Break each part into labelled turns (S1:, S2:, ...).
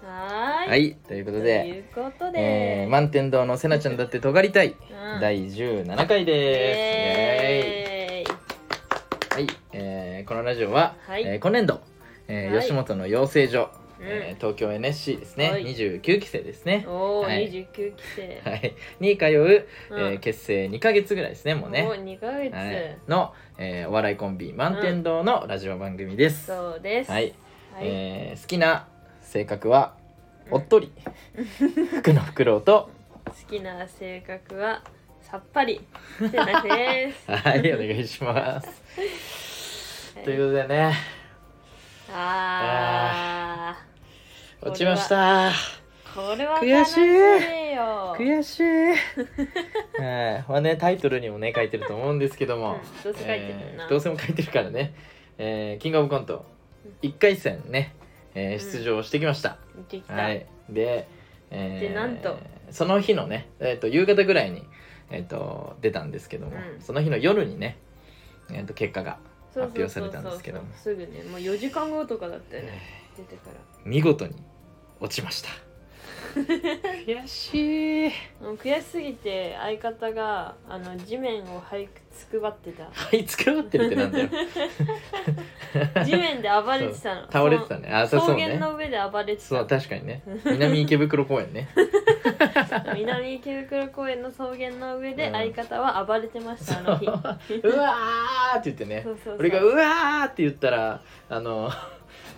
S1: はいということ
S2: と
S1: で
S2: いうことで、
S1: えー満天堂のせなちゃんだって尖りたい
S2: うん
S1: 第17回
S2: イ
S1: ですイエー
S2: エーイ
S1: イはい、えーこのラジオは、
S2: はい
S1: えー今年度、えー
S2: はい
S1: 吉本の養成所、
S2: うん
S1: えー東京 NSC ですね、
S2: はい
S1: 29期生ですね
S2: おお、
S1: はい
S2: 29期生、
S1: はいに通う、
S2: うん
S1: えー結成2か月ぐらいですねもうね
S2: もう2ヶ月、
S1: はい、の、えーお笑いコンビ満天堂のラジオ番組です、
S2: そうです
S1: はい、
S2: はい
S1: えー好きな性格は
S2: うん
S1: おっ とり、服のフクロウと
S2: 好きな性格はさっぱりせなです
S1: はいお願いします
S2: はい
S1: ということでね
S2: ああ
S1: 落ちました
S2: これは
S1: 悔
S2: 悲
S1: し
S2: し
S1: い
S2: いよ
S1: 悔しいはいまあねタイトルにもね書いてると思うんですけども、
S2: うんどうせ書いてるな
S1: えーどうせも書いてるからね、えーキングオブコント
S2: うん
S1: 1回戦ね、えー
S2: うん
S1: 出場してきました、
S2: できた、
S1: はい、で,、え
S2: でなんと
S1: その日のね、えー、と夕方ぐらいに、えー、と出たんですけども、
S2: うん
S1: その日の夜にね、えー、と結果が
S2: そうそうそう
S1: 発表されたんですけども
S2: すぐねもう4時間後とかだったよね出てか
S1: 見事に落ちました悔しい
S2: らもう悔しすぎて相方があの地面をはいつくばって た
S1: はいつかってるってなんだよ
S2: 地面で暴れてたの
S1: 倒れてたねあ
S2: その
S1: そうそう
S2: 草
S1: ね
S2: 原の上で暴れて
S1: そう
S2: た
S1: 確かにね南池袋公園ね
S2: 南池袋公園の草原の上
S1: う
S2: で
S1: ん
S2: 相方は暴れてましたあの日
S1: そううわーって言ってね
S2: そうそうそう
S1: 俺が「うわ!」って言ったらあの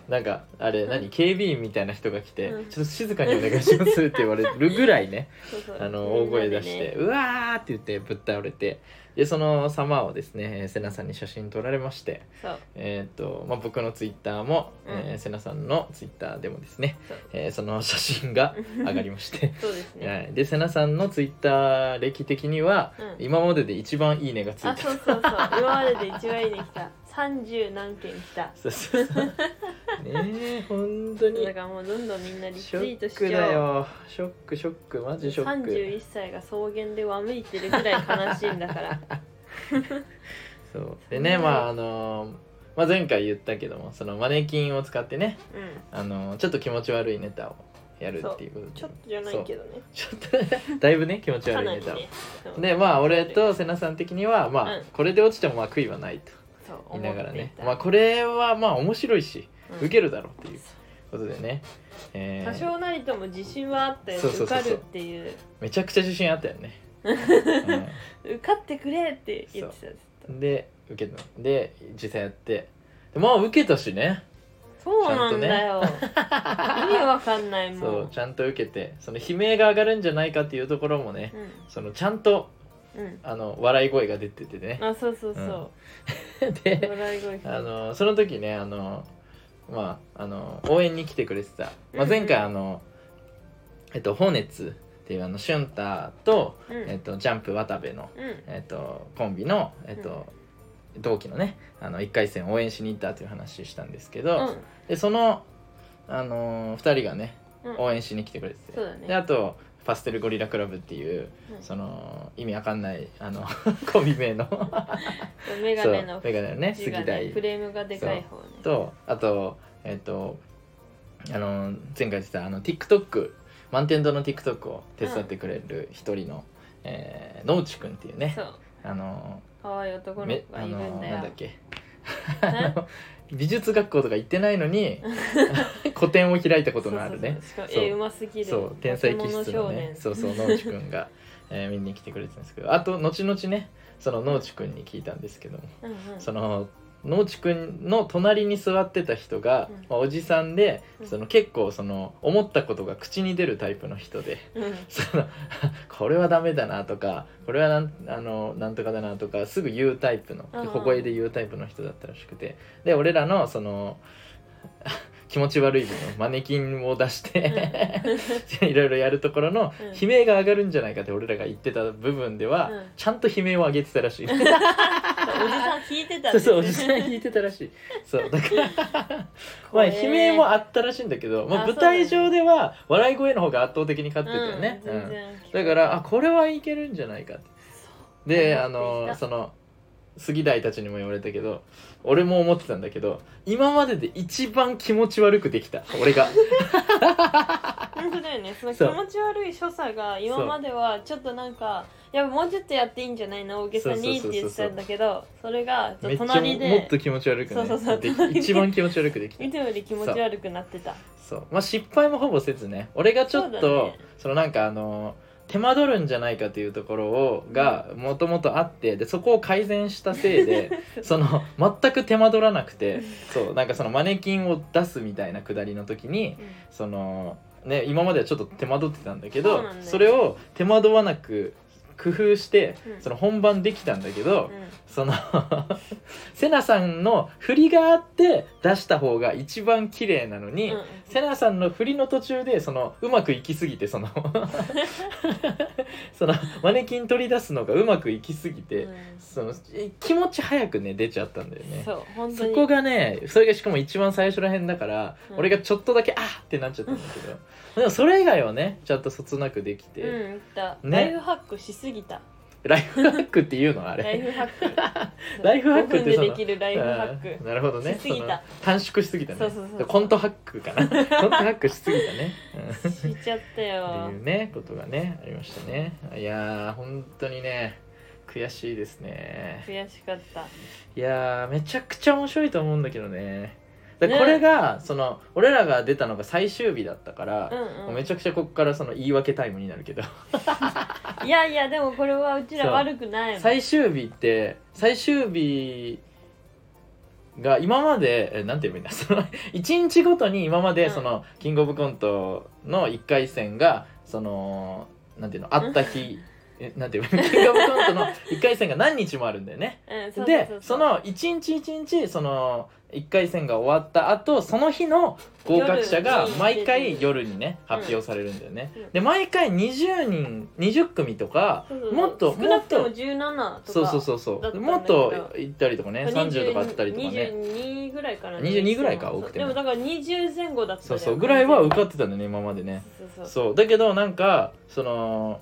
S1: なんかあれ何警備員みたいな人が来て
S2: うん
S1: 「ちょっと静かにお願いします」って言われるぐらい ね
S2: そうそう
S1: あの大声出し
S2: みんな
S1: て「
S2: でね
S1: うわ!」って言ってぶっ倒れてでその様をですねえー瀬名さんに写真撮られまして
S2: そう
S1: えーとまあ、僕のツイッターも、
S2: うん
S1: えー瀬名さんのツイッターでもですね
S2: そう、
S1: えーその写真が上がりまして
S2: そうですね、
S1: はい、で瀬名さんのツイッター歴的には、
S2: うん
S1: 今までで一番いいねがつい
S2: あ
S1: た
S2: そうそうそう今までで一番いいね来た30何件来た
S1: そうそうそうねえ本当に
S2: だからもうどんどんみんなリ
S1: シ
S2: ツ
S1: ョ
S2: イート
S1: ッ
S2: し
S1: ク
S2: ち
S1: だ
S2: ゃおう
S1: よショックショックマジショック
S2: 31歳が草原でわめいてるぐらい悲しいんだから
S1: そうでねまああのーまあ、前回言ったけどもそのマネキンを使ってね、
S2: うん
S1: あのーちょっと気持ち悪いネタをやるっていうことで
S2: ちょっとじゃないけどね
S1: ちょっとだいぶね気持ち
S2: か
S1: 悪い
S2: な
S1: ネ
S2: り
S1: タを、
S2: ねそう
S1: でまあ俺と瀬名さん的にはまあ、
S2: うん
S1: これで落ちてもまあ悔いはないと
S2: そう
S1: 言いながらね
S2: 思っていた
S1: まあこれはまあ面白いし、
S2: うん
S1: 受けるだろうっていう
S2: そ
S1: ことでね、えー
S2: 多少なりとも自信はあったよ
S1: そうそうそう
S2: 受
S1: そう
S2: かるっていう
S1: めちゃくちゃ自信あったよね、うん
S2: 受かってくれって言ってたずっと
S1: で受けたので実際やってでまあ受けたしね
S2: そうなんだよ、意味わかんないもん
S1: そうちゃんと受けてその悲鳴が上がるんじゃないかっていうところもね
S2: う
S1: そのちゃんと
S2: んうん
S1: あの笑い声が出ててね
S2: あそうそうそう、
S1: で
S2: 笑い声
S1: あのその時ねあのまああの応援に来てくれてた、まあ、前回
S2: うん
S1: あのえっと「ホーネッツ」っていうあのシュンタと、
S2: うん
S1: えっと、ジャンプ渡部の、
S2: うん
S1: えっと、コンビの、えっと同期のねあの1回戦応援しに行ったという話したんですけど、
S2: うん
S1: でその、あのー、2人がね
S2: うん
S1: 応援しに来てくれてて、
S2: そうだね
S1: であとパステルゴリラクラブっていう、
S2: うん
S1: その意味わかんないあの コンビ名の
S2: メガ
S1: そう
S2: ネの
S1: メガネのね
S2: 字がね
S1: 杉大
S2: フレームがでかい方ね
S1: とあとえっ、とあのー前回言ってたあの TikTok 満天堂の TikTok を手伝ってくれる一人の、えー、野内くんっていうね
S2: そう
S1: あの
S2: 可愛い男
S1: ー
S2: の
S1: め
S2: 子
S1: あ
S2: がいる
S1: の
S2: んだ
S1: ー
S2: よ
S1: なんだっけ あの美術学校とか行ってないの に個展を開いたことのあるね
S2: そうそうそうしか
S1: そう
S2: も絵うますぎる
S1: そう天才気質のね
S2: そ
S1: そうそう農地くんが、えー見に来てくれてたんですけどあと後々ねその農地くんに聞いたんですけども
S2: うんうん
S1: その農地くんの隣に座ってた人が、
S2: うん
S1: まあおじさんで
S2: うん
S1: その結構その思ったことが口に出るタイプの人で。
S2: うん
S1: そのこれはダメだなとかこれはなんあのなんとかだなとかすぐ言うタイプの
S2: うんうん
S1: 小声で言うタイプの人だったらしくてで俺らのその 気持ち悪い部分マネキンを出して、 いろいろやるところの
S2: うん
S1: 悲鳴が上がるんじゃないかって俺らが言ってた部分では、
S2: うん
S1: ちゃんと悲鳴を上げてたらしい
S2: おじさん聞いてたん
S1: そう
S2: です
S1: そう
S2: よ
S1: おじさん聞いてたらしいそうだから まあ悲鳴もあったらしいんだけど、まあ、
S2: あ
S1: 舞台上では笑い声の方が圧倒的に勝ってたよね、
S2: うん
S1: うん
S2: 全然聞こえ
S1: だからあこれはいけるんじゃないかってであ
S2: 思って
S1: の
S2: いた
S1: その杉大たちにも言われたけど俺も思ってたんだけど今までで一番気持ち悪くできた俺が
S2: 本当だよねその気
S1: そう
S2: 持ち悪い所作が今まではちょっとなんかいやもうちょっとやっていいんじゃないの大げさにって
S1: そうそう
S2: 言
S1: そう
S2: って
S1: そう
S2: たんだけど それが
S1: めっちゃも
S2: 隣
S1: もっ
S2: で
S1: と気持ち悪くね
S2: そうそうそう
S1: でき
S2: 隣で
S1: 一番気持ち悪くできた
S2: いつもより気持ち悪くなってた
S1: そうまあ失敗もほぼせずね俺がちょっ
S2: そ
S1: と
S2: う
S1: そ,、
S2: だね
S1: のなんかあの手間取るんじゃないかというところをがもともとあってでそこを改善したせいで その全く手間取らなくてそうなんかそのマネキンを出すみたいなくだりの時に
S2: うん
S1: そのね今まではちょっと手間取ってたんだけ
S2: そ
S1: ど
S2: うなんだよ
S1: れを手間取わなく工夫して、
S2: うん
S1: その本番できたんだけど、
S2: うん
S1: その セナさんの振りがあって出した方が一番綺麗なのに、
S2: うん
S1: セナさんの振りの途中でそのうまくいきすぎてそのそのマネキン取り出すのがうまくいきすぎて、
S2: うん
S1: そのえ気持ち早くね出ちゃったんだよね。
S2: そう本当
S1: そ
S2: に
S1: こがねそれがしかも一番最初らへんだから、
S2: うん
S1: 俺がちょっとだけ「あっ!」ってなっちゃったんだけどでもそれ以外はねちゃんとそつなくできて、
S2: うん言った
S1: ね
S2: ライフハックしすぎた
S1: ライフハックっていうのあ
S2: ライフ
S1: れ
S2: ハック
S1: ライフハックって
S2: 5
S1: そ
S2: 分
S1: の
S2: でできるライフハック
S1: うんなるほどね
S2: しすぎた
S1: その短縮しすぎたね
S2: そうそうそうそう
S1: コントハックかなコントハックしすぎたね、うん
S2: しちゃった
S1: っ
S2: よ
S1: ていうねことがねありましたねいやー本当にね悔しいですね
S2: 悔しかった
S1: いやーめちゃくちゃ面白いと思うんだけどねで
S2: ね
S1: これが、その俺らが出たのが最終日だったから、
S2: うんうん
S1: めちゃくちゃここからその言い訳タイムになるけど
S2: いやいやでもこれはうちら
S1: そう
S2: 悪くないもん
S1: 最終日って最終日が今までえなんて言えばいいんだそ の一日ごとに今ま
S2: う
S1: で
S2: ん
S1: その、キングオブコントの1回戦がそのなんていうのあった日えなんて言えばいいキングオブコントの1回戦が何日もあるんだよね。
S2: うんそうそう
S1: で
S2: う
S1: そうの一日一日その1回戦が終わった後その日の合格者が
S2: 夜に
S1: 毎回
S2: 出
S1: 夜にね発表されるんだよね
S2: うん。
S1: で毎回20人20組とか
S2: そうそうそう
S1: もっと
S2: 少なくて
S1: も
S2: も
S1: っと
S2: 17とか
S1: そうそうそうそ
S2: だっ
S1: う
S2: たんだけど
S1: もっと行ったりとかね30とかあったりとかね
S2: 22ぐらいから
S1: 22ぐらいか多くて
S2: で
S1: も
S2: もだから20前後だった
S1: そうそうぐらいは受
S2: か
S1: かってたんだよね今までね
S2: そうそうそう
S1: そうだけどなんかその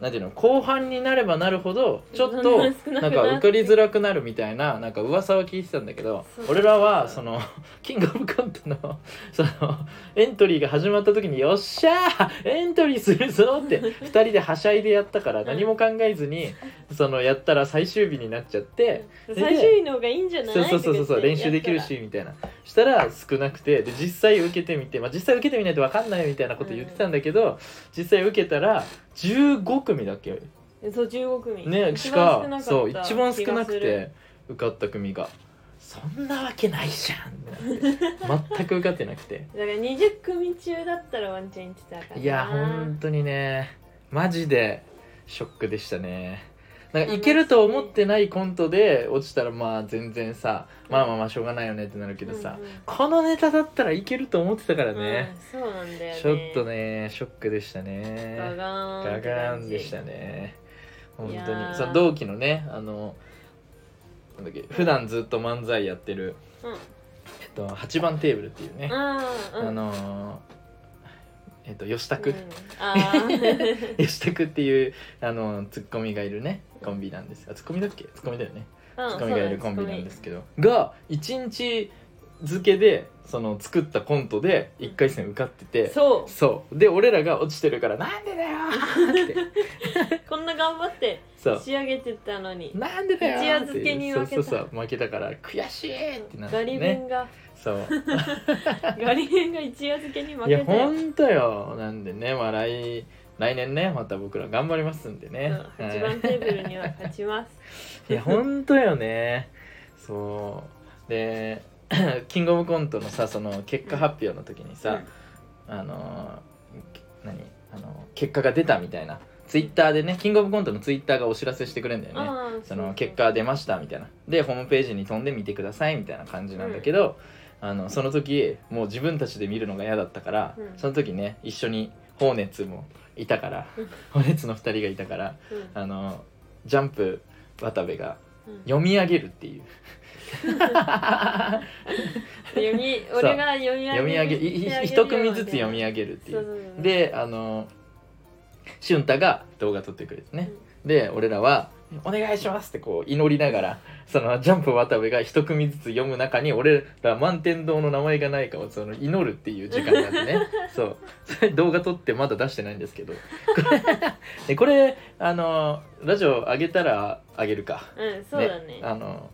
S1: なんていうの後半になればなるほどちょっ と
S2: そんな少なくな
S1: な
S2: っ
S1: ん
S2: て
S1: か受かりづらくなるみたいななんか噂は聞いてたんだけど
S2: そうそう
S1: 俺らはそのキングオブコントの そのエントリーが始まった時に「よっしゃーエントリーするぞ!」って2人ではしゃいでやったから何も考えずにそのやったら最終日になっちゃって。
S2: うん
S1: で
S2: 最終日の方がいいんじゃない
S1: そうそうそうそうそう
S2: とか言
S1: 練
S2: って
S1: 習できるしみたいなしたら少なくてで実際受けてみて、まあ、実際受けてみないと分かんないみたいなこと言ってたんだけど、実際受けたら15組だっけ
S2: やったらそう15組
S1: ねし
S2: 一
S1: か
S2: 番少なった
S1: そう一番少なく
S2: 気がする
S1: て受かった組がそんなわけないじゃん ってなって全く受かってなくて
S2: だから20組中だったらワンチャンいってたからない
S1: や本当にねマジでショックでしたねなんかいけると思ってないコントで落ちたらまあ全然さまあまあまあしょうがないよねってなるけどさ、
S2: うんうん
S1: このネタだったらいけると思ってたからね、
S2: うんそうなんだよね
S1: ちょっとねショックでした
S2: ガ
S1: ね
S2: ガーン
S1: ガ
S2: って
S1: ガ
S2: 感
S1: ー
S2: じ
S1: ンでしたね本
S2: いや
S1: 当
S2: ー
S1: にその同期のねあのなんだっけ普段ずっと漫才やってる、
S2: うん
S1: えっと、8番テーブルっていうね、
S2: あ
S1: あ
S2: の
S1: のーえっと吉田君、
S2: あー
S1: 吉田君っていうあのツッコミがいるねコンビなんですあツッコミだっけツッコミだよね
S2: うん
S1: ツッコミがいるコンビなんで
S2: そ
S1: すけどが1日付けでその作ったコントで1回戦受かって
S2: う
S1: て
S2: だそう
S1: そうで俺らが落ちてるから「なんでだよ!」 って
S2: こんな頑張って
S1: そう
S2: 仕上げてたのに
S1: 「なんでだよ!」
S2: 一夜漬けに
S1: そう
S2: 負け
S1: そ
S2: た
S1: うそう負けたから悔しいってなっ
S2: ガ
S1: て
S2: リ
S1: ね
S2: 弁が
S1: そう
S2: ガリ弁が一夜漬けに負
S1: い
S2: け
S1: や
S2: て
S1: ほんとよなんでねまあ来来年ねまた僕ら頑張りますんでねはい
S2: 8番テーブルには勝ちます
S1: いやほんとよねそうで キングオブコントのさその結果発表の時にさ、あのー何あの結果が出たみたいなツイッターでねキングオブコントのツイッターがお知らせしてくれるんだよね
S2: あー
S1: その結果出ましたみたいなでホームページに飛んでみてくださいみたいな感じなんだけど、あのその時もう自分たちで見るのが嫌だったから、
S2: うん
S1: その時ね一緒に放熱もいたから
S2: うん
S1: 放熱の2人がいたから
S2: そうそう
S1: あのジャンプ渡部が
S2: うんうん
S1: 読み上げる っていう
S2: 読み俺が読み上げ
S1: 読み上げいい一組ずつ読み上げるっていう
S2: そうそうそう
S1: であの俊太が動画撮ってくれてね、で俺らはお願いしますってこう祈りながらそのジャンプ渡部が一組ずつ読む中に俺ら満天堂の名前がないかをその祈るっていう時間なん でねそうそれ動画撮ってまだ出してないんですけどこ れでこれあのラジオ上げたら上げるか、
S2: うんそうだね
S1: あの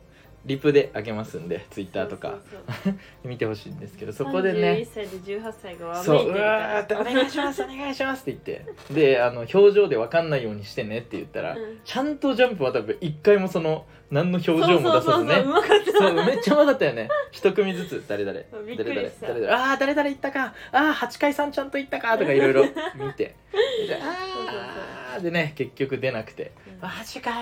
S1: リプで上げますんでツイッターとか
S2: そう
S1: 見てほしいんですけど
S2: そ
S1: そ
S2: うそう
S1: こでね
S2: 31歳で18歳がわめいて
S1: そ
S2: る
S1: う「うわ」って「お願いしますお願いします」って言ってであの表情で分かんないようにしてねって言ったら、
S2: うん
S1: ちゃんとジャンプは多分一回もその何の表
S2: そうそ
S1: 情
S2: う
S1: も出さず
S2: そう
S1: ね
S2: そううまかった
S1: そうめっちゃうまかったよね一組ずつ誰々
S2: そうびっく
S1: 誰
S2: り
S1: 々
S2: した
S1: 誰々ああ誰々行ったかああ8回さんちゃんと行ったかとかいろいろ見てでああでね結局出なくて
S2: うん
S1: マジかよ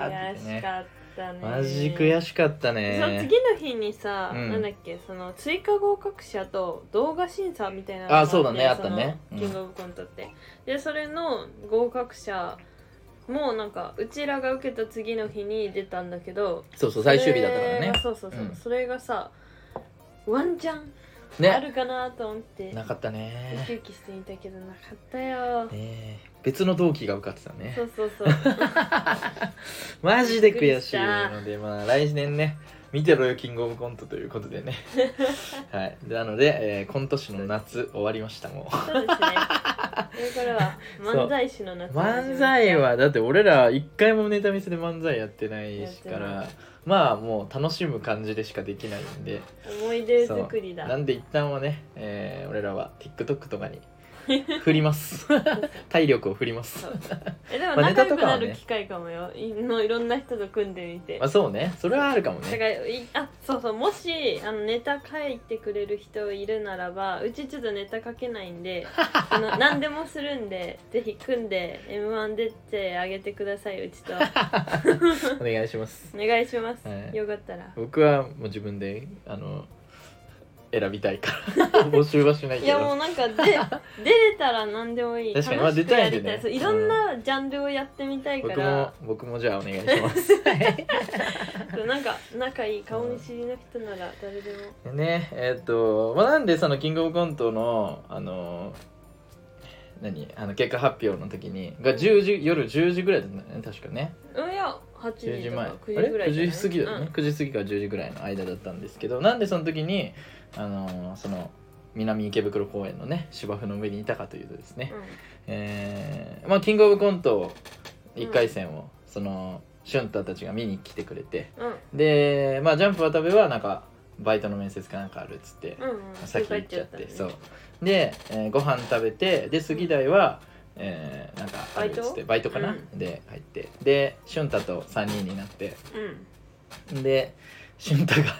S1: ーって
S2: 悔し
S1: ね
S2: かったね
S1: マジ悔しかった
S2: その
S1: ね
S2: 次の日にさ、
S1: うん
S2: なんだっけその追加合格者と動画審査みたいなの
S1: あそうだね
S2: って
S1: あったね
S2: その
S1: う
S2: キ
S1: ん
S2: ングオブコントって、でそれの合格者もなんかうちらが受けた次の日に出たんだけど
S1: そうそう最終日だったか
S2: そ
S1: らね
S2: れがそうそうそう、
S1: うん
S2: それがさワンチャンあ
S1: ね
S2: るかなと思って
S1: なかった
S2: ウキ
S1: ね
S2: ウキしてみたけどなかったよ、
S1: ね別の同期が受かってたね
S2: そうそうそう
S1: マジで悔しいので、まあ、来年ね、見てろよ、キングオブコントということ でね。はい。なので、えー今年の夏終わりました、もう。
S2: そうですねということは漫才師の夏
S1: 漫才は、だって俺ら一回もネタ見せで漫才やってないしか
S2: や
S1: ら、まあもう楽しむ感じでしかできないんで、
S2: 思い出作りだ
S1: なんで一旦はね、えー俺らは TikTok とかに振 ります。体力を振ります
S2: そ。うえでも
S1: まあ
S2: 仲
S1: ネタ
S2: 良
S1: と
S2: く
S1: かは
S2: な
S1: ね
S2: る機会かもよ、いのいろんな人と組んでみて、
S1: まあそうね、それはあるかも
S2: だか
S1: ね。
S2: らいあそうそうもしあのネタ書いてくれる人いるならばうちちょっとネタ書けないんであ の何でもするんでぜひ組んで m 1出てあげてくださいうちと
S1: お願いします。
S2: お願いします、
S1: はい
S2: よかったら
S1: 僕はもう自分であの選びたいから 募集はしない
S2: い
S1: け
S2: やもう
S1: ど
S2: なん かで出れたら何でもいい
S1: 確かに
S2: 楽しく
S1: まあ出たい
S2: やり
S1: んでね
S2: そういろんなジャンルをやってみたいか
S1: 僕
S2: ら、
S1: も僕もじゃあお願いします
S2: そうなんか仲いい顔見知りの人なら誰でも
S1: でねえっと、まあ、なんでその「キングオブコントの」あの何あの結果発表の時にが10時夜10時ぐらいだったんだよね確かね
S2: うんいや8
S1: 10
S2: 時
S1: 時
S2: と
S1: 前
S2: か
S1: あ
S2: 9
S1: れ
S2: 時ぐらいじゃない
S1: 9時過ぎだよね、9時過ぎから10時ぐらいの間だったんですけどなんでその時にあのその南池袋公園のね芝生の上にいたかというとですね
S2: うん、うん
S1: えーまあキングオブコント1回戦を、そのシュンタたちが見に来てくれて
S2: うん
S1: でまあジャンプ渡部はなんかバイトの面接かなんかあるっつって、
S2: うんうん
S1: 先行っちゃって
S2: 帰
S1: そうで、えーご飯食べてで杉台は、えーなんかあるっつってバイトかな、
S2: う
S1: で入ってでシュンタと3人になって
S2: うん
S1: で俊太が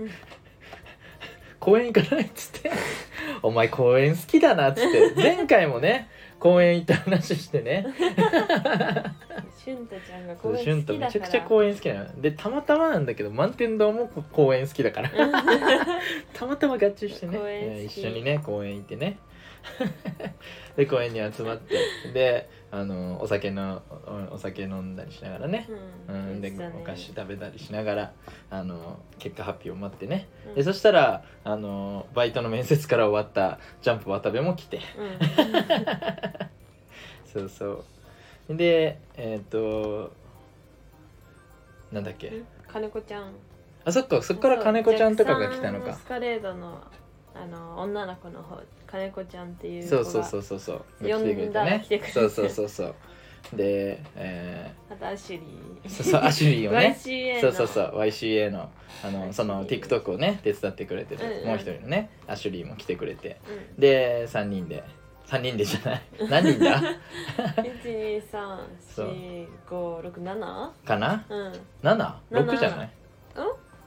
S2: うん
S1: 「公園行かない?」っつって「お前公園好きだな」っつって前回もね公園行った話してね
S2: しゅんたちゃんが公
S1: 俊
S2: 園好き
S1: 太
S2: だから
S1: めちゃくちゃ公園好きなのでたまたまなんだけど満天堂も公園好きだからたまたま合致してね
S2: 公園好き
S1: えー一緒にね公園行ってねで公園に集まってであのお酒のおお酒飲んだりしながらねう
S2: うん
S1: ん、で
S2: 言ってたね
S1: お菓子食べたりしながらあの結果発表を待ってね、
S2: うん
S1: でそしたらあのバイトの面接から終わったジャンプ渡部も来て
S2: うんうん
S1: そうそうでえっ、となんだっけ
S2: 金子ちゃん
S1: あそっかそっから金子ちゃんとかが来たの
S2: ジャクソン
S1: か
S2: スカレードのあの女の子の方金子ちゃんっていう子
S1: そ
S2: が
S1: うそうそうそうそう
S2: 呼んだ
S1: ね
S2: 来てくれて
S1: そうそうそうそうで、え
S2: あとアシュリー
S1: ー、そうそうアシュリーをね
S2: YCA の
S1: そうそうそう YCA のあのその
S2: YCA
S1: TikTok をね手伝ってくれて
S2: うん
S1: る
S2: うん
S1: もう一人のねアシュリーも来てくれて
S2: うん
S1: で3人で3人でじゃない何人だ
S2: 1234567
S1: かな
S2: うん
S1: ?76 じゃない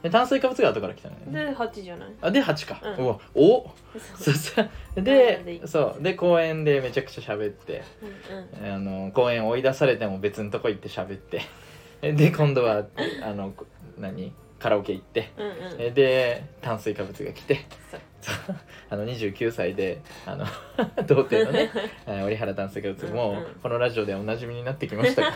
S1: で炭水化物が後から来たのよね
S2: で8じゃない
S1: あで8か、
S2: う
S1: うわお
S2: そ
S1: そうそう
S2: なん
S1: で
S2: で
S1: そうで公園でめちゃくちゃ喋って
S2: ううんうん
S1: あの公園追い出されても別のとこ行って喋ってで今度はあの何カラオケ行って
S2: うんうん
S1: で炭水化物が来て
S2: そう
S1: そうあの29歳であの 童貞のねえー折原男性がつも
S2: うんうん
S1: このラジオでおなじみになってきま したが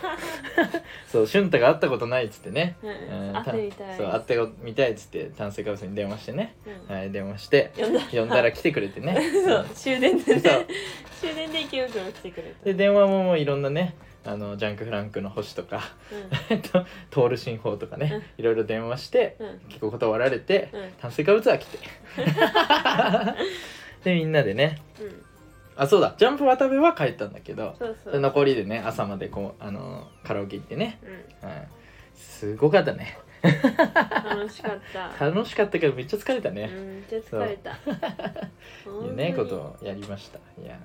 S1: そう俊太が会ったことないっつってね、
S2: うん
S1: うん
S2: 会ってみたい
S1: そう会ってみたいっつって男性カウスに電話してね、
S2: うん
S1: はい、電話して
S2: 呼んだ
S1: 呼んだら来てくれてね
S2: そう終電で
S1: そ
S2: ね
S1: う
S2: 終電で池袋来てくれた
S1: で電話ももういろんなねあのジャンクフランクの星とか えっとトール新法とかねいろいろ電話して
S2: うんうん
S1: 結構断られて
S2: うん
S1: 炭水化物は来 てでみんなでね
S2: うん
S1: あそうだジャンプ渡部は帰ったんだけど
S2: そうそ
S1: で
S2: う
S1: 残りでね朝までこうあのカラオケ行ってね、
S2: うん
S1: うん、すごかったね
S2: 楽しかった
S1: 楽しかったけどめっちゃ疲れた
S2: う
S1: ね、
S2: んめっちゃ疲れた本
S1: いう
S2: 当
S1: ね
S2: に
S1: ことをやりましたいや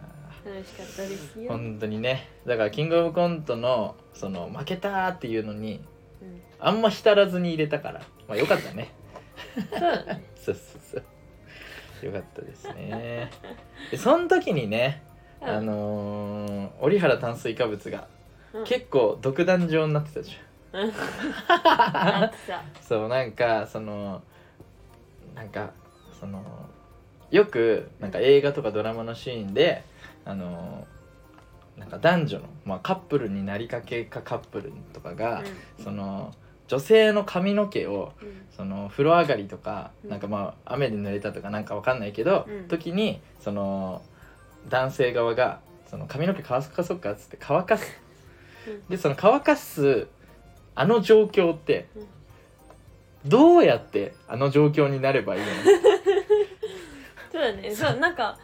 S2: 楽しかったです
S1: ー
S2: よ
S1: 本当にねだからキングオブコントのその負けたーっていうのに
S2: うん
S1: あんま浸らずに入れたからまあよかっ たね
S2: そうだね
S1: そうそうそうよかったですねでその時にね
S2: うん
S1: あのー折原炭水化物が
S2: うん
S1: 結構独壇場になってたじ
S2: うん
S1: ゃん
S2: あってさ
S1: そうなんかそのなんかそのよくなんか映画とかドラマのシーンであのなんか男女の、まあ、カップルになりかけかカップルとかが、その女性の髪の毛を
S2: うんうん
S1: その風呂上がりとか、
S2: うん
S1: なんかまあ雨で濡れたとかなんかわかんないけど、
S2: うん
S1: 時にその男性側がその髪の毛乾かそうかっつって乾かす
S2: うん
S1: でその乾かすあの状況って
S2: うん
S1: どうやってあの状況になればい いの
S2: そうだねそうなんか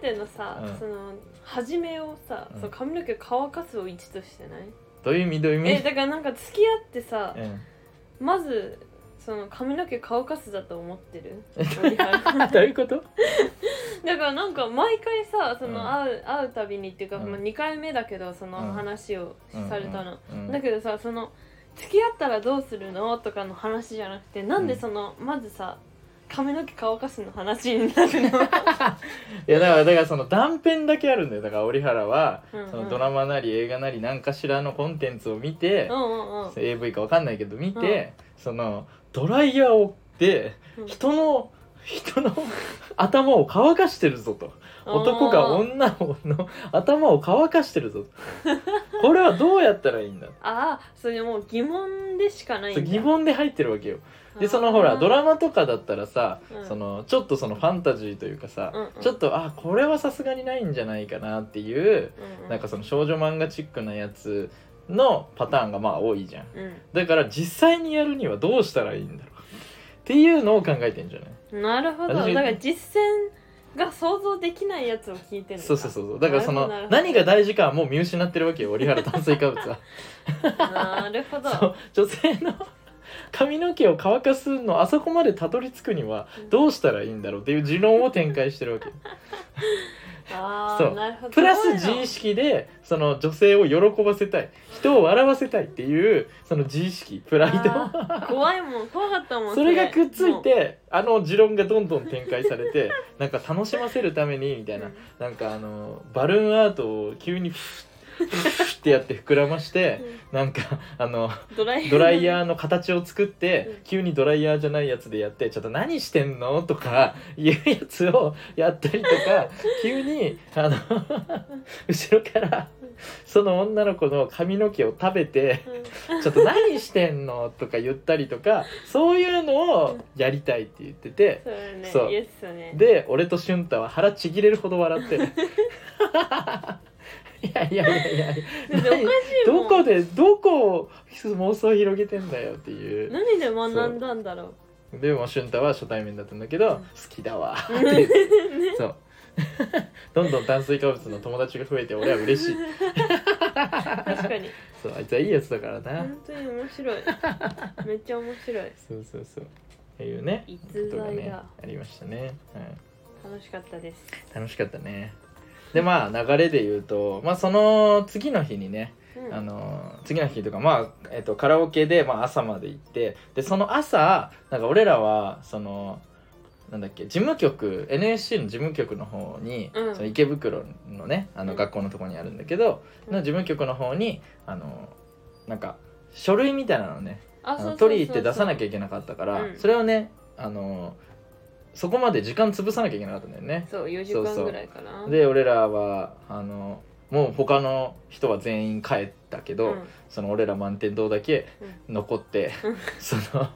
S2: 全てのさ、
S1: うん
S2: その始めをさ、
S1: うん
S2: そう髪の毛乾かすを一としてない、
S1: どういう意味どういう意
S2: え
S1: 味
S2: だからなんか付き合ってさ、
S1: うん
S2: まずその髪の毛乾かすだと思ってる
S1: あどういうこと
S2: だからなんか毎回さその
S1: うん
S2: 会う,、会うたびにっていうか、
S1: うん
S2: まあ、2回目だけどその
S1: うん
S2: 話をされたの、
S1: うん
S2: だけどさその付き合ったらどうするのとかの話じゃなくてなんでその、まずさ髪の毛乾かすの話にな るの、
S1: いやだからだからその断片だけあるんだよだから折原は
S2: うんうん
S1: そのドラマなり映画なり何かしらのコンテンツを見て、
S2: うんうんうん
S1: AV かわかんないけど見て、そのドライヤーをで
S2: うん
S1: 人の人の頭を乾かしてるぞと男が
S2: おー
S1: 女の頭を乾かしてるぞ とこれはどうやったらいいんだ
S2: ああそれもう疑問でしかないん
S1: そ
S2: だ
S1: う疑問で入ってるわけよでそのほらドラマとかだったらさ、
S2: うん
S1: そのちょっとそのファンタジーというかさ、
S2: うんうん
S1: ちょっとあこれはさすがにないんじゃないかなっていう、なんかその少女漫画チックなやつのパターンがまあ多いじゃん
S2: うん、
S1: だから実際にやるにはどうしたらいいんだろうっていうのを考えてんじゃない
S2: うん、なるほどだ
S1: 私
S2: から実践が想像できないやつを聞いてる
S1: そうそうそうそうだからそ
S2: な
S1: の
S2: るほどなる
S1: 何
S2: ほど
S1: が大事かはもう見失ってるわけよ折原炭水化物 は
S2: なるほど
S1: そう女性の 髪の毛を乾かすのあそこまでたどり着くにはどうしたらいいんだろうっていう持論を展開してるわけ
S2: あ
S1: そ
S2: あ
S1: う
S2: なるほど
S1: プラ
S2: そ
S1: ス
S2: ういう
S1: 自
S2: の
S1: 意識でその女性を喜ばせたい人を笑わせたいっていうその自意識プライド
S2: あー怖いもん怖かったもん
S1: それがくっつい
S2: もう
S1: てあの持論がどんどん展開されてなんか楽しませるためにみたいななんかあのバルーンアートを急にフッフッってやって膨らましてなんかあの
S2: うんドライ
S1: ドライ
S2: ー
S1: ヤーの形を作っ
S2: うん
S1: て急にドライヤーじゃないやつでやってちょっと何してんのとかいうやつをやったりとか急にあの後ろからその女の子の髪の毛を食べて
S2: うん
S1: ちょっと何してんのとか言ったりとかそういうのをやりたいって言ってて
S2: そうよね
S1: そう
S2: イエスよね
S1: で俺と俊太は腹ちぎれるほど笑 ってるいやいやいやいや
S2: だっておかしいも
S1: ど
S2: ん
S1: こでどこを妄想を広げてんだよっていう
S2: 何で学んだんだろう
S1: でも俊太は初対面だったんだけど、
S2: うん
S1: 好き だわって言ってそう どんどん炭水化物の友達が増えて俺は嬉しい
S2: 確かに
S1: そうあいつはいいやつだからな、
S2: 本当に面白いめっちゃ面白い
S1: そうそうそうっていうね
S2: 逸
S1: ことが
S2: 材
S1: ね
S2: だ
S1: ありましたね、はい
S2: 楽しかったです
S1: 楽しかったねでまあ流れで言うと、まあ、その次の日にね
S2: うん
S1: あの次の日とか、まあえっとカラオケで、まあ、朝まで行ってでその朝なんか俺らはそのなんだっけ事務局 NSC の事務局の方に、
S2: うん
S1: その池袋のねあ
S2: う
S1: の
S2: ん
S1: 学校のとこにあるんだけど、
S2: うん
S1: の事務局の方にあのなんか書類みたいなのね
S2: あ
S1: あ
S2: そうそうそうそう
S1: の取り行って出さなきゃいけなかったから、
S2: うん
S1: それをねあのそこまで時間潰さなきゃいけなかったんだよね
S2: そう4時
S1: そうそ
S2: 間
S1: う
S2: ぐらいかな
S1: で俺らはあのもう他の人は全員帰ったけど、
S2: うん
S1: その俺ら満点堂だけ残って、
S2: うん
S1: その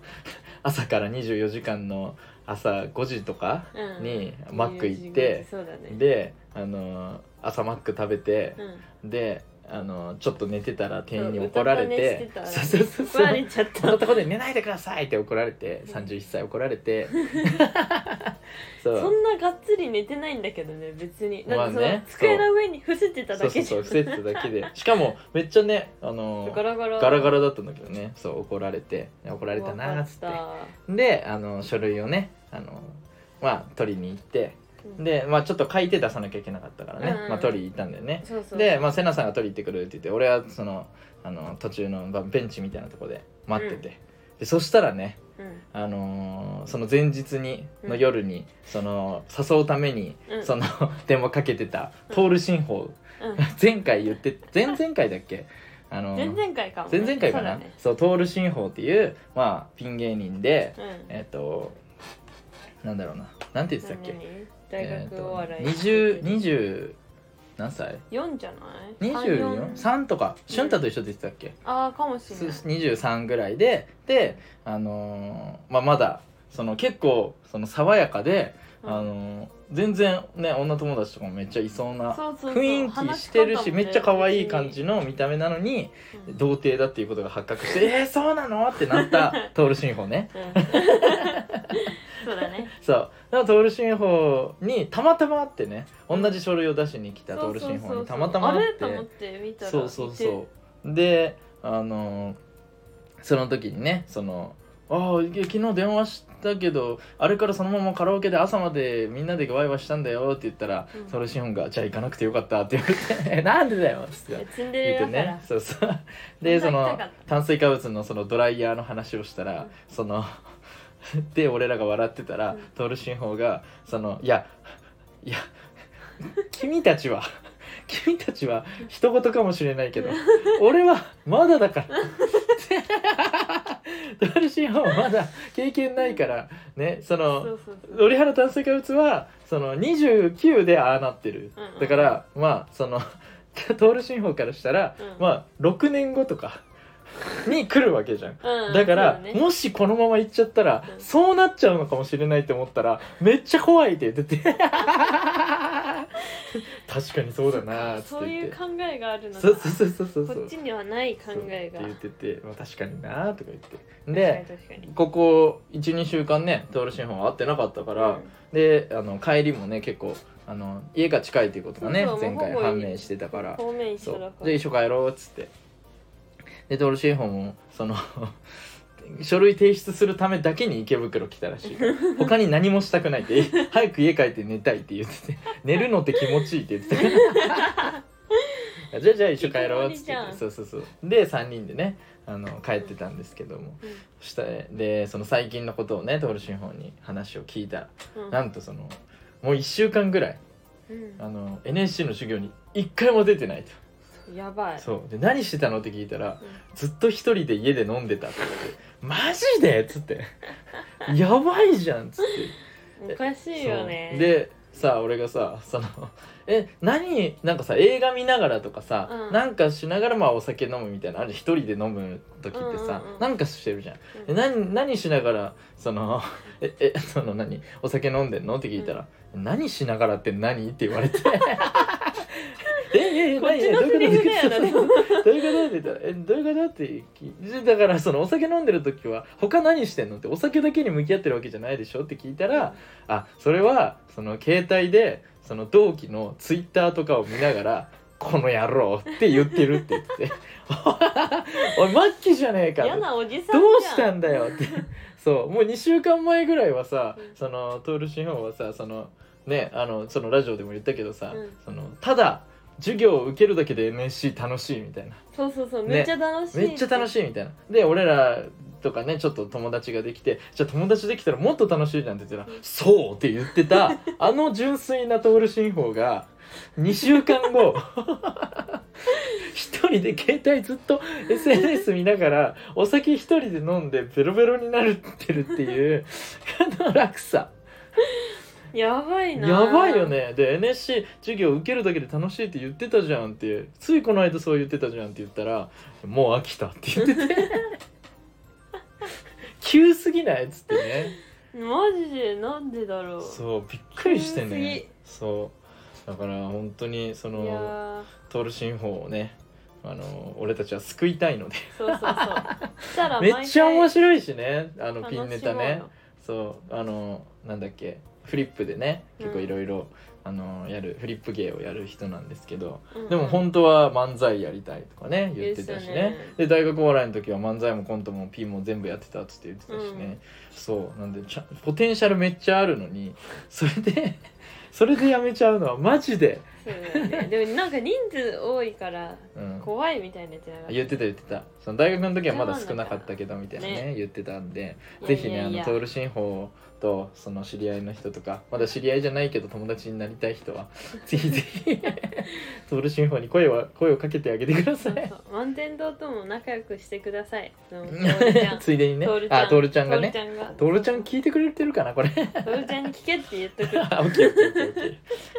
S1: 朝から24時間の朝5時とか
S2: うん
S1: にマック行って、
S2: そうだね
S1: であの朝マック食べて
S2: う、ん
S1: であのちょっと寝てたら店員に
S2: そう
S1: 怒られ
S2: う
S1: て
S2: たた寝
S1: そう
S2: して
S1: そう
S2: た怒
S1: そうそう
S2: られちゃっ
S1: こんな
S2: た
S1: とこで寝ないでくださいって怒られて
S2: うん
S1: 31歳怒られてそ
S2: そ
S1: うん
S2: ながっつり寝てないんだけどね別に
S1: ま
S2: な
S1: あ
S2: ん
S1: ね
S2: かその机の上に伏せてた
S1: そ
S2: だ
S1: うそ
S2: け
S1: う
S2: じ
S1: そ
S2: ゃ
S1: うん伏せてただけでしかもめっちゃねあの
S2: ガラガラ
S1: ガラガラだったんだけどねそう怒られて怒られたなーっつ
S2: 怖
S1: っ
S2: か
S1: てであの書類をねあのまあ取りに行って
S2: たうん
S1: でまあちょっと書いて出さなきゃいけなかったからね
S2: うんうん
S1: まあ取りに行ったんだよね
S2: そうそう
S1: でまあセナさんが取りに行ってくるって言って俺はそのあの途中のまあベンチみたいなとこで待ってて、でそしたらね
S2: うん
S1: あのーその前日に
S2: う
S1: の
S2: ん
S1: 夜に、その誘うために、
S2: うん
S1: その 電話かけてたポー ル新法、
S2: うん
S1: 前回言って前々回だっけあの
S2: 前
S1: ー
S2: 々回かもね
S1: 前々回か
S2: そ
S1: な
S2: うだね
S1: そう,、トール新法っていうまあピン芸人で、
S2: うん
S1: えっ、となんだろうななんて言ってたっけ
S2: 何大学お笑い
S1: えーと20 20何歳
S2: 4じゃない三四
S1: ?24?3 とか俊太と一緒って言ってたっけ、
S2: ああかもしれない
S1: 23ぐらいでで、あのーまあ、まだその結構その爽やかで、
S2: うん
S1: あのー全然ね女友達とかもめっちゃいそうな
S2: そうそうそう
S1: 雰囲気してる
S2: 話
S1: し
S2: 方も
S1: め
S2: ね
S1: っちゃ可愛い感じの見た目なのに
S2: 別にうん
S1: 童貞だっていうことが発 覚して「えー、そうなの?」ってなったトール新法ね。
S2: うんそうだね
S1: そうだからトール新法にたまたま会ってね同 じ書類を出しに来たトール新法にたまたま
S2: あ
S1: 会
S2: れ
S1: って。
S2: と思って見たら
S1: そうそうそうであのーその時にねそのああ昨日電話したけどあれからそのままカラオケで朝までみんなでワイワイしたんだよって言ったら、
S2: うん
S1: それシオンが「じゃあ行かなくてよかった」って言われて「えなんでだよ」っつっ
S2: い
S1: て
S2: やツンデ
S1: 言
S2: レだ
S1: って
S2: から
S1: ねそうそうでそ
S2: そんな行
S1: の
S2: きたかった
S1: 炭水化物のそのドライヤーの話をしたら、
S2: うん
S1: その で俺らが笑ってたら、
S2: うん
S1: トールシンホがそのいや いや君たちは君たちは一言かもしれないけど俺はまだ だからトールシンホはまだ経験ないからねその
S2: そうそうそう
S1: 折原炭水化物はその29でああなってる、
S2: うんうん
S1: だからまあその トール新法からしたら、
S2: うん
S1: まあ6年後とかに来るわけじゃん。
S2: うん
S1: だから
S2: そうね
S1: もしこのまま行っちゃったら、
S2: うん
S1: そうなっちゃうのかもしれないって思ったらめっちゃ怖いって言っ てて確かにそうだなーっつっ
S2: そう
S1: て
S2: い
S1: 言っ
S2: う
S1: て
S2: 考えがあるの
S1: そう
S2: だ
S1: そうそうそうそう
S2: こっちにはない考えが
S1: そうって言ってて、まあ、確かになーとか言ってで
S2: 確かに確かに
S1: ここ12週間ねトール新法会ってなかったから、
S2: うん
S1: であの帰りもね結構あの家が近いっていうことがね
S2: そうそう
S1: 前回
S2: もうほ
S1: 判
S2: ぼ
S1: 明してたから
S2: 方面一
S1: そ
S2: 緒だ
S1: う
S2: から
S1: で一緒帰ろうっつってでトールシェーホンもその 書類提出するためだけに池袋来たらしい から他に何もしたくないって早く家帰って寝たいって言ってて寝るのって気持ちいいって言ってたからじゃあじゃあ一緒帰ろうっつって
S2: 引きこもりじゃん
S1: そうそうそうで3人でねあの帰ってたんですけどもそしたでその最近のことをねトールシェーホンに話を聞いたら
S2: うん
S1: なんとそのもう1週間ぐらい
S2: うん
S1: あの NSC の授業に1回も出てないと、
S2: そうやばい
S1: そうで何してたのって聞いたら
S2: うん
S1: ずっと一人で家で飲んでたって言って「マジで?」っ つって「やばいじゃん」っつって
S2: おかしいよね
S1: そうでさ俺がさその え何なんかさ映画見ながらとかさ、
S2: うん
S1: なんかしながらまあお酒飲むみたいなのあれ一人で飲む時ってさ、
S2: うんうんうん
S1: なんかしてるじゃん、
S2: う
S1: え
S2: ん
S1: 何何しながらその「ええその何お酒飲んでんの?」って聞いたら「何しながらって何?」って言わ れて「えええ
S2: こっちの
S1: 何どういうこ
S2: セリフ
S1: と
S2: だよなでも
S1: どういうこと?」って言ったら「えどういうこと?」って聞いだからそのお酒飲んでる時は「他何してんの?」ってお酒だけに向き合ってるわけじゃないでしょって聞いたら「あそれはその携帯でその同期のツイッターとかを見ながら「この野郎」って言ってるって言って て「おいマッキーじゃねえか」
S2: 嫌なおじさんじゃん
S1: どうしたんだ よってそうもう2週間前ぐらいはさ、
S2: うん
S1: そのトールシンホンはさそのねあのそのラジオでも言ったけどさ、
S2: うん
S1: そのただ授業を受けるだけで NSC 楽しいみたいな
S2: そうそうそう
S1: ね
S2: めっちゃ楽しい
S1: めっちゃ楽
S2: い
S1: しいみたいなで俺らとかねちょっと友達ができてじゃあ友達できたらもっと楽しいじゃんって言ったら「そう!」って言って たあの純粋なトール新法が2週間後一人で携帯ずっと SNS 見ながらお酒一人で飲んでベロベロになるってるっていうあの落差
S2: やばいな
S1: やばいよねで NSC 授業受けるだけで楽しいって言ってたじゃんってついこの間そう言ってたじゃんって言ったら「もう飽きた」って言ってて 急すぎないっつってね
S2: マジでなんでだろう
S1: そうびっくりして
S2: 急すぎ
S1: ねそうだから本当にそ
S2: いや
S1: の
S2: ー
S1: トール新法をねあの俺たちは救いたいので
S2: そうそう そうしたら毎
S1: め
S2: 回
S1: っちゃ面白いしねあの
S2: 楽し
S1: ピ
S2: もうよ
S1: ンネタねそうあのなんだっけフリップでね結構いろいろあのやるフリップ芸をやる人なんですけど
S2: うんうん
S1: でも本当は漫才やりたいとかね言ってたしね
S2: 言ってたね
S1: で大学お笑いの時は漫才もコントもピンも全部やってたっつって言ってたしね、そうなんでちゃポテンシャルめっちゃあるのに それで それでやめちゃうのはマジで、
S2: そうだよねでもなんか人数多いから
S1: うん、
S2: 怖いみたいなやつやなかった
S1: 言ってた言ってたその大学の時はまだ少なかったけどみたいなね
S2: ね
S1: 言ってたんで
S2: いや
S1: ぜひね
S2: いやいや
S1: あのトール新法とその知り合いの人とかまだ知り合いじゃないけど友達になりたい人はぜひ ぜひトール新法に声は声をかけてあげてくだ
S2: そ
S1: さ
S2: う
S1: い
S2: そう満天堂とも仲良くしてくださいそ のトールちゃん
S1: ついでにね
S2: トールちゃん
S1: あトールちゃんがね
S2: トールちゃんが
S1: トールちゃん聞いてくれてるか なこれ
S2: トールちゃんに聞けって言っとく
S1: あオッケーオッケーオッケーオッケー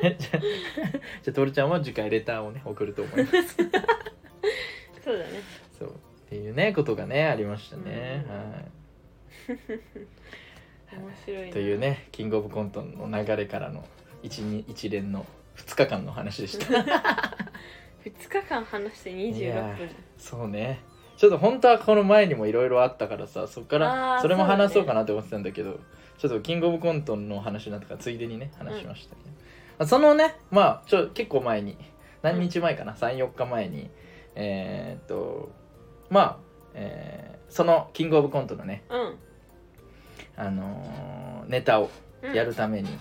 S1: えじゃあじゃあトールちゃんは次回レターをね送ると思います
S2: そうだね
S1: そうっていうねことがねありましたね、
S2: うん
S1: はい
S2: 面白いな
S1: というねキングオブコントの流れからの一に一連の2日間の話でした
S2: 2日間話して
S1: いや
S2: 26分
S1: そうねちょっと本当はこの前にもいろいろあったからさそっか
S2: あ
S1: ら
S2: ー
S1: それも
S2: そうだね
S1: 話そうかなって思ってたんだけどちょっとキングオブコントの話になったからついでにね話しましたけど、まあそのねまあちょ結構前に何日前かな、34日前にえーっとまあ、えーそのキングオブコントのね、
S2: うん
S1: あのーネタを
S2: うん
S1: やるために、
S2: うん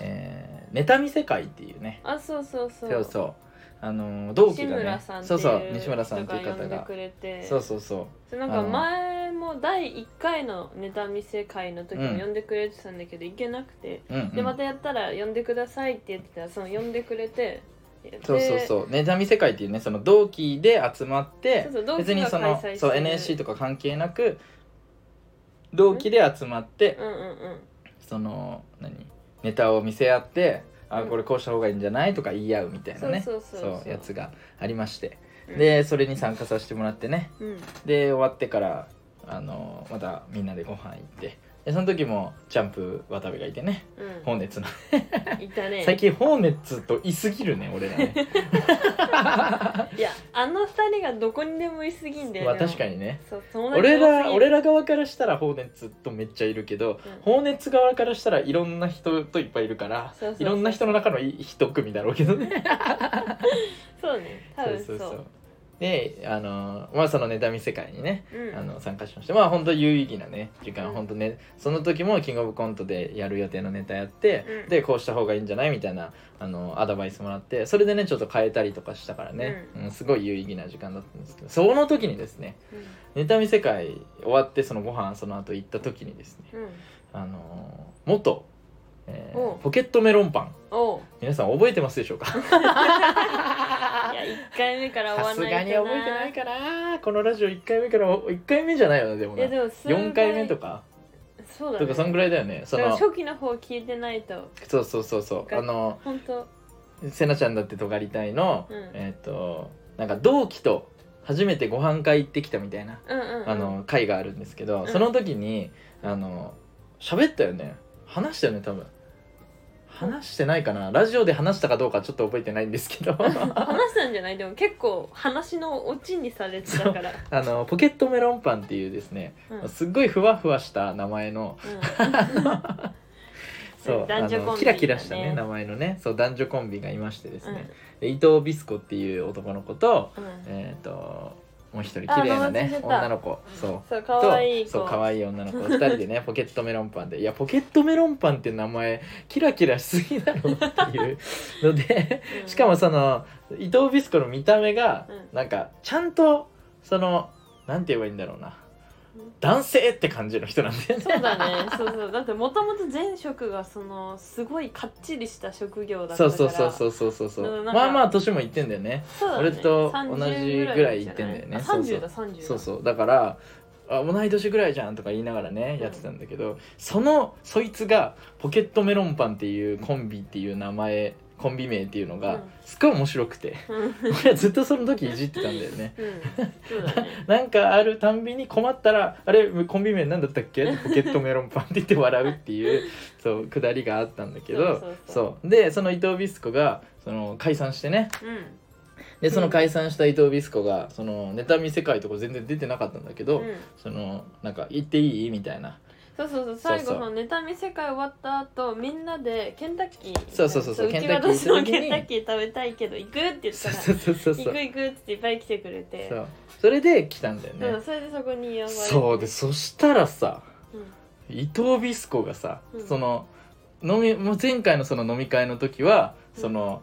S1: えーネタ見せ会っていうね
S2: あそうそうそう
S1: そうそうあの同期
S2: 西
S1: が
S2: 村
S1: ね
S2: さんってい
S1: そううそう西村さんっていう
S2: 人が呼
S1: 方
S2: んで
S1: が
S2: くれて
S1: そうそうそ
S2: そうなん
S1: あ
S2: か
S1: の
S2: 前も第1回のネタ見せ会の時
S1: うん
S2: に呼んでくれてたんだけど行けなくて
S1: う、うんうん
S2: でまたやったら呼んでくださいって言ってたらその呼んでくれて
S1: そうそう
S2: う
S1: そうネタ見世界っていうねその同期で集まって
S2: そうそう同期が
S1: 別にそ
S2: 開
S1: の
S2: 催してる
S1: そう NSC とか関係なく同期で集まって
S2: うんうんうん
S1: その何ネタを見せ合ってあ
S2: うん
S1: これこうした方がいいんじゃないとか言い合うみたいなね
S2: そうそうそうそう
S1: やつがありまして
S2: うん
S1: でそれに参加させてもらってね
S2: うん
S1: で終わってからあのまたみんなでご飯行ってでその時もチャンプ渡部がいてね
S2: う
S1: ホーネッツの
S2: んいたね
S1: 最近ホーネッツといすぎるね俺 らね
S2: いやあの二人がどこにでもいすぎんだよ
S1: ま
S2: ね
S1: あ確かにね
S2: そう友達
S1: 俺ら俺
S2: ら
S1: ら側からしたらホーネッツとめっちゃいるけど、
S2: うん
S1: ホーネッツ側からしたらいろんな人といっぱいいるから
S2: そうそうそう
S1: いろんな人の中のい一組だろうけどね
S2: そうね多分そう
S1: であのまあそのネタ見世界にね
S2: うん
S1: あの参加しましてまあ本当有意義なね時間、
S2: うん
S1: 本当ねその時も「キングオブコント」でやる予定のネタやって、
S2: うん
S1: でこうした方がいいんじゃないみたいなあのアドバイスもらってそれでねちょっと変えたりとかしたからね、うんすごい有意義な時間だったんですけどその時にですねネタ見世界終わってそのご飯その後行った時にですね
S2: うん、うん、
S1: あのー元、えー
S2: おう
S1: ポケットメロンパン
S2: おう
S1: 皆さん覚えてますで しょうか
S2: いや一回目から終
S1: さ
S2: わ
S1: す
S2: ら
S1: が
S2: ない
S1: に
S2: と
S1: 覚えてないかなこのラジオ1回目から1回目じゃないよねでもな
S2: えでも数
S1: 4回目とか
S2: そうだ、ね、
S1: とかそんぐらいだよねそ
S2: だから
S1: の
S2: 初期の方聞いてないと
S1: そうそうそうそう
S2: が
S1: あの
S2: 本当
S1: せなちゃんだってとがりたいの、
S2: うん
S1: えっ、となんか同期と初めてご飯会行ってきたみたいな、
S2: うんうん、うん、
S1: あの会があるんですけど、
S2: ん
S1: その時にあの喋ったよね話したよね多分話してないかなラジオで話したかどうかちょっと覚えてないんですけど
S2: 話したんじゃないでも結構話のオチにされてたから
S1: あのポケットメロンパンっていうですね、
S2: うん、うん
S1: すっごいふわふわした名前のそう
S2: 男女コンビ
S1: あの
S2: だね
S1: キラキラしたね名前のねそう男女コンビがいましてです
S2: うん
S1: ね、で伊藤ビスコっていう男の子と,、
S2: うん
S1: えー、ともう一人綺
S2: あ
S1: 麗な
S2: 名前忘れ
S1: ね
S2: てた
S1: 女の子そう
S2: そう
S1: と
S2: 可愛い子
S1: そう可愛い女の子2人で ねポケットメロンパンでいやポケットメロンパンって名前キラキラしすぎだろっ ていうので
S2: うん
S1: しかもその伊藤ビスコの見た目が
S2: うん
S1: なんかちゃんとそのなんて言えばいいんだろうな
S2: うん
S1: 男性って感じの人なんだよね
S2: そうだねそうそうだってもともと前職がそのすごいかっちりした職業だったか
S1: そう
S2: ら
S1: そうそうそううそうそう
S2: だから
S1: そう
S2: なんか
S1: まあまあ年もいってんだよね
S2: そうだね
S1: 俺と同じぐらい行ってんだよね
S2: 30ぐらいじゃないあ30だ30だ
S1: そうそうだからあ同い年ぐらいじゃんとか言いながらねやってたんだけど、そのそいつがポケットメロンパンっていうコンビっていう名前コンビ名っていうの
S2: うん
S1: がすっごい面白 くて
S2: うん
S1: 俺はずっとその時いじってたんだよ ね
S2: うんそうだね
S1: なんかあるたんびに困ったら「あれコンビ名なんだったっけ?」ポケットメロンパンって言って笑うっていうそうくだりがあったんだけど
S2: そうそうそう
S1: そうでその伊藤ビスコがその解散してね
S2: うん
S1: でその解散した伊藤ビスコがそのネタ見世界とか全然出てなかったんだけど、
S2: うん
S1: そのなんか行っていいみたいな
S2: そうそうそう最後
S1: そう
S2: そのネタ見世界終わった後みんなでケンタッキー
S1: そうそうそうそう
S2: うち
S1: ケン
S2: は
S1: タッキー
S2: どうしても
S1: 行った時に
S2: ケンタッキー食べたいけど行くって言った
S1: そう
S2: ら
S1: そうそうそ
S2: 行
S1: うそう
S2: く行くっていっぱい来てくれて
S1: そうそれで来たんだよ
S2: う
S1: ね
S2: ん、それでそこに呼ばれて
S1: そうでそしたらさ
S2: うん
S1: 伊藤ビスコがさ、
S2: うん
S1: その飲みもう前回のその飲み会の時は
S2: うん
S1: その、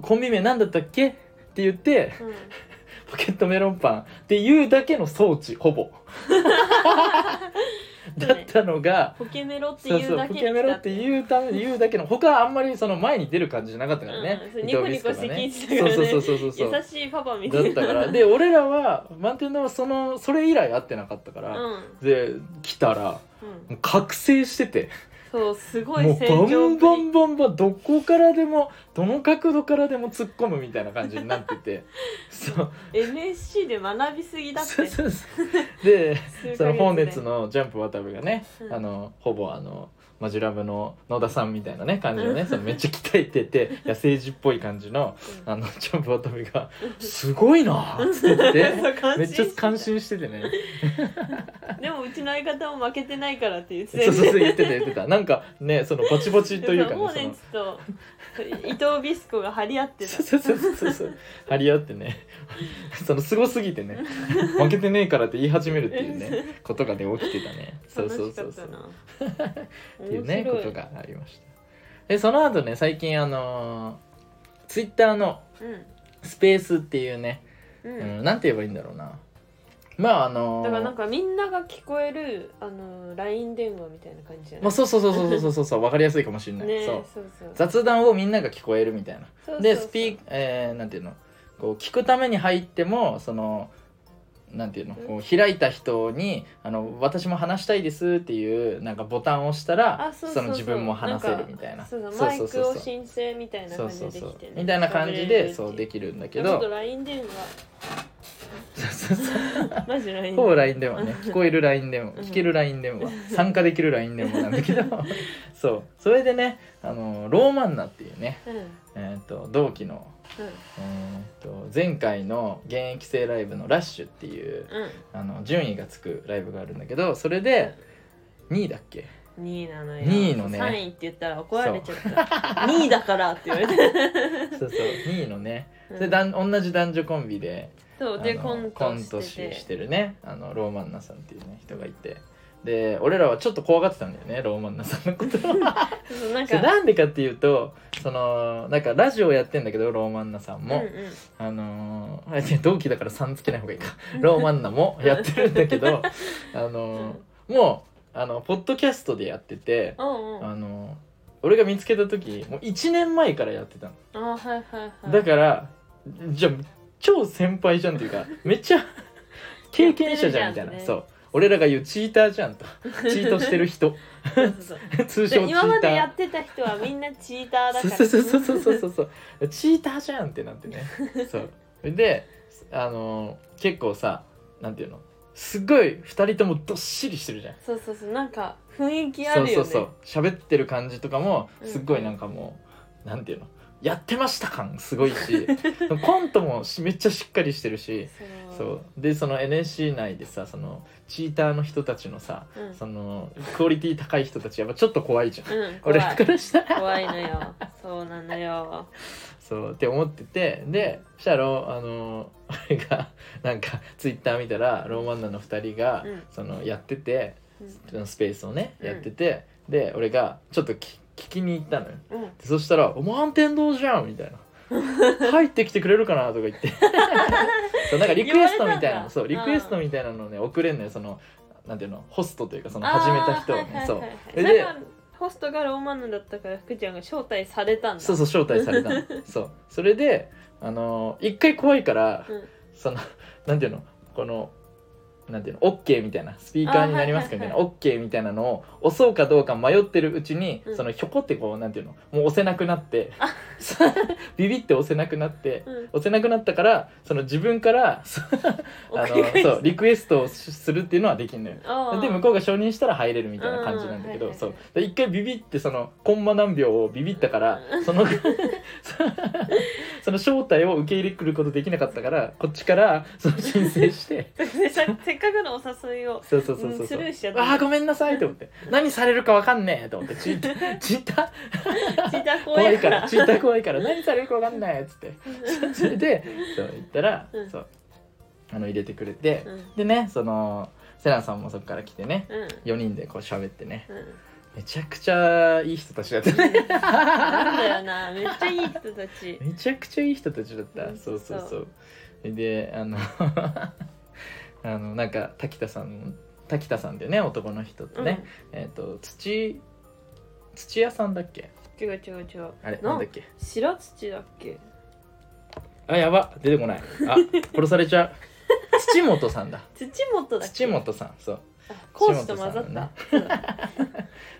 S1: コンビ名なんだったっけって言って
S2: うん
S1: ポケットメロンパンっていうだけの装置ほ ぼだったのが、
S2: ポケメロって
S1: そう
S2: い
S1: そうう
S2: だけ
S1: ポケメロって
S2: う
S1: 言うため言うだけの他あんまりその前に出る感じじゃなかったからね、
S2: うんうん
S1: 伊藤ビスコがね
S2: ニコニコして聞いてたからね
S1: そうそうそうそうそう
S2: 優しいパパみた
S1: だっ
S2: いな
S1: たからで俺らは満天堂はそのそれ以来会ってなかったか
S2: う
S1: ら、
S2: ん、
S1: で来たら
S2: うん、
S1: もう覚醒してて
S2: そうすごい
S1: もう
S2: 成
S1: バ
S2: 長
S1: ン
S2: ぶ
S1: バ
S2: り
S1: ンバンバンどこからでもどの角度からでも突っ込むみたいな感じになって てそう
S2: NSC で学びすぎだって
S1: そうそうそうで
S2: 数
S1: その
S2: ヶ
S1: 本
S2: 月
S1: 熱
S2: で
S1: のジャンプ渡部がね、
S2: うん
S1: あのほぼあのマジラブの野田さんみたいなね感じのねそのめっちゃ鍛えてて野生児っぽい感じのあのジャンプ渡部が「すごいな!」っつって
S2: うん
S1: て
S2: そう
S1: めっちゃ感
S2: 感心して
S1: 心しててね
S2: たでもうちの相方も負けてないからって言ってたよ
S1: そ
S2: ね
S1: うそうそう言ってた言ってたなんかねそのバチバチというか
S2: もうね
S1: ね
S2: ちょっと伊藤ビスコが張り合ってた
S1: そのそうそうそうそうそう張り合ってねそのすごすぎてね負けてねえからって言い始めるっていうねことがね起きてたねそうそ
S2: 楽
S1: う
S2: しか
S1: そう
S2: っ
S1: そ
S2: た
S1: う
S2: な
S1: っていうね
S2: 面白
S1: ことがありましたでその後ね最近あのツイッター Twitter のスペースっていうね、
S2: うん
S1: う
S2: うんん
S1: なんて言えばいいんだろうなまああの
S2: だからなんかみんなが聞こえるあの LINE 電話みたいな感じじゃな
S1: ま
S2: い
S1: あ、そうそうそうそうそうそうそう分かりやすいかもしれない、
S2: ね
S1: そ
S2: そう
S1: う
S2: そうそう
S1: 雑談をみんなが聞こえるみたいな
S2: そう
S1: で
S2: そう
S1: スピーえー、なんていうのこう聞くために入ってもそのなんていうのこう開いた人にあの「私も話したいです」っていうなんかボタンを押したら
S2: あそうそうそう
S1: の自分も話せるみたいな
S2: そうそう
S1: そう
S2: マ
S1: そ
S2: イ
S1: うそ
S2: ク
S1: う
S2: を
S1: そう
S2: 申請みたいな
S1: そ
S2: 感
S1: う
S2: じ
S1: そ
S2: で
S1: う
S2: で
S1: そ
S2: き
S1: う
S2: てね
S1: みたいな感じでそうで
S2: き
S1: きるんだ
S2: け
S1: け
S2: どちょっと
S1: ど
S2: LINE 電
S1: そうそうそう
S2: 話マジ LINE
S1: ほぼ
S2: 電話
S1: LINE 電話ね聞こえる LINE 電話
S2: うん
S1: 聞ける LINE 電話参加できる LINE 電話なんだけどそうそれでねあのローマンナっていうね、
S2: うんうん
S1: えー、と同期の、えー、と前回の現役生ライブの「ラッシュっていうあの順位がつくライブがあるんだけどそれで2位だっけ
S2: うん2位なのよ
S1: 二位のね
S2: 3位って言ったら怒られちゃった2位だ からって言われて
S1: そうそう2位のね
S2: うん
S1: でだん同じ男女コンビで
S2: そうで
S1: あ
S2: コン
S1: の
S2: ト
S1: コント
S2: し
S1: して
S2: て
S1: してるねあのローマンナさんっていうね人がいてで俺らはちょっと怖がってたんだよねローマンナさんのこと
S2: そうそう なん
S1: そう
S2: か
S1: なんでかっていうとそのなんかラジオやってんだけどローマンナさんも、
S2: うんうん
S1: あのーあいや同期だからさんつけない方がいいかローマンナ もやってるんだけどあのーもうあのポッドキャストでやってて、
S2: うんうん
S1: あのー俺が見つけた時もう1年前からやってたの、
S2: あはいはいはい
S1: だからじゃあ超先輩じゃんっていうかめっちゃ経験者じゃんみたいな、
S2: やってるじゃんってね
S1: そう俺らが言うチーターじゃんとチートしてる人
S2: そうそうそう
S1: 通称チ
S2: で今ま
S1: ータ
S2: でや
S1: ー
S2: ってた人はみんなチーターだから
S1: そうそうそうそうそうそうそうチーターじゃんってなってねそうであのー結構さなんていうのすごい2人ともどっしりしてるじゃん、
S2: そうそうそうなんか雰囲気あ
S1: そう
S2: るよ
S1: そ
S2: ね
S1: うそう喋ってる感じとかも
S2: うん
S1: すっごいなんかもう、なんていうのやってました感すごい しコントもしめっちゃしっかりしてるしそうでその NSC 内でさそのチーターの人たちのさ
S2: う、うん
S1: そのクオリティ高い人たちやっぱちょっと怖いじゃん
S2: うん、怖
S1: 俺
S2: い
S1: からしたら
S2: 怖いのよそうなのよ
S1: そうって思っててでそしたらあの俺がなんかツイッター見たらローマンナの2人が、
S2: うん
S1: そのやってて
S2: うん
S1: そのスペースをね
S2: うん
S1: やってて、で俺がちょっとき聞きに行ったのよ
S2: うん
S1: でそしたら「お満天堂じゃん!」み たいな。入ってきてくれるかなとか言ってそうなんかリクエストみた
S2: 言われ
S1: い
S2: た
S1: なん
S2: だ
S1: そうリクエストみたいなのをね送れんのよそのなんていうのホストというかその始めた人をね、
S2: あーはいはいはい
S1: そう
S2: はい
S1: それ
S2: な
S1: で
S2: んかホストがローマンヌだったから福ちゃんが招待されたんだ
S1: そうそう招待されたの そうそれであのー一回怖いから、
S2: うん
S1: そのなんていうのこのなんていうの OK みたいなスピーカーになりますか
S2: あ
S1: み
S2: は
S1: た
S2: い
S1: い
S2: は
S1: ない OK みたいなのを押そうかどうか迷ってるうちに、
S2: うん
S1: そのひょこってこうなんていうのもう押せなくなって ビビって押せなくなって
S2: うん
S1: 押せなくなったからその自分 からそあの
S2: 送り返す
S1: そうリクエストをするっていうのはできんのよ。
S2: あー
S1: で向こうが承認したら入れるみたいな感じなんだけ
S2: う
S1: ど
S2: ん
S1: そう
S2: はいはい
S1: で一回ビビってそのコンマ何秒をビビったからそのそその正体を受け入れくることできなかったからこっちからその申請して
S2: せ せっかくのお誘いを
S1: そうそうそうそう
S2: うんス
S1: そう
S2: ルーしちゃっ
S1: あ
S2: た
S1: ーごめんなさいと思って何されるかわかんねえと思ってチーターチーター
S2: チーター怖
S1: 怖
S2: い
S1: い
S2: か
S1: かららチーター怖いから何されるかわかんないっつってそれでそう言ったら、
S2: うん
S1: そうあの入れてくれて、
S2: うん
S1: でねそのセナさんもそこから来てね
S2: うん
S1: 4人でこう喋ってね
S2: うん
S1: めちゃくちゃいい人たちだったね
S2: なんだよなめっちゃいい人たち
S1: めちゃくちゃいい人たちだった、
S2: うん
S1: そうそう
S2: そ
S1: そうであの あのなんか滝田さん滝田さんでね男の人とね、えっ、と土土屋さんだっけ
S2: うん、違う違う違う
S1: あれな
S2: なん
S1: だっけ
S2: 白土だっけ
S1: あやば出てこない あ殺されちゃう土本さんだ
S2: 土本だっけ
S1: 土本さんそう
S2: あ講師と混ざった、そうだ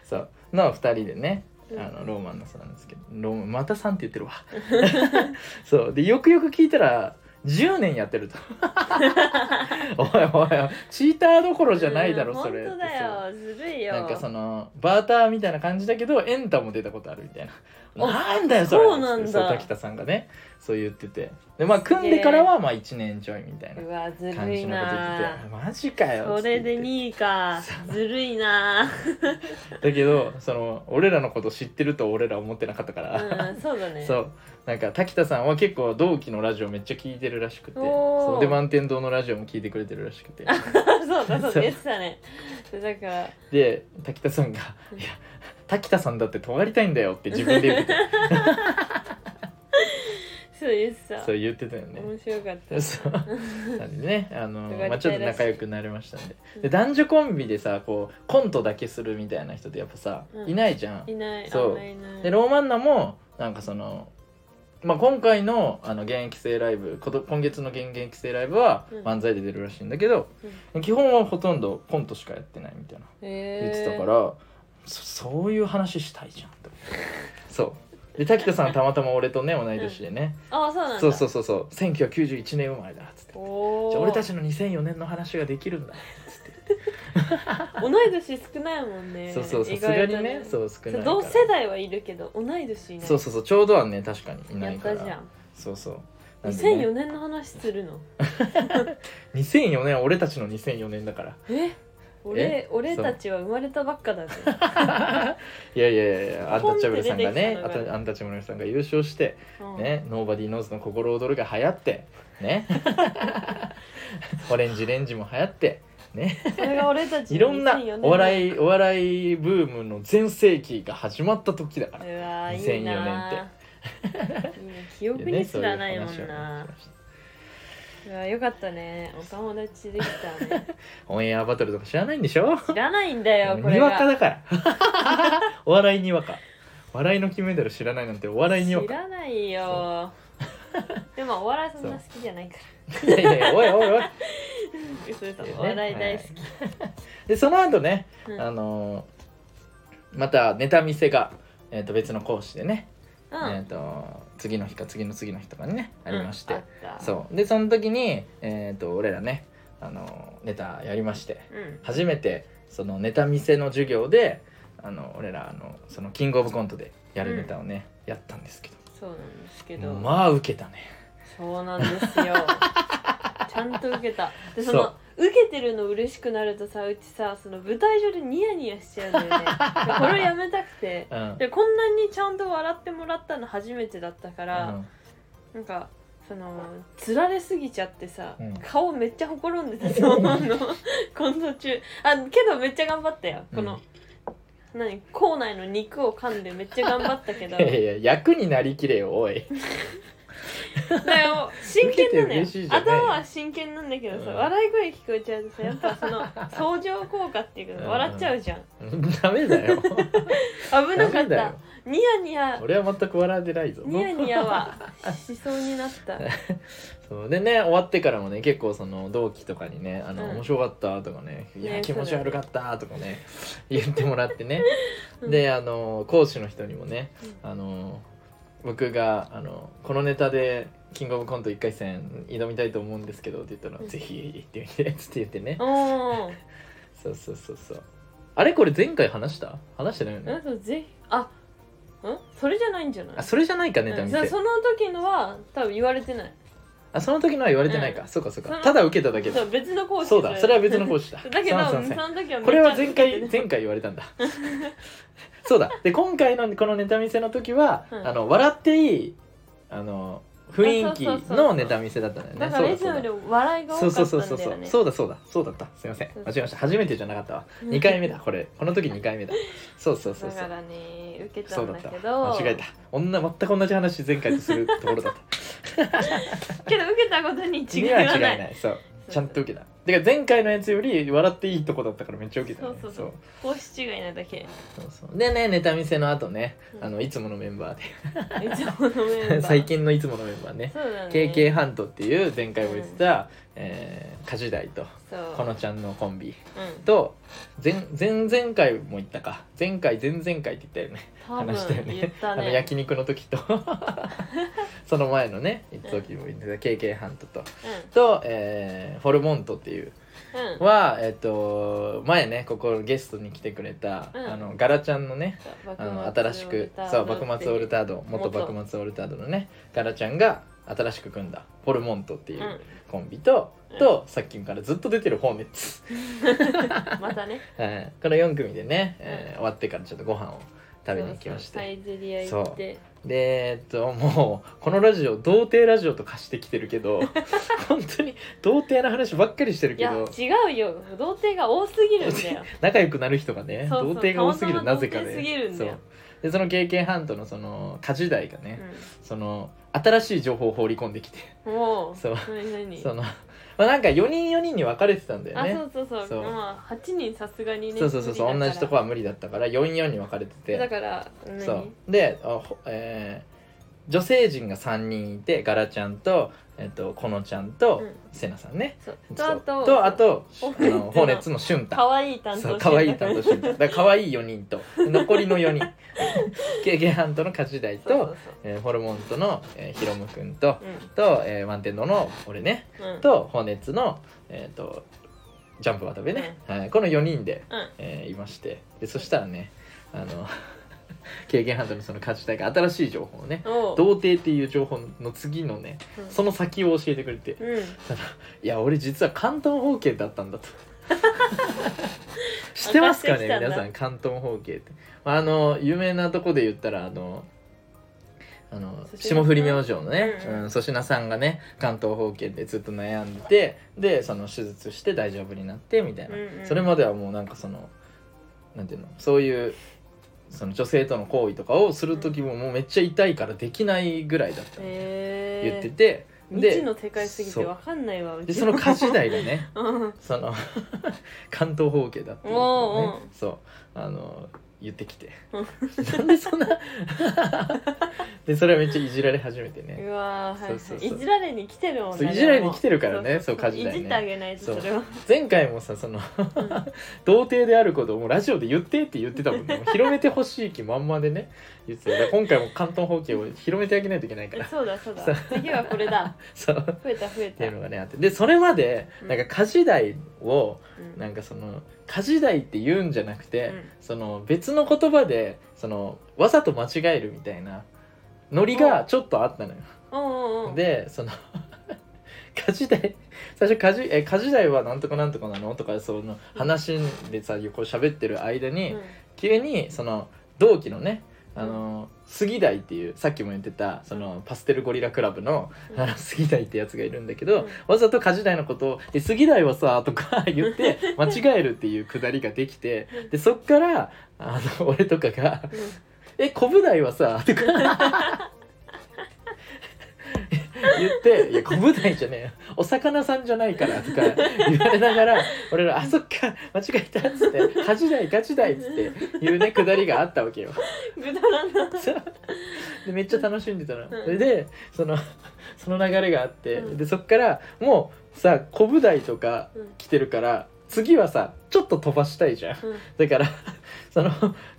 S1: そうの2人でね
S2: うん
S1: あのローマンのさんなんですけどローマンまたさんって言ってるわそうでよくよく聞いたら10年やって るとおいおいおいチーターどころじゃないだろ、
S2: うん
S1: それ
S2: 本当だよずるい
S1: そう
S2: よ
S1: なんかそのバーターみたいな感じだけどエンタも出たことあるみたいな
S2: お
S1: なんだよそれ
S2: そうなんだ
S1: そう滝田さんがねそう言っててでまあ組んでからはまあ1年ちょいみたいな
S2: うわず
S1: 感
S2: る
S1: じ
S2: い
S1: のこと言ってて
S2: な
S1: マジかよ
S2: それで
S1: つって言って
S2: 2位かずるいな
S1: だけどその俺らのこと知ってると俺ら思ってなかった から、
S2: うんそうだね
S1: そうなんか滝田さんは結構同期のラジオめっちゃ聞いてるらしくて
S2: おー
S1: そうで満天堂のラジオも聞いてくれてるらしく て
S2: そうだそうだ
S1: そう
S2: 言ってたねだから
S1: で滝田さんが「いや滝田さんだって尖りたいんだよ」って自分で言ってて
S2: そう言って た
S1: そう言ってたよね。
S2: 面白かった
S1: そうなん でねあの
S2: 尖りたいらしい
S1: まあ、ちょっと仲良くなれましたんで
S2: うん
S1: で男女コンビでさこうコントだけするみたいな人ってやっぱさ、
S2: うん
S1: いないじゃん
S2: いない
S1: そう
S2: あんまいない
S1: でローマンナもなんかその、まあ、今回のあの現役生ライブこと今月の現役生ライブは
S2: うん
S1: 漫才で出るらしいんだけど、基本はほとんどコントしかやってないみたいな言
S2: 言
S1: ってたから、そそういう話したいじゃんって思って そうで滝田さんたまたま俺とね同い年でね、
S2: あそうなんだ
S1: そうそう
S2: う
S1: そうそう1991年生まれだっつって
S2: お
S1: じ
S2: ー
S1: ゃあ俺たちの2004年の話ができるんだ
S2: 同い年少ないもんね
S1: そうそうさ
S2: 意
S1: すが
S2: 外と
S1: にねそう少ないから
S2: 同世代はいるけど同い年いない
S1: そうそうそうちょうどはね確かにいな
S2: や
S1: い
S2: っ
S1: から
S2: たじゃん
S1: そうそうなんでね
S2: 2004年の話するの
S1: 2004年は俺たちの2004年だから
S2: え俺俺たちは生まれたばっかだぜ
S1: いやいやいやいやアンタッチャブルさんがね
S2: ポン
S1: あ
S2: って出てきたのが
S1: たアンタッチャブルさんが優勝して、
S2: うん
S1: ねノーバディーノーズの心躍るが流行って ねオレンジレンジも流行って
S2: それが俺たち
S1: いろんなお
S2: い
S1: 笑いお笑いブームの全盛期が始まった時だか
S2: うわ
S1: ら
S2: ーいいなーいいね記憶にすらないも
S1: いや
S2: ん
S1: ねそういう話を
S2: な
S1: しました
S2: うわよかったねお友達できたね
S1: オンエアバトルとか知らないんでしょ
S2: 知らないんだよこれ
S1: にわか
S2: が
S1: だから お笑いにわか笑いの金メダル知らないなんてお笑いにわ
S2: 知
S1: から
S2: ないよでもお笑いそんな好きじゃないから
S1: いやいやい やおいおいおい
S2: 嘘嘘
S1: ね
S2: お笑い大好き、
S1: でその後ね、
S2: うん
S1: あのーまたネタ見せが、えー、と別の講師でね、えー、と次の日か次の次の日とかにねあ
S2: うん
S1: りまして、
S2: あった
S1: そうでその時に、えー、と俺らね、あのーネタやりまして
S2: うん
S1: 初めてそのネタ見せの授業であの俺らあのそのキングオブコントでやるネタをね、やったんですけ
S2: そうなんですけ
S1: ど
S2: ど、
S1: まあ受けたね
S2: そうなんです よちゃんと受けたでそ
S1: そう
S2: の受けてるの嬉しくなるとさうちさその舞台上でニヤニヤしちゃうんだよね でこれをやめたくて
S1: うん、うん
S2: でこんなにちゃんと笑ってもらったの初めてだったから、なんかそのつられすぎちゃってさ、
S1: うん
S2: 顔めっちゃほころんでたと思う の今度中あけどめっちゃ頑張ったよこの、何校内の肉を噛んでめっちゃ頑張ったけど
S1: いやいや役になりきれよおい
S2: だよ真剣なのよ
S1: 受けて嬉しいじゃない
S2: 頭は真剣なんだけどさ、
S1: うん
S2: 笑い声聞こえちゃうとさやっぱそ の相乗効果っていうか笑っちゃうじゃん
S1: ダメだよ
S2: 危なか
S1: ダ
S2: っ
S1: メだよ
S2: たニヤニヤ
S1: 俺は全く笑ってないぞ
S2: ニヤニヤはしそうにな った
S1: そうでね終わってからもね結構その同期とかにね「あの
S2: うん
S1: 面白かった」とかね「いや
S2: ね
S1: 気持ち悪かった」とかね 言ってもらってね、
S2: うん
S1: であの講師の人にもね
S2: う
S1: あの僕があの「このネタでキングオブコント1回戦挑みたいと思うんですけど」って言ったら
S2: う
S1: 「
S2: ん
S1: ぜひ行ってみて」っつって言ってね
S2: おー
S1: そうそうそうそうあれこれ前回話した話してないよ
S2: う
S1: ね
S2: んそうぜひあんそれじゃないんじゃない
S1: あそれじゃないかネタ
S2: うん
S1: 見
S2: そ
S1: せ
S2: その時のは多分言われてない
S1: あその時のは言われてないか、そうかそう
S2: そ
S1: か
S2: の
S1: ただ受けただけ
S2: そ
S1: だ
S2: う別の講師
S1: そうだそれは別の講師だ
S2: だけど
S1: すい
S2: そ
S1: ませんすいません
S2: の時はめっちゃ
S1: これは前回前回言われたんだそうだで今回のこのネタ見せの時は、
S2: うん
S1: あの笑っていいあの雰囲気
S2: あそうそうそうそ
S1: の
S2: う
S1: ネタ見せだったんだよね
S2: だからいつ
S1: そう
S2: も
S1: だ
S2: よりも笑いが多
S1: そ
S2: か
S1: う
S2: った
S1: そ
S2: ん
S1: う
S2: だ
S1: そうそうそ
S2: よ
S1: う
S2: ね
S1: そうだそうだそうだったすいません間違えました初めてじゃなかったわ
S2: うん
S1: 2回目だこれこの時2回 目だそうそうそう
S2: だ
S1: そ
S2: か
S1: う
S2: らね受けた
S1: そうんだ
S2: だ
S1: った
S2: けど
S1: 間違えた女全く同じ話前回とするところ だった
S2: けど受けたことに違い
S1: 次
S2: は
S1: は
S2: な
S1: 違
S2: い
S1: いないそうちゃんと受けたてか前回のやつより笑っていいとこだったからめっちゃ受けた、
S2: そ
S1: ね
S2: う、そうそう講師違いなだ けい
S1: そうそうでねネタ見せの後ね、
S2: うん
S1: あのいつものメンバー
S2: つものメンバ
S1: で
S2: ー
S1: 最近のいつものメンバーね
S2: そうだね
S1: KK ハントっていう前回も言ってた、えー、カジダイと
S2: そう
S1: このちゃんのコンビ
S2: うん
S1: と前前々回も言ったか前回前々回って言ったよね
S2: 多
S1: 話したよ
S2: 分
S1: ね
S2: 言った
S1: あの
S2: ね
S1: 焼肉 の時とその前のね時も言ってた KK ハントとと、えー、フォルモントっていう
S2: うんうん
S1: はえっ、と前ねここゲストに来てくれた、
S2: うん
S1: あのガラちゃんのねあの新しくそう幕末オル
S2: タ
S1: タード元幕末オルタードのねガラちゃんが新しく組んだフォルモントってい
S2: うん
S1: うコンビと、
S2: うん
S1: とさっきからずっと出てるホーネッツ、
S2: またね
S1: はいこの4組でね、えー終わってからちょっとご飯を 食べに行きまし
S2: そうそうサ
S1: て
S2: イゼリア行って
S1: でえっともうこのラジオ童貞ラジオと化してきてるけ ど本当に童貞の話ばっかりしてる
S2: い
S1: け
S2: や
S1: ど
S2: 違うよ童貞が多すぎるんだよ
S1: 仲良くなる人がね
S2: そうそう
S1: 童貞が多すぎる
S2: たまた
S1: な
S2: ま
S1: ぜか
S2: 童貞すぎ
S1: ね
S2: るん
S1: そ
S2: だ
S1: う
S2: よ
S1: でその KK ハントのその家事代がね、
S2: うん
S1: その新しい情報を放り込ん できて
S2: もう
S1: そう
S2: 何何
S1: そのまあなんか4人4人に分かれてたんだよ
S2: あ
S1: ね
S2: そうそうそう
S1: そう
S2: まあ8人さすがにね
S1: そうそうそうそう
S2: 無
S1: 同
S2: 理
S1: じ
S2: だ
S1: とこ
S2: か
S1: は無理だったから44に分かれて
S2: らだ
S1: て
S2: から何
S1: そうであほえー女性陣が3人いてガラちゃんと、えっと、このちゃんと、
S2: うん
S1: せなさんね
S2: そうと
S1: そ
S2: あ
S1: う
S2: と
S1: とあとあ
S2: ホーネッツの
S1: のホーネッツの俊太
S2: 可愛い担
S1: そ
S2: 当
S1: う可愛い担当してただから可愛い4人と残りの4人経験班との勝ち代と
S2: そうそう
S1: えーホルモンとの、えーヒロムくんと
S2: そう
S1: と、えー、ワンテンドの俺ね
S2: うんうん
S1: とホネツの、えー、とジャンプ渡辺ね、はい、この4人で、
S2: うん
S1: えーいましてでそしたらねあの 経験班とのその勝ち代が新しい情報をね
S2: おう
S1: 童貞っていう情報の次のね
S2: うん
S1: その先を教えてくれて
S2: うん
S1: いや俺実は関東方形だったん だと知ってますか
S2: 明か
S1: ね
S2: してきたんだ
S1: 皆さん関東方形ってまああの有名なとこで言ったらあのあの
S2: 粗品さん
S1: 霜降り明星のね
S2: うんうん
S1: うん粗品、さんがね関東方形でずっと悩んででその手術して大丈夫になってみたいな、
S2: うんうん
S1: それまではもうなんかそのなんていうのそういうその女性との行為とかをする時ももうめっちゃ痛いからできないぐらいだった、
S2: へえ
S1: 言ってて
S2: 未知の世界すぎ
S1: そ
S2: て
S1: う
S2: わかんないわう
S1: で
S2: ち
S1: その歌詞代がね
S2: うん
S1: その 関東方形だっていうのをね
S2: おうおう
S1: そうあの言ってきて
S2: う
S1: なんでそんなでそれはめっちゃいじられ始めて
S2: う
S1: ね
S2: わーはい
S1: そ
S2: は
S1: うそう
S2: い
S1: そう
S2: いじられに来てるもん
S1: そう
S2: ね
S1: いじられに来てるからねそう家事代
S2: い
S1: ね
S2: じってあげないとそれは
S1: 前回もさその
S2: うん
S1: 童貞であることをもうラジオで言ってって言ってたもんねもう広めてほしい気満々でね言ってただから今回も関東方形を広めてあげないといけないか
S2: え
S1: ら
S2: そうだそうだ
S1: そう
S2: 次はこれだ
S1: そうっ
S2: 増えた増え
S1: て
S2: た
S1: いうのがねあってでそれまでなんか家事代を
S2: うん
S1: なんかその家事代って言うんじゃなくて、
S2: うん
S1: その別の言葉でそのわざと間違えるみたいなノリがちょっとあったのよ。
S2: おうおうおう
S1: でその 家事代最初家事え家事代はなんとかなんとかなのとかその話でさこう喋ってる間に、
S2: うん
S1: 急にその同期のねあの杉代っていうさっきも言ってたそのパステルゴリラクラブの
S2: うん
S1: あの 杉代ってやつがいるんだけど、
S2: うん
S1: わざと家事代のことを「え杉代はさ」とか 言って間違えるっていうくだりができてでそっからあの俺とかが
S2: うん
S1: 「えコブ代はさ」とか。言って「いや小舞台じゃねえよお魚さんじゃないから」とか言われながら俺ら「あそっか間違えた」っつって「恥だいガチだい」っつって言うねくだりがあったわけよ。
S2: ぐだらな
S1: そう でめっちゃ楽しんでたの。
S2: ん
S1: それでその その流れがあって、
S2: うん
S1: でそっからもうさ小舞台とか
S2: うん
S1: 来てるから次はさちょっと飛ばしたいじゃん。
S2: うん
S1: だからその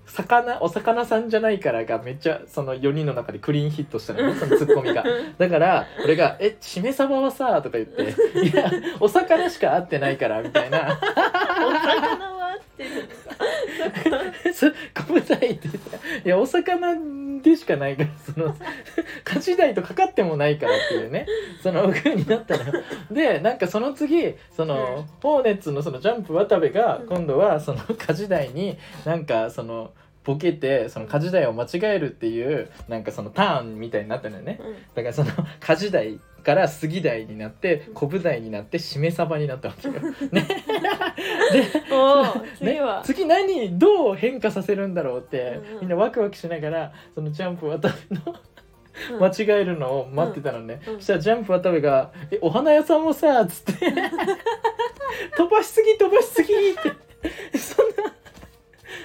S1: 魚お魚さんじゃないからがめっちゃその4人の中でクリーンヒットしたのねそのツッコミが。だから俺が「えしめ鯖はさ」とか言 って「いやお魚しか会ってないから」みたい
S2: お魚
S1: な
S2: は合ってる
S1: 「 そごめんなさい」って言ったらいやお魚でしかないから その勝ち台とかかってもないからっていうねその風になったの よでなんかその次その、
S2: うん
S1: ホーネッツのそのジャンプ渡部が
S2: うん
S1: 今度はその勝ち台になんかそのボケてその勝ち台を間違えるっていうなんかそのターンみたいになったのよね
S2: うん
S1: だからその家事代から杉代になって
S2: うん
S1: 小舞台になってしめ鯖になったわけよ。
S2: おお
S1: ね
S2: 次は、
S1: 次何どう変化させるんだろうって、
S2: うんうん
S1: みんなワクワクしながらそのジャンプ渡部の
S2: うん
S1: 間違えるのを待ってたのね、
S2: うんうん
S1: そしたらジャンプ渡部が「えお花屋さんもさ」っつ って「飛ばしすぎ飛ばしすぎ」ってそんな。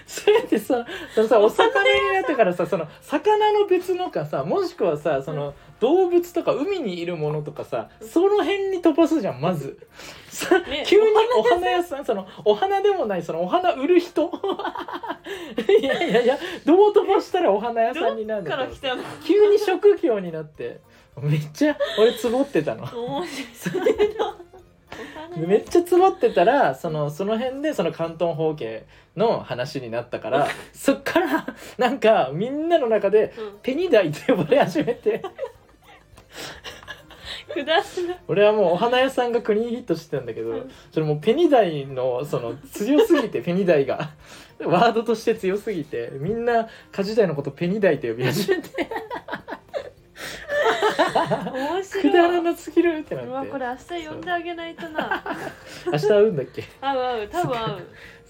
S1: それでさそのさお魚になったからさその魚の別のかさもしくはさその動物とか海にいるものとかさその辺に飛ばすじゃんまずさ
S2: ね
S1: 急にお花屋さんそのお花でもないそのお花売る 人いやいやいやどう飛ばしたらお花屋さんになる
S2: ど
S1: ん
S2: っ
S1: だ
S2: か
S1: ろ
S2: ら
S1: う
S2: 来たの
S1: 急に職業になってめっちゃ俺つぼってたの
S2: 面白いなお花
S1: めっちゃつぼってたらそのその辺でその関東方形の話になったからそっからなんかみんなの中で
S2: うん
S1: ペニダイって呼ばれ始めて
S2: くだすな
S1: 俺はもうお花屋さんがクリーンヒットしてたんだけど
S2: うん
S1: それもうペニダイのその強すぎてペニダイがワードとして強すぎてみんな家事代のことペニダイって呼び始めて
S2: 面白い
S1: くだらなすぎるってな
S2: うわ
S1: って
S2: これ明日呼んであげないとな
S1: 明日会うんだっけ
S2: 合う合う多分合う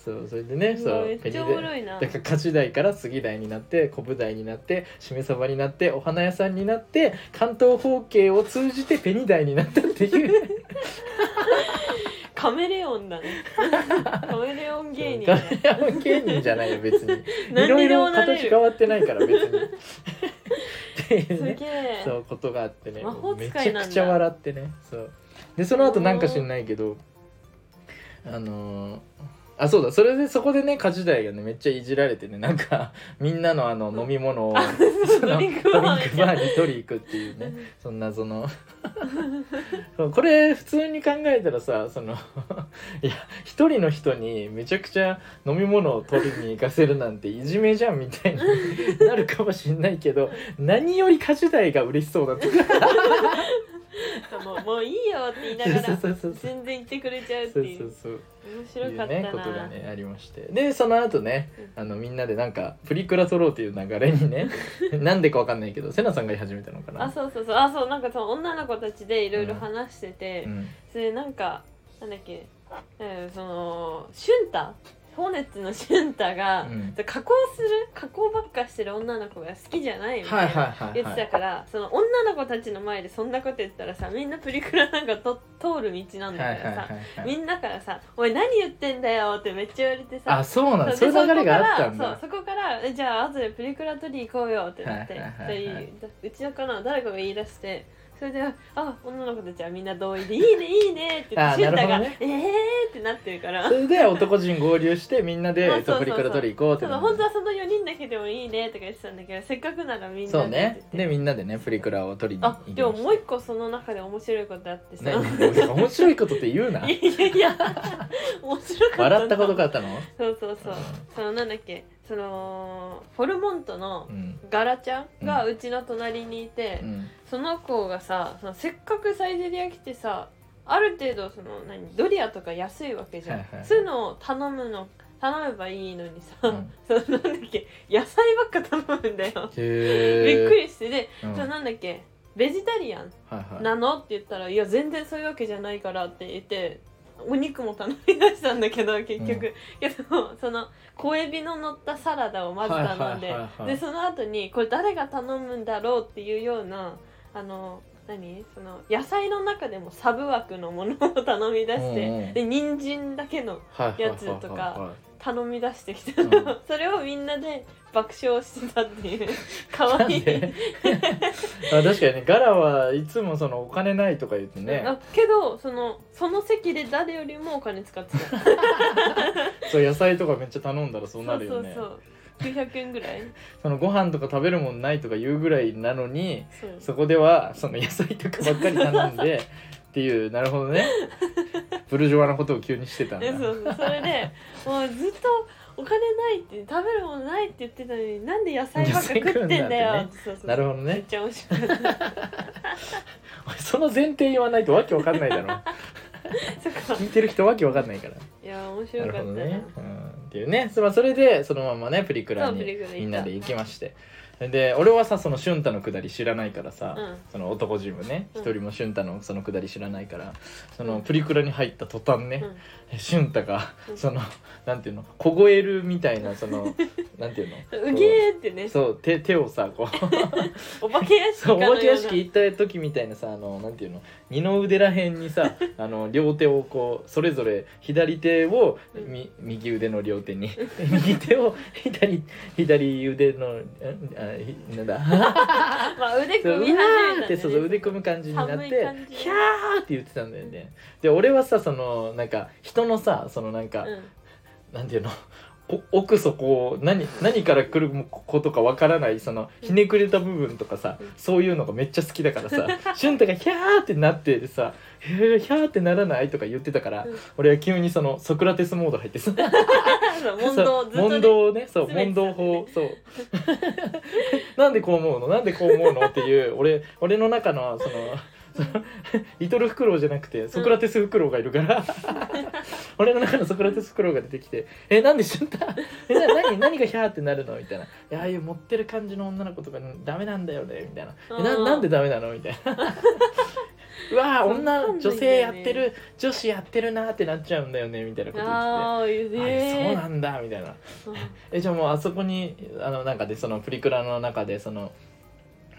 S1: そうそれでね
S2: う
S1: そ
S2: わめ
S1: うペ
S2: っ
S1: ニ
S2: ちゃお
S1: ダイ
S2: もろいな
S1: だから勝ち台から杉台になって小舞台になってしめ鯖になってお花屋さんになって関東方形を通じてペニ台になったっていう
S2: カメレオンだ ねカメレオン芸人
S1: ガ
S2: だ
S1: メ
S2: ね
S1: ラマ芸人じゃないよ別にい
S2: 何
S1: ろい
S2: にでも
S1: ろ
S2: なれ
S1: 形
S2: る
S1: 変わってないから別にっていう
S2: すげ
S1: ね
S2: え
S1: そうことがあってね
S2: 魔法
S1: め
S2: 使い
S1: ちゃ
S2: なんだ
S1: くちゃ笑ってねそうでその後なんか知んないけどあのーあそうだそれでそこでね家事代がねめっちゃいじられてねなんかみんなのあの飲み物をその
S2: ド
S1: ド
S2: リ
S1: リ
S2: ン
S1: ン
S2: ク
S1: ク
S2: バ
S1: バ
S2: ーみたいな
S1: ーに取り行くっていうねそんなそのそうこれ普通に考えたらさそのいや一人の人にめちゃくちゃ飲み物を取りに行かせるなんていじめじゃんみたい になるかもしんないけど何より家事代が嬉しそうだった
S2: もうもういいよって言いなが
S1: そう
S2: ら
S1: そうそうそう
S2: 全然言ってくれちゃうって
S1: そう
S2: い
S1: そううそう
S2: 面白かっ
S1: いうね
S2: た
S1: ことが
S2: な
S1: ねありましてでその後ねあのみんなでなんかプリクラ撮ろうっていう流れに ねなんでかわかんないけどセナさんが言い始めたのかな
S2: あそうそうそうあそうなんかその女の子たちでいろいろ話してて、
S1: うん
S2: それでなんかなんだっけ、うん、そのシュンタホーネッツのシュンタが、
S1: うん
S2: 加工する加工ばっかしてる女の子が好きじゃないみた
S1: はいい
S2: な
S1: はいはい
S2: 言っ
S1: は
S2: てた
S1: い
S2: から、その女の子たちの前でそんなこと言ったらさみんなプリクラなんかと通る道なんだ
S1: は
S2: か
S1: い
S2: らさ、
S1: はいはいは
S2: み
S1: い
S2: んなからさ「おい何言ってんだよ」ってめっちゃ言われてさ
S1: あそうなんだそういう流れがあったんだ
S2: そうそこからえじゃあ後でプリクラ取り行こうよってなって、
S1: はいはいはいはいう
S2: ちのかな誰かが言い出してそれで「あ女の子たちはみんな同意でいいねいいね」って言って
S1: あ
S2: シュンタ
S1: な
S2: が「
S1: るほ
S2: えー!」ってなってるから
S1: そ。れで男陣合流してみんなで
S2: あ
S1: えっ
S2: そうそうそう
S1: とプリクラ撮り行こうって
S2: そう
S1: な
S2: だ
S1: る
S2: 本当はその4人だけでもいいねとか言ってたんだけどせっかくならみんな
S1: そうね
S2: って言
S1: で
S2: って
S1: みんなでねプリクラを撮りに行
S2: あ
S1: きました
S2: でももう一個その中で面白いことあってさ、
S1: 何面白いことって言うない
S2: や いやいや面白かった
S1: 笑ったことがあったの
S2: そうそうそう
S1: うん
S2: そのなんだっけそのフォルモントの
S1: うん
S2: ガラちゃんが
S1: う
S2: うちの隣にいて、
S1: うん
S2: その子がさそのせっかくサイゼリア来てさある程度その何ドリアとか安いわけじゃん、
S1: はいはい
S2: そういうのを頼むの頼めばいいのにさ、
S1: うん
S2: そのなんだっけ野菜ばっか頼むんだよ、
S1: へ
S2: び
S1: ー
S2: っくりしてで、
S1: うん
S2: そのなんだっけベジタリアン
S1: はいはい
S2: なのって言ったら「いや全然そういうわけじゃないから」って言ってお肉も頼み出したんだけど結局、けどその小エビの乗ったサラダをまず頼んで、
S1: はいはいはいは
S2: で
S1: い
S2: その後にこれ誰が頼むんだろうっていうようなあの何その野菜の中でもサブ枠のものを頼み出して、
S1: うんうん
S2: で人参だけの
S1: はいはいはいはいはい
S2: やつとか頼み出してきたの、
S1: うん
S2: それをみんなで爆笑してたって いう可愛い
S1: なんで あ確かにねガラはいつもそのお金ないとか言ってね
S2: あけどそのその席で誰よりもお金使ってた
S1: そう野菜とかめっちゃ頼んだらそう
S2: そ
S1: な
S2: う
S1: る
S2: そ
S1: よ
S2: う
S1: ね
S2: そう900円ぐらい
S1: そのご飯とか食べるもんないとか言うぐらいなのに
S2: そう
S1: そこではその野菜とかばっかり頼 んでっていうなるほどねブルジョワなことを急にしてたんだ
S2: えそうそうそれでもうずっとお金ないって食べるものないって言ってたのになんで野菜ばっか食ってんだよってそうそう
S1: なるほど
S2: めっ
S1: ね
S2: ちゃ面 白かった
S1: おいその前提言わないとわけわかんない だろ
S2: そっか
S1: 聞いてる人わけわかんないから
S2: いや面
S1: な
S2: 白
S1: る
S2: か
S1: ほ
S2: った
S1: ど
S2: な
S1: ね、うん、っていうねそまあそれでそのままねプリクラ
S2: そう
S1: に
S2: プリクラ行った
S1: みんなで行きましてで俺はさその俊太のくだり知らないからさ、
S2: うん
S1: その男ジムね
S2: うん
S1: 一人も俊太のそのくだり知らないからそのプリクラに入った途端ね、
S2: うん
S1: 俊太が
S2: うん
S1: そのなんていうの凍えるみたいな そのなんていうの
S2: うげーってね
S1: こうそう手手をさこ う
S2: お化け屋敷
S1: そ
S2: か
S1: う
S2: のような
S1: お化け屋敷行った時みたいなさあのなんていうの二の腕らへん にさあの両手をこうそれぞれ左手を
S2: うん
S1: み右腕の両手に 右手を左左腕のんあひなんだ
S2: まあ 腕
S1: そううわ
S2: 組み始めたん
S1: ー
S2: だ
S1: ってそうそう腕組む
S2: む
S1: 感じになって
S2: 寒
S1: 「
S2: い
S1: ひゃ
S2: 感じ
S1: ー!」って言ってたんだよね。で俺はさそのなんか人のさそのなんか、なんていうの こ奥底を何何から来ることかわからないそのひねくれた部分とかさ
S2: うん
S1: そういうのがめっちゃ好き だからさ俊太が「ヒャー!」ってなってでさ「ヒャーヒャーってならない?」とか言ってたから、
S2: うん
S1: 俺は急にそのソクラテスモード入ってさ
S2: 問答ずっと
S1: 問
S2: ね
S1: 答をねそう
S2: 詰
S1: 問
S2: めてたんだ
S1: 答法
S2: よ
S1: そう なんでこう思うのなんでこう思うのって いう俺俺の中のそのそのリトルフクロウじゃなくてソクラテスフクロウがいる から、俺の中のソクラテスフクロウが出てきて「えなんでしゅんた えな何何がヒャーってなるの?」みたいな「いやああいう持ってる感じの女の子とかダメなんだよね」みたいな「えな
S2: うん
S1: なんでダメなの?」みたい な。うわあ
S2: わかんないんだよ
S1: 女
S2: ね
S1: 女性やってる女子やってるなーってなっちゃうんだよねみたいなこと言ってて
S2: ああゆで
S1: あそう
S2: ー
S1: なんだみたいな
S2: そう
S1: えじゃあもうあそこにあのなんかでそのプリクラの中でその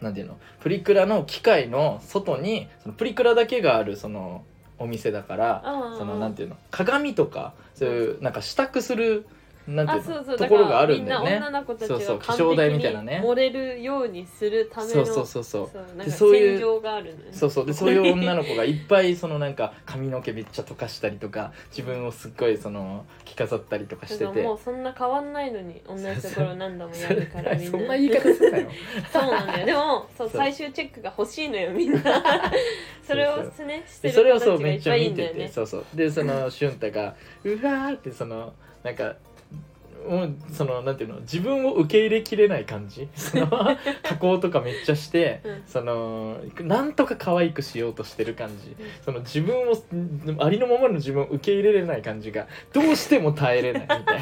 S1: なんていうのプリクラの機械の外にそのプリクラだけがあるそのお店だから
S2: あ
S1: そのなん
S2: い
S1: ていうの鏡とかそういうなんか支度するなんて
S2: あ
S1: いう
S2: そ
S1: の
S2: うそう
S1: ところがあるんだよ
S2: み
S1: ね
S2: んな女の子たち
S1: そうそう
S2: が
S1: 気象台みたいなね
S2: 完璧に漏れるようにするため
S1: そ
S2: の
S1: うそうそうそう
S2: そうなん
S1: で
S2: か
S1: そういう
S2: 戦場があるのよね
S1: そうそうでそういう女の子がいっぱいそのなんか髪の毛めっちゃ溶かしたりとか自分をすっごいその着飾ったりとかして
S2: だから
S1: て
S2: もうそんな変わんないのに同じところ何度もやるからみんな
S1: そんな言い方するなよ
S2: そうなんだよでもそう
S1: そう
S2: 最終チェックが欲しいのよみんなそれをねして
S1: で
S2: る
S1: それをそ
S2: 子たちが
S1: うめ
S2: い
S1: っ
S2: っ
S1: ち
S2: ぱ
S1: ゃ
S2: いいい
S1: 見
S2: んだ
S1: て
S2: よ
S1: て
S2: ね
S1: そうそうでその俊太が「うわ」ーってそのなんかもうそのなんていうの自分を受け入れきれない感じ その加工とかめっちゃして、
S2: うん
S1: そのなんとか可愛くしようとしてる感じその自分をありのままの自分を受け入れれない感じがどうしても耐えれないみたいな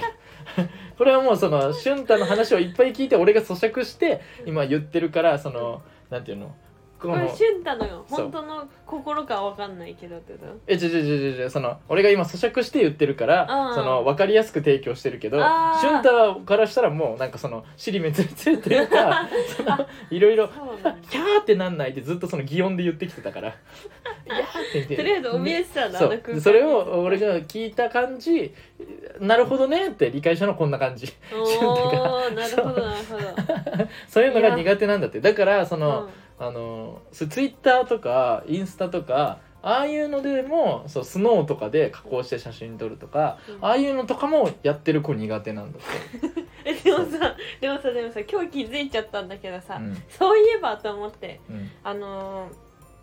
S1: これはもうその俊太の話をいっぱい聞いて俺が咀嚼して今言ってるからそのなんていうのこ
S2: こ
S1: の
S2: れ俊太の
S1: そう
S2: 本当の心かわかんないけどってこと
S1: え、違う違う違う違う、その、俺が今咀嚼して言ってるから、
S2: うん
S1: その、わかりやすく提供してるけど、
S2: あー
S1: 俊太からしたらもう、なんかその、尻滅裂っていう か、その、いろいろ、
S2: そうなんだ
S1: キャーってなんないってずっとその擬音で言ってきてたから、いやーって言って。
S2: とりあえず怯えてたんだ、
S1: そ
S2: あの空
S1: う
S2: 間
S1: それを俺が聞いた感じなるほどねって理解したのこんな感じ
S2: おーなるほどなるほど
S1: そういうのが苦手なんだってだからそ
S2: う
S1: の、
S2: ん
S1: あのそうツイッターとかインスタとかああいうのでもそうスノーとかで加工して写真撮るとか、
S2: うん
S1: ああいうのとかもやってる子苦手なんだって、
S2: えでもさでもさでもさ今日気づいちゃったんだけどさ、
S1: うん
S2: そういえばと思って
S1: うん
S2: あの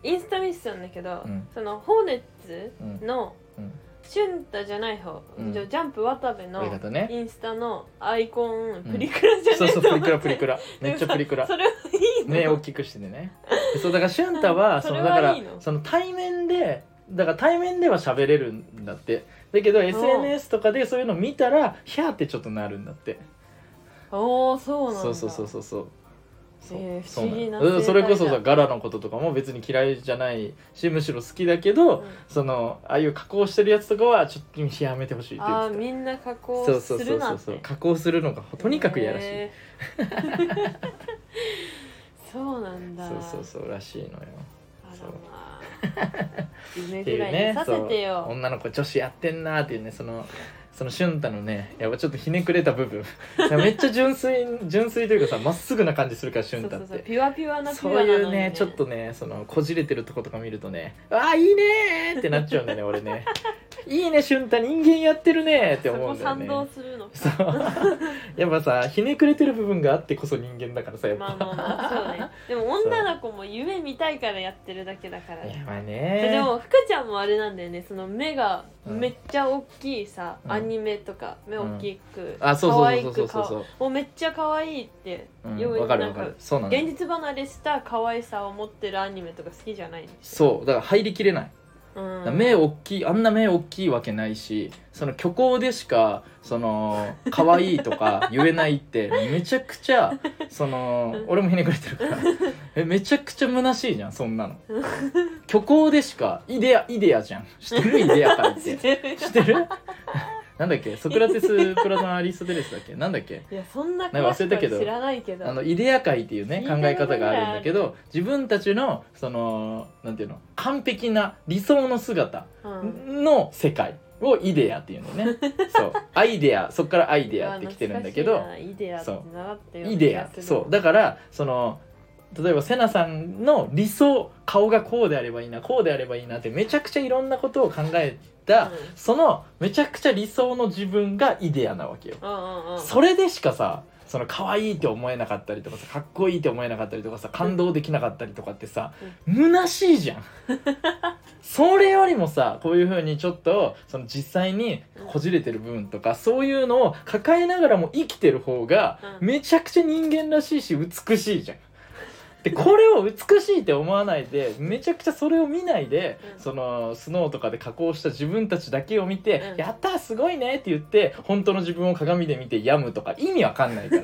S2: ーインスタ見せたんだけど、
S1: うん
S2: そのホーネッツ
S1: うん
S2: の
S1: うん、
S2: 俊太じゃない方、
S1: うん
S2: じゃジャンプ渡部の
S1: やり方ね
S2: インスタのアイコン
S1: うん
S2: プリクラじゃ
S1: そ
S2: ない
S1: うそうプリクラプリ クラめっちゃプリクラ
S2: それはいいの、
S1: 目大きくしててねそうだから俊太はそのだか
S2: それはいい
S1: ら
S2: の
S1: その対面でだから対面では喋れるんだってだけど SNS とかでそういうの見たらヒャーってちょっとなるんだって
S2: おおそうなんだ
S1: そうそうそうそうそうそう
S2: えー
S1: そう
S2: 不思議な
S1: のう
S2: 生態
S1: ん
S2: だ
S1: それこそさガラのこととかも別に嫌いじゃないしむしろ好きだけど、
S2: うん
S1: そのああいう加工してるやつとかはちょっとやめてほしいって言
S2: あ
S1: っ
S2: ー
S1: て
S2: みんな加
S1: た
S2: 工
S1: そう
S2: す
S1: そうそ
S2: る
S1: う
S2: な
S1: そ
S2: ん
S1: う
S2: て
S1: そう加工するのがとにかくやらしい、
S2: へー そうなんだ
S1: そうそうそうらしいのよ
S2: あら
S1: そう
S2: まあ夢
S1: っ
S2: ぐ
S1: ていう
S2: らいに
S1: ね
S2: さ
S1: そ
S2: せ
S1: う
S2: てよ、
S1: 女の子女子やってんなーっていうねそのその俊太のねやっぱちょっとひねくれた部分めっちゃ純粋 純粋というかさまっすぐな感じするから
S2: そ
S1: 俊
S2: う
S1: 太
S2: そ
S1: っ
S2: うそう
S1: て。
S2: ピュアピュアなピュ
S1: そ
S2: ア
S1: う
S2: なのに、
S1: いうねちょっとねそのこじれてるとことか見るとね「あーいいね!」ってなっちゃうんだよね俺ね「いいね俊太人間やってるね!」って
S2: そ
S1: 思う
S2: こ
S1: んだよ
S2: 賛
S1: ね
S2: 同するのか
S1: そうやっぱさひねくれてる部分があってこそ人間だからさやっ
S2: まあ
S1: ぱ、
S2: まあまあそうねでも
S1: そう
S2: 女の子も夢見たいからやってるだけだから
S1: いやまあ
S2: で
S1: ね
S2: も福ちゃんもあれなんだよねその目がめっちゃ大きいさ、
S1: うん
S2: アニメとか目大きく、
S1: あそう
S2: 可愛
S1: そう
S2: く
S1: そうそうそうそう
S2: かもうめっちゃ可愛いって、
S1: うん
S2: よう
S1: わかる
S2: な
S1: わ
S2: ん
S1: かるそうなの
S2: 現実離れした可愛さを持ってるアニメとか好きじゃないんですよ、
S1: そうだから入りきれない
S2: うん、
S1: 目大きいあんな目大きいわけないしその虚構でしかその可愛いと か言えないってめちゃくちゃその俺もひねくれてるからえめちゃくちゃ虚しいじゃんそんなの虚構でしかイデアイデアじゃん知ってるイデアからっ
S2: しててる
S1: 知ってる なんだっけソクラテスプラトンアリストテレスだっけなんだっけ
S2: いやそんな
S1: なん
S2: 詳
S1: か忘
S2: し
S1: れ
S2: く
S1: た
S2: は
S1: けど
S2: 知らないけど
S1: あのイデア界っていうね
S2: 聞い
S1: 考
S2: た
S1: え方があるんだけど自分たちのそのなんていうの完璧な理想の姿
S2: うん
S1: の世界をイデアっていうの ねそうアイデアそこからアイデアってきてるんだけ
S2: うわ
S1: ど
S2: 懐かしいなイデアって習ったような
S1: イ
S2: 気
S1: デア
S2: がする
S1: そうだからその例えばセナさんの理想顔がこうであればいいなこうであればいいなってめちゃくちゃいろんなことを考えた、
S2: うん
S1: そのめちゃくちゃ理想の自分がイデアなわけよ。
S2: うんうんうん
S1: それでしかさその可愛いって思えなかったりとかさかっこいいって思えなかったりとかさ感動できなかったりとかってさ、虚しいじゃんそれよりもさこういう風にちょっとその実際にこじれてる部分とかそういうのを抱えながらも生きてる方が
S2: うん
S1: めちゃくちゃ人間らしいし美しいじゃん。でこれを美しいって思わないでめちゃくちゃそれを見ないで、
S2: うん
S1: そのスノーとかで加工した自分たちだけを見て
S2: うん
S1: 「やったーすごいね」って言って本当の自分を鏡で見て病むとか意味わかんな いから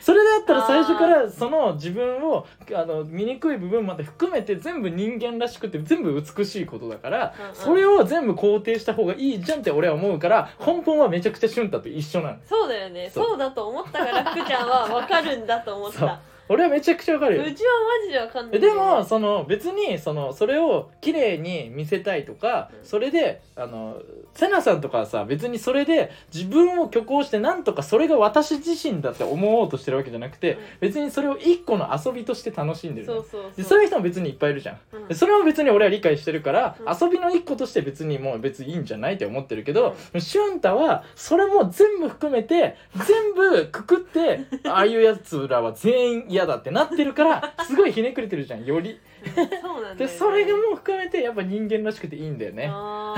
S1: それだったら最初からその自分をあの醜い部分まで含めて全部人間らしくて全部美しいことだから、
S2: うんうん
S1: それを全部肯定した方がいいじゃんって俺は思うから根本はめちゃくちゃ俊太と一緒なの
S2: そうだよね
S1: そう
S2: そうだと思ったから福ちゃんは分かるんだと思っ
S1: そう
S2: た
S1: 俺はめちゃくちゃわかるよ
S2: うちはマジでわかんな
S1: え
S2: いんだ
S1: で
S2: よね、
S1: もその別にそのそれを綺麗に見せたいとか
S2: うん
S1: それであのセナさんとかはさ別にそれで自分を虚構してなんとかそれが私自身だって思おうとしてるわけじゃなくて
S2: うん
S1: 別にそれを一個の遊びとして楽しんでるの
S2: そうそうそ
S1: で
S2: う
S1: そういう人も別にいっぱいいるじゃん
S2: うん
S1: でそれは別に俺は理解してるから、
S2: う
S1: 遊びの一個として別にもう別にいいんじゃないって思ってるけど、
S2: う
S1: 俊太はそれも全部含めて全部くくってああいうやつらは全員嫌だってなってるからすごいひねくれてるじゃんよ
S2: う
S1: り。
S2: んそうなんだ
S1: で
S2: よね
S1: それがもう含めてやっぱ人間らしくていいんだよね。
S2: あ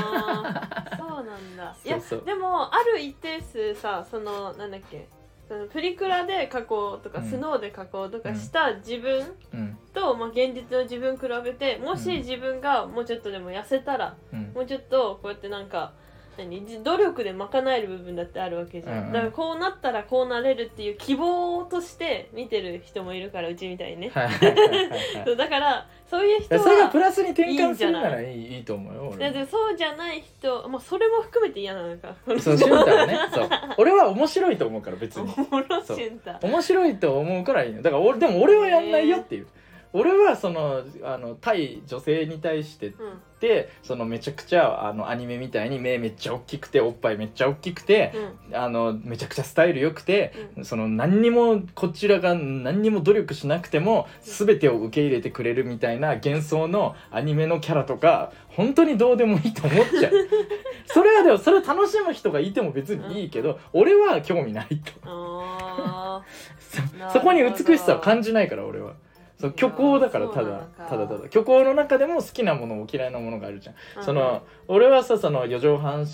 S2: ーそうなんだいや
S1: そうそう
S2: でもある一定数さそのなんだっけそのプリクラで加工とか、
S1: うん
S2: スノーで加工とかした自分
S1: うん
S2: と、まあ、現実の自分比べてもし
S1: うん
S2: 自分がもうちょっとでも痩せたら、
S1: うん
S2: もうちょっとこうやってなんか何じ努力で賄える部分だってあるわけじゃん、
S1: うんうん
S2: だからこうなったらこうなれるっていう希望として見てる人もいるからうちみたいにね、
S1: はいはいはいはいはい
S2: そうだからそういう人
S1: それがプ
S2: は
S1: ラスに転換するならいいいいと思うよ
S2: いや
S1: 俺
S2: で
S1: も
S2: もそうじゃない人、まあ、それも含めて嫌なのか
S1: そう俊太はねそう俺は面白いと思うから 別
S2: お
S1: に
S2: もろしゅんた
S1: 面白いと思うからいいのだから俺でも俺はやんないよっていう俺はそのあの対女性に対してっ
S2: うん
S1: てそのめちゃくちゃあのアニメみたいに目めっちゃ大きくておっぱいめっちゃ大きくて
S2: うん
S1: あのめちゃくちゃスタイル良くて
S2: う
S1: その何にもこちらが何にも努力しなくても全てを受け入れてくれるみたいな幻想のアニメのキャラとか本当にどうでもいいと思っ ちゃうそれはでもそれを楽しむ人がいても別にいいけど俺は興味ないと。
S2: あ
S1: そ
S2: なるほど
S1: そこに美しさを感じないから俺はそう
S2: いやー
S1: 虚構だから
S2: そう
S1: た
S2: なの
S1: だ
S2: か
S1: ただただ虚構の中でも好きなものも嫌いなものがあるじゃん、
S2: ー
S1: その俺はさその四畳半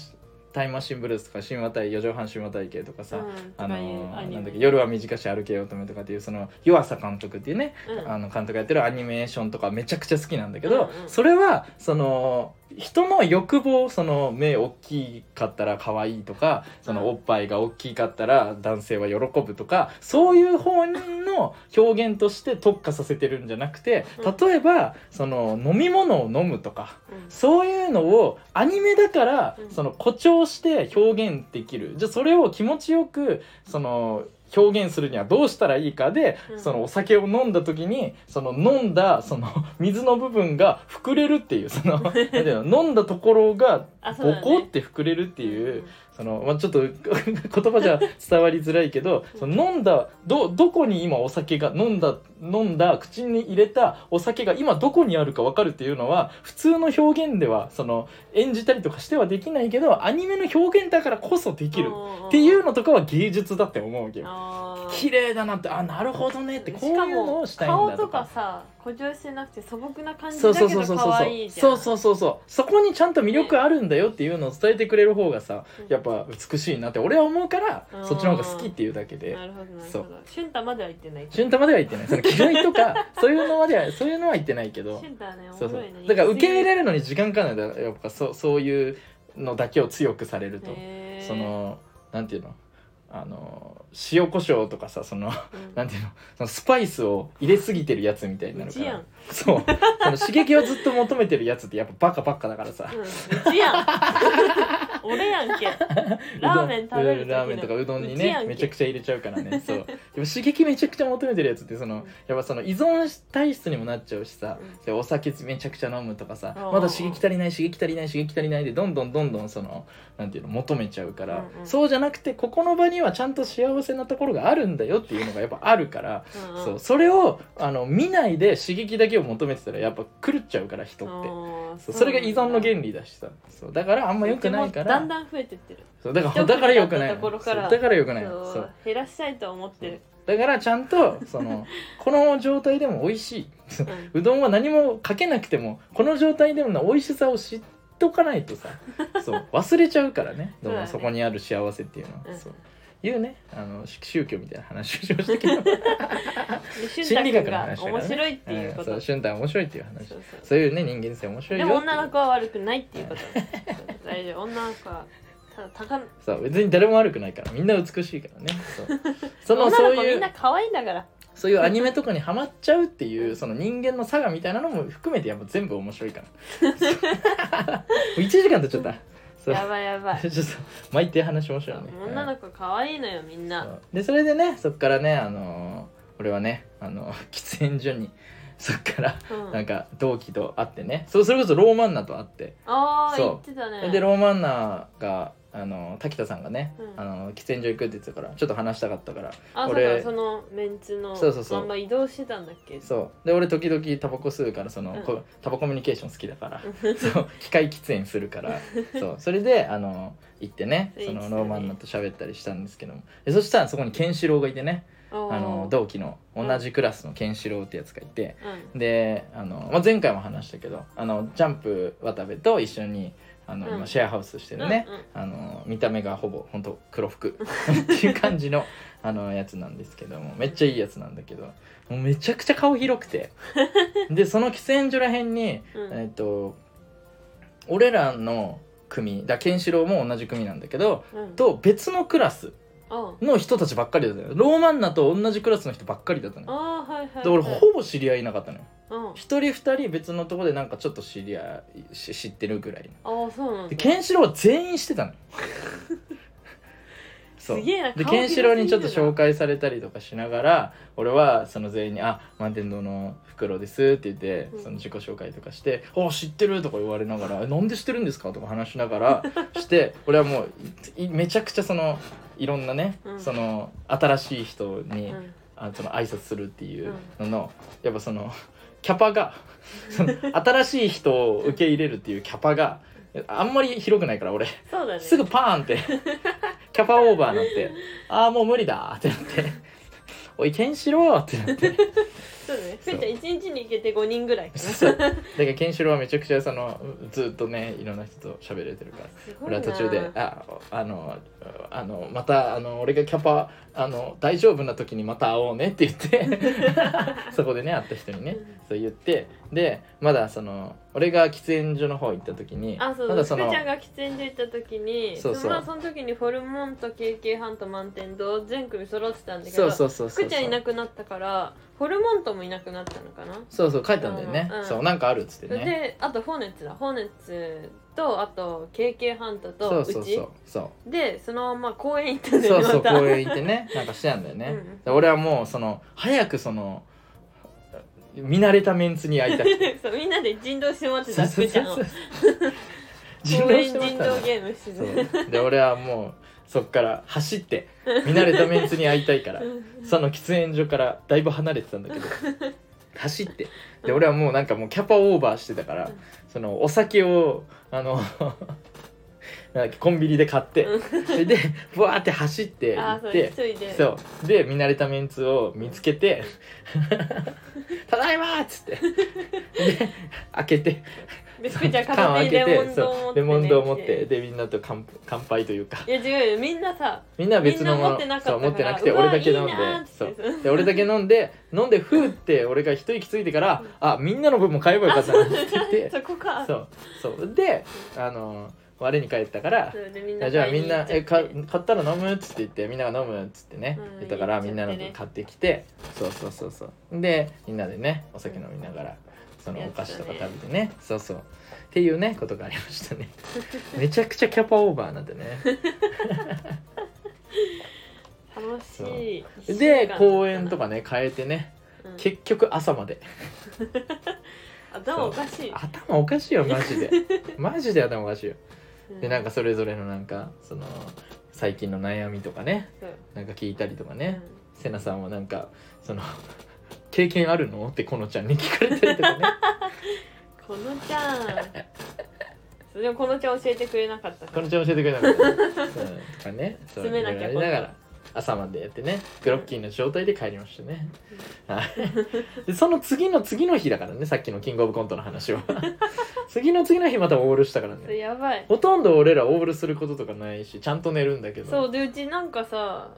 S1: タイムマシンブルースとか神話体四畳半神話体系とかさ、
S2: うん
S1: あの
S2: とかいうアニメ
S1: なんだっけ夜は短し歩けよ乙女とかっていうその湯浅監督っていうね、
S2: うん
S1: あの監督がやってるアニメーションとかめちゃくちゃ好きなんだけ
S2: う
S1: ど、
S2: んうん
S1: それはその人の欲望その目大きかったら可愛いとかそのおっぱいが大きかったら男性は喜ぶとかそういう方の表現として特化させてるんじゃなくて
S2: うん
S1: 例えばその飲み物を飲むとか。
S2: うん
S1: そういうのをアニメだから
S2: うん
S1: その誇張して表現できるじゃあそれを気持ちよくその表現するにはどうしたらいいかで、
S2: うん
S1: そのお酒を飲んだ時にその飲んだその水の部分が膨れるっていうそ のなんていうの飲んだところが
S2: あそう
S1: ボ
S2: だね
S1: コって膨れるっていう。
S2: ん
S1: そのまあ、ちょっと 言葉じゃ伝わりづらいけどその飲んだどどこに今お酒が飲んだ飲んだ口に入れたお酒が今どこにあるか分かるっていうのは普通の表現ではその演じたりとかしてはできないけどアニメの表現だからこそできるっていうのとかは芸術だって思うわけど
S2: あー
S1: 綺麗だなってあなるほどねってこうい
S2: しか
S1: うの
S2: も
S1: をしたいんだ
S2: 顔
S1: と
S2: と
S1: か
S2: か。さ誇張してなくて素朴な感じ
S1: そう
S2: だ
S1: そ
S2: け
S1: うそう
S2: ど
S1: そう
S2: 可愛いじゃん
S1: そうそうそうそうそこにちゃんと魅力あるんだよっていうのを伝えてくれる方がさ
S2: うん
S1: やっぱ美しいなって俺は思うから
S2: うん
S1: そっちの方が好きっていうだけで
S2: なるほどなる
S1: そ
S2: ほ
S1: う
S2: ど俊太までは言ってないけど
S1: 瞬太までは言ってないその嫌いとか そういうのまではそういうのは言ってないけど
S2: 俊太はね
S1: そ
S2: 面
S1: うそ
S2: 白
S1: う
S2: いね
S1: だから受け入れるのに時間かかるんだよやっぱそうそういうのだけを強くされると
S2: へー
S1: そのなんていうのあの塩コショウとかさその
S2: うん
S1: なんていうのそのスパイスを入れすぎてるやつみたいにな
S2: う
S1: るか
S2: ちや
S1: ら
S2: ん
S1: そうその刺激をずっと求めてるやつってやっぱバカバカだからさ
S2: うんうちや ん俺やんけ ラーメン食べる時の
S1: ラーメンとかうどんに
S2: うちや
S1: ね
S2: んけ
S1: めちゃくちゃ入れちゃうからねそうでも刺激めちゃくちゃ求めてるやつってそのやっぱその依存体質にもなっちゃうしさ
S2: うん、
S1: でお酒めちゃくちゃ飲むとかさ
S2: うん
S1: まだ刺激足りない刺激足りない刺激足りないでどんどんどんどんそのなんていうの求めちゃうから、
S2: うんうん
S1: そうじゃなくてここの場にはちゃんと幸せなところがあるんだよっていうのがやっぱあるから。
S2: うんうん
S1: そうそれをあの見ないで刺激だけを求めてたらやっぱ狂っちゃうから人って
S2: あー
S1: そうそれが依存の原
S2: 理
S1: 理だしさそうだからあんま良くないから
S2: だんだん増えてってる
S1: そうだか
S2: 一
S1: ら
S2: 口
S1: だからよくな
S2: だ
S1: い
S2: ったとこ
S1: の
S2: ろから
S1: そうだからよくないの
S2: そ
S1: そう
S2: う減らしたいと思ってる
S1: だからちゃんとそのこの状態でも美味しいそう
S2: うん
S1: うどんは何もかけなくてもこの状態での美味しさを知っとかないとさ そう忘れちゃうからね
S2: そ
S1: ど
S2: う
S1: う
S2: だね
S1: もそこにある幸せっていうのは、
S2: うん
S1: そういうねあのし宗教みたいな話をしました けど
S2: で俊
S1: 心
S2: 太
S1: 理
S2: 君
S1: 学の話
S2: が
S1: だから、ね、
S2: 面白いっていうこ
S1: んそ
S2: と
S1: う俊太は面白いっていう話
S2: そうそう
S1: そういうね人間性面白い
S2: で
S1: よ
S2: も
S1: っていう
S2: 女の子は悪くないっていうこと大丈夫女の子はただ高
S1: そう別に誰も悪くないからみんな美しいからねそう その
S2: 女
S1: そう
S2: の子
S1: い
S2: み
S1: うん
S2: な可愛いんだから
S1: そういうアニメとかにハマっちゃうっていう その人間の差がみたいなのも含めてやっぱ全部面白いから1時間経っちゃったそ う
S2: やばいやばい
S1: ちょっと巻いて話面白いね
S2: 女の子可愛いのよみん
S1: う
S2: なん
S1: でそれでねそっからねあのー 俺はねあの喫煙所にそっから
S2: うん
S1: なんか同期と会ってねそうそれこそローマンナと会って
S2: ああ
S1: そう
S2: 言ってたね
S1: でローマンナがあの滝田さんがね、
S2: うん
S1: あの喫煙所行くって言ってたからちょっと話したかったから
S2: あそう
S1: 俺
S2: だそのメンツの
S1: そうそうそう
S2: まんま移動してたんだっけ
S1: そうで俺時々タバコ吸うからその、
S2: うん
S1: こタバコミュニケーション好きだから
S2: う
S1: そう機械喫煙するから そうそれであの行ってね
S2: いい
S1: そ
S2: で
S1: の
S2: すね
S1: ローマンナと喋ったりしたんですけどもでそしたらそこにケンシロウがいてねあの同期の同じクラスのケンシロウってやつがいて
S2: うん
S1: であの、まあ、前回も話したけどあのジャンプ渡部と一緒にあの、
S2: うん
S1: 今シェアハウスしてるね、
S2: うんうん
S1: あの見た目がほぼほんと黒服 っていう感じのあのやつなんですけどもめっちゃいいやつなんだけどもうめちゃくちゃ顔広くてでその喫煙所らへんに、
S2: うん
S1: えっと俺らの組だケンシロウも同じ組なんだけど
S2: うん
S1: と別のクラス
S2: あ
S1: の人たちばっかりだったのよローマンナと同じクラスの人ばっかりだったのよ
S2: あーはいはいはい
S1: で俺ほぼ知り合いいなかったのよ
S2: うん
S1: 一人二人別のとこでなんかちょっと知り合いし知ってるぐらいの
S2: ああそうなん
S1: で
S2: だ
S1: ケンシロウは全員して たのそう
S2: すげえな
S1: で
S2: 顔広
S1: ケンシロウにちょっと
S2: すぎるな
S1: 紹介されたりとかしながら俺はその全員に「あ満天堂の袋です」って言って
S2: うん
S1: その自己紹介とかして「お知ってる」とか言われながらえ「なんで知ってるんですか?」とか話しながら して俺はもういめちゃくちゃそのいろんなね、
S2: うん
S1: その新しい人に、
S2: うん
S1: あその挨拶するっていうのの、やっぱそのキャパがその新しい人を受け入れるっていうキャパがあんまり広くないから俺
S2: そうだね
S1: すぐパーンってキャパオーバーになってああもう無理だってなって「おいケンシロウ」ってなって
S2: そうだねふーちゃん一日に行けて五人ぐらいかなす
S1: そうだからケンシロウはめちゃくちゃそのずっとねいろんな人と喋れてるから。
S2: ごい
S1: 俺
S2: な
S1: は途中で「ああのあのまたあの俺がキャパあの大丈夫な時にまた会おうね」って言って そこでね会った人にねそう言ってでまだその俺が喫煙所の方行った時に
S2: あそう
S1: ま
S2: だ
S1: だ
S2: ふ
S1: そ
S2: ー
S1: の
S2: ちゃんが喫煙所行った時に
S1: そうそう
S2: のまあその時にフォルモンと KK ハンと満点堂全組揃ってたんだけ
S1: そ
S2: ど
S1: うそうそうそう
S2: ふーちゃんいなくなったからフォルモントもいなくなったのかな
S1: そうそう書いたんだよね、
S2: うんうん
S1: そうなんかあるっつってね
S2: であとホーネッツだホーネッツとあと KK ハント
S1: そ
S2: と
S1: う
S2: うち
S1: そうそうそう
S2: でそのまま公園行 ったんだ
S1: そ
S2: よ
S1: う
S2: ね
S1: そう
S2: また
S1: 公園行ってねなんかしてたんだよ
S2: う
S1: ね、
S2: ん
S1: で俺はもうその早くその見慣れたメンツに会いたくて
S2: そうみんなで人道してもらって
S1: そう
S2: た福
S1: そう
S2: ち
S1: そ
S2: ゃんを
S1: う人
S2: 公
S1: 狼
S2: 園
S1: して
S2: 人
S1: ま
S2: 道
S1: したね
S2: ゲームしてた
S1: そうで俺はもうそっから走って見慣れたメンツに会いたいからその喫煙所からだいぶ離れてたん だけど走ってで俺はもうなんかもうキャパオーバーしてたから
S2: うん
S1: そのお酒をあ のなんだっけコンビニで買って
S2: うん
S1: それでブワーって走って行
S2: あー
S1: っ
S2: そう
S1: て
S2: 一。人で
S1: そうで見慣れたメンツを見つけ て「ただいま!」っつってで開けて
S2: で 福ちゃん
S1: 缶を
S2: 片
S1: 開
S2: 手
S1: け
S2: にレ
S1: て
S2: モン
S1: そ
S2: 丼
S1: う
S2: を持って、ね、
S1: レモン丼を持っ
S2: 来
S1: てでみんなと乾乾杯とい うか
S2: いや違うよみんなさ
S1: みんなは別
S2: みんな
S1: のも
S2: 持
S1: の
S2: ってなかったか
S1: そう
S2: ら
S1: 持ってなくて
S2: うわ
S1: 俺だけ飲んで
S2: いいなーっつ
S1: そ
S2: っ
S1: う
S2: て
S1: で俺だけ飲んで飲んでふーって俺が一息つい てから「あみんなの分も買えばよかったな」って言って
S2: そこか
S1: そうそうであの我に返ったから
S2: そうでみん
S1: いや
S2: な
S1: じゃあ
S2: 買い
S1: みん
S2: に行っ
S1: な「
S2: ち
S1: え
S2: て
S1: か買ったら飲む?」っつって言ってみんなが飲むっつってね
S2: うん
S1: 言ったからみ
S2: 言っ
S1: ん
S2: ちゃ
S1: な
S2: ってね
S1: の分買ってきてそうそうそうそうでみんなでねお酒飲みながらそのお菓子とか食べてねそうそうっていうねことがありまし たねめちゃくちゃキャパオーバーなんでね
S2: 楽しい一週間だ
S1: で
S2: ったな
S1: 公園とかね変えてね
S2: うん
S1: 結局朝まで
S2: 頭おかしい
S1: 頭おかしいよマジでマジで頭おかしいよ
S2: うん
S1: でなんかそれぞれのなんかその最近の悩みとかね
S2: そう
S1: なんか聞いたりとか
S2: う
S1: ね
S2: ん
S1: セナさんはなんかその 経験あるのってこのちゃんに聞かれたり とかね
S2: このちゃんそうでもこのちゃん教えてくれなかったか
S1: こ
S2: ら
S1: のちゃん教えてくれなかった、うん、とかねそ う
S2: 詰めなきゃ
S1: いろいろやりながら朝までやってねグロッキーの状態で帰りましたね、はいでその次の次の日だからねさっきのキングオブコントの話 は次の次の日またオールしたから
S2: そう
S1: ね
S2: やばい
S1: ほとんど俺らオールすることとかないしちゃんと寝るんだけど
S2: そうでうちなんかさ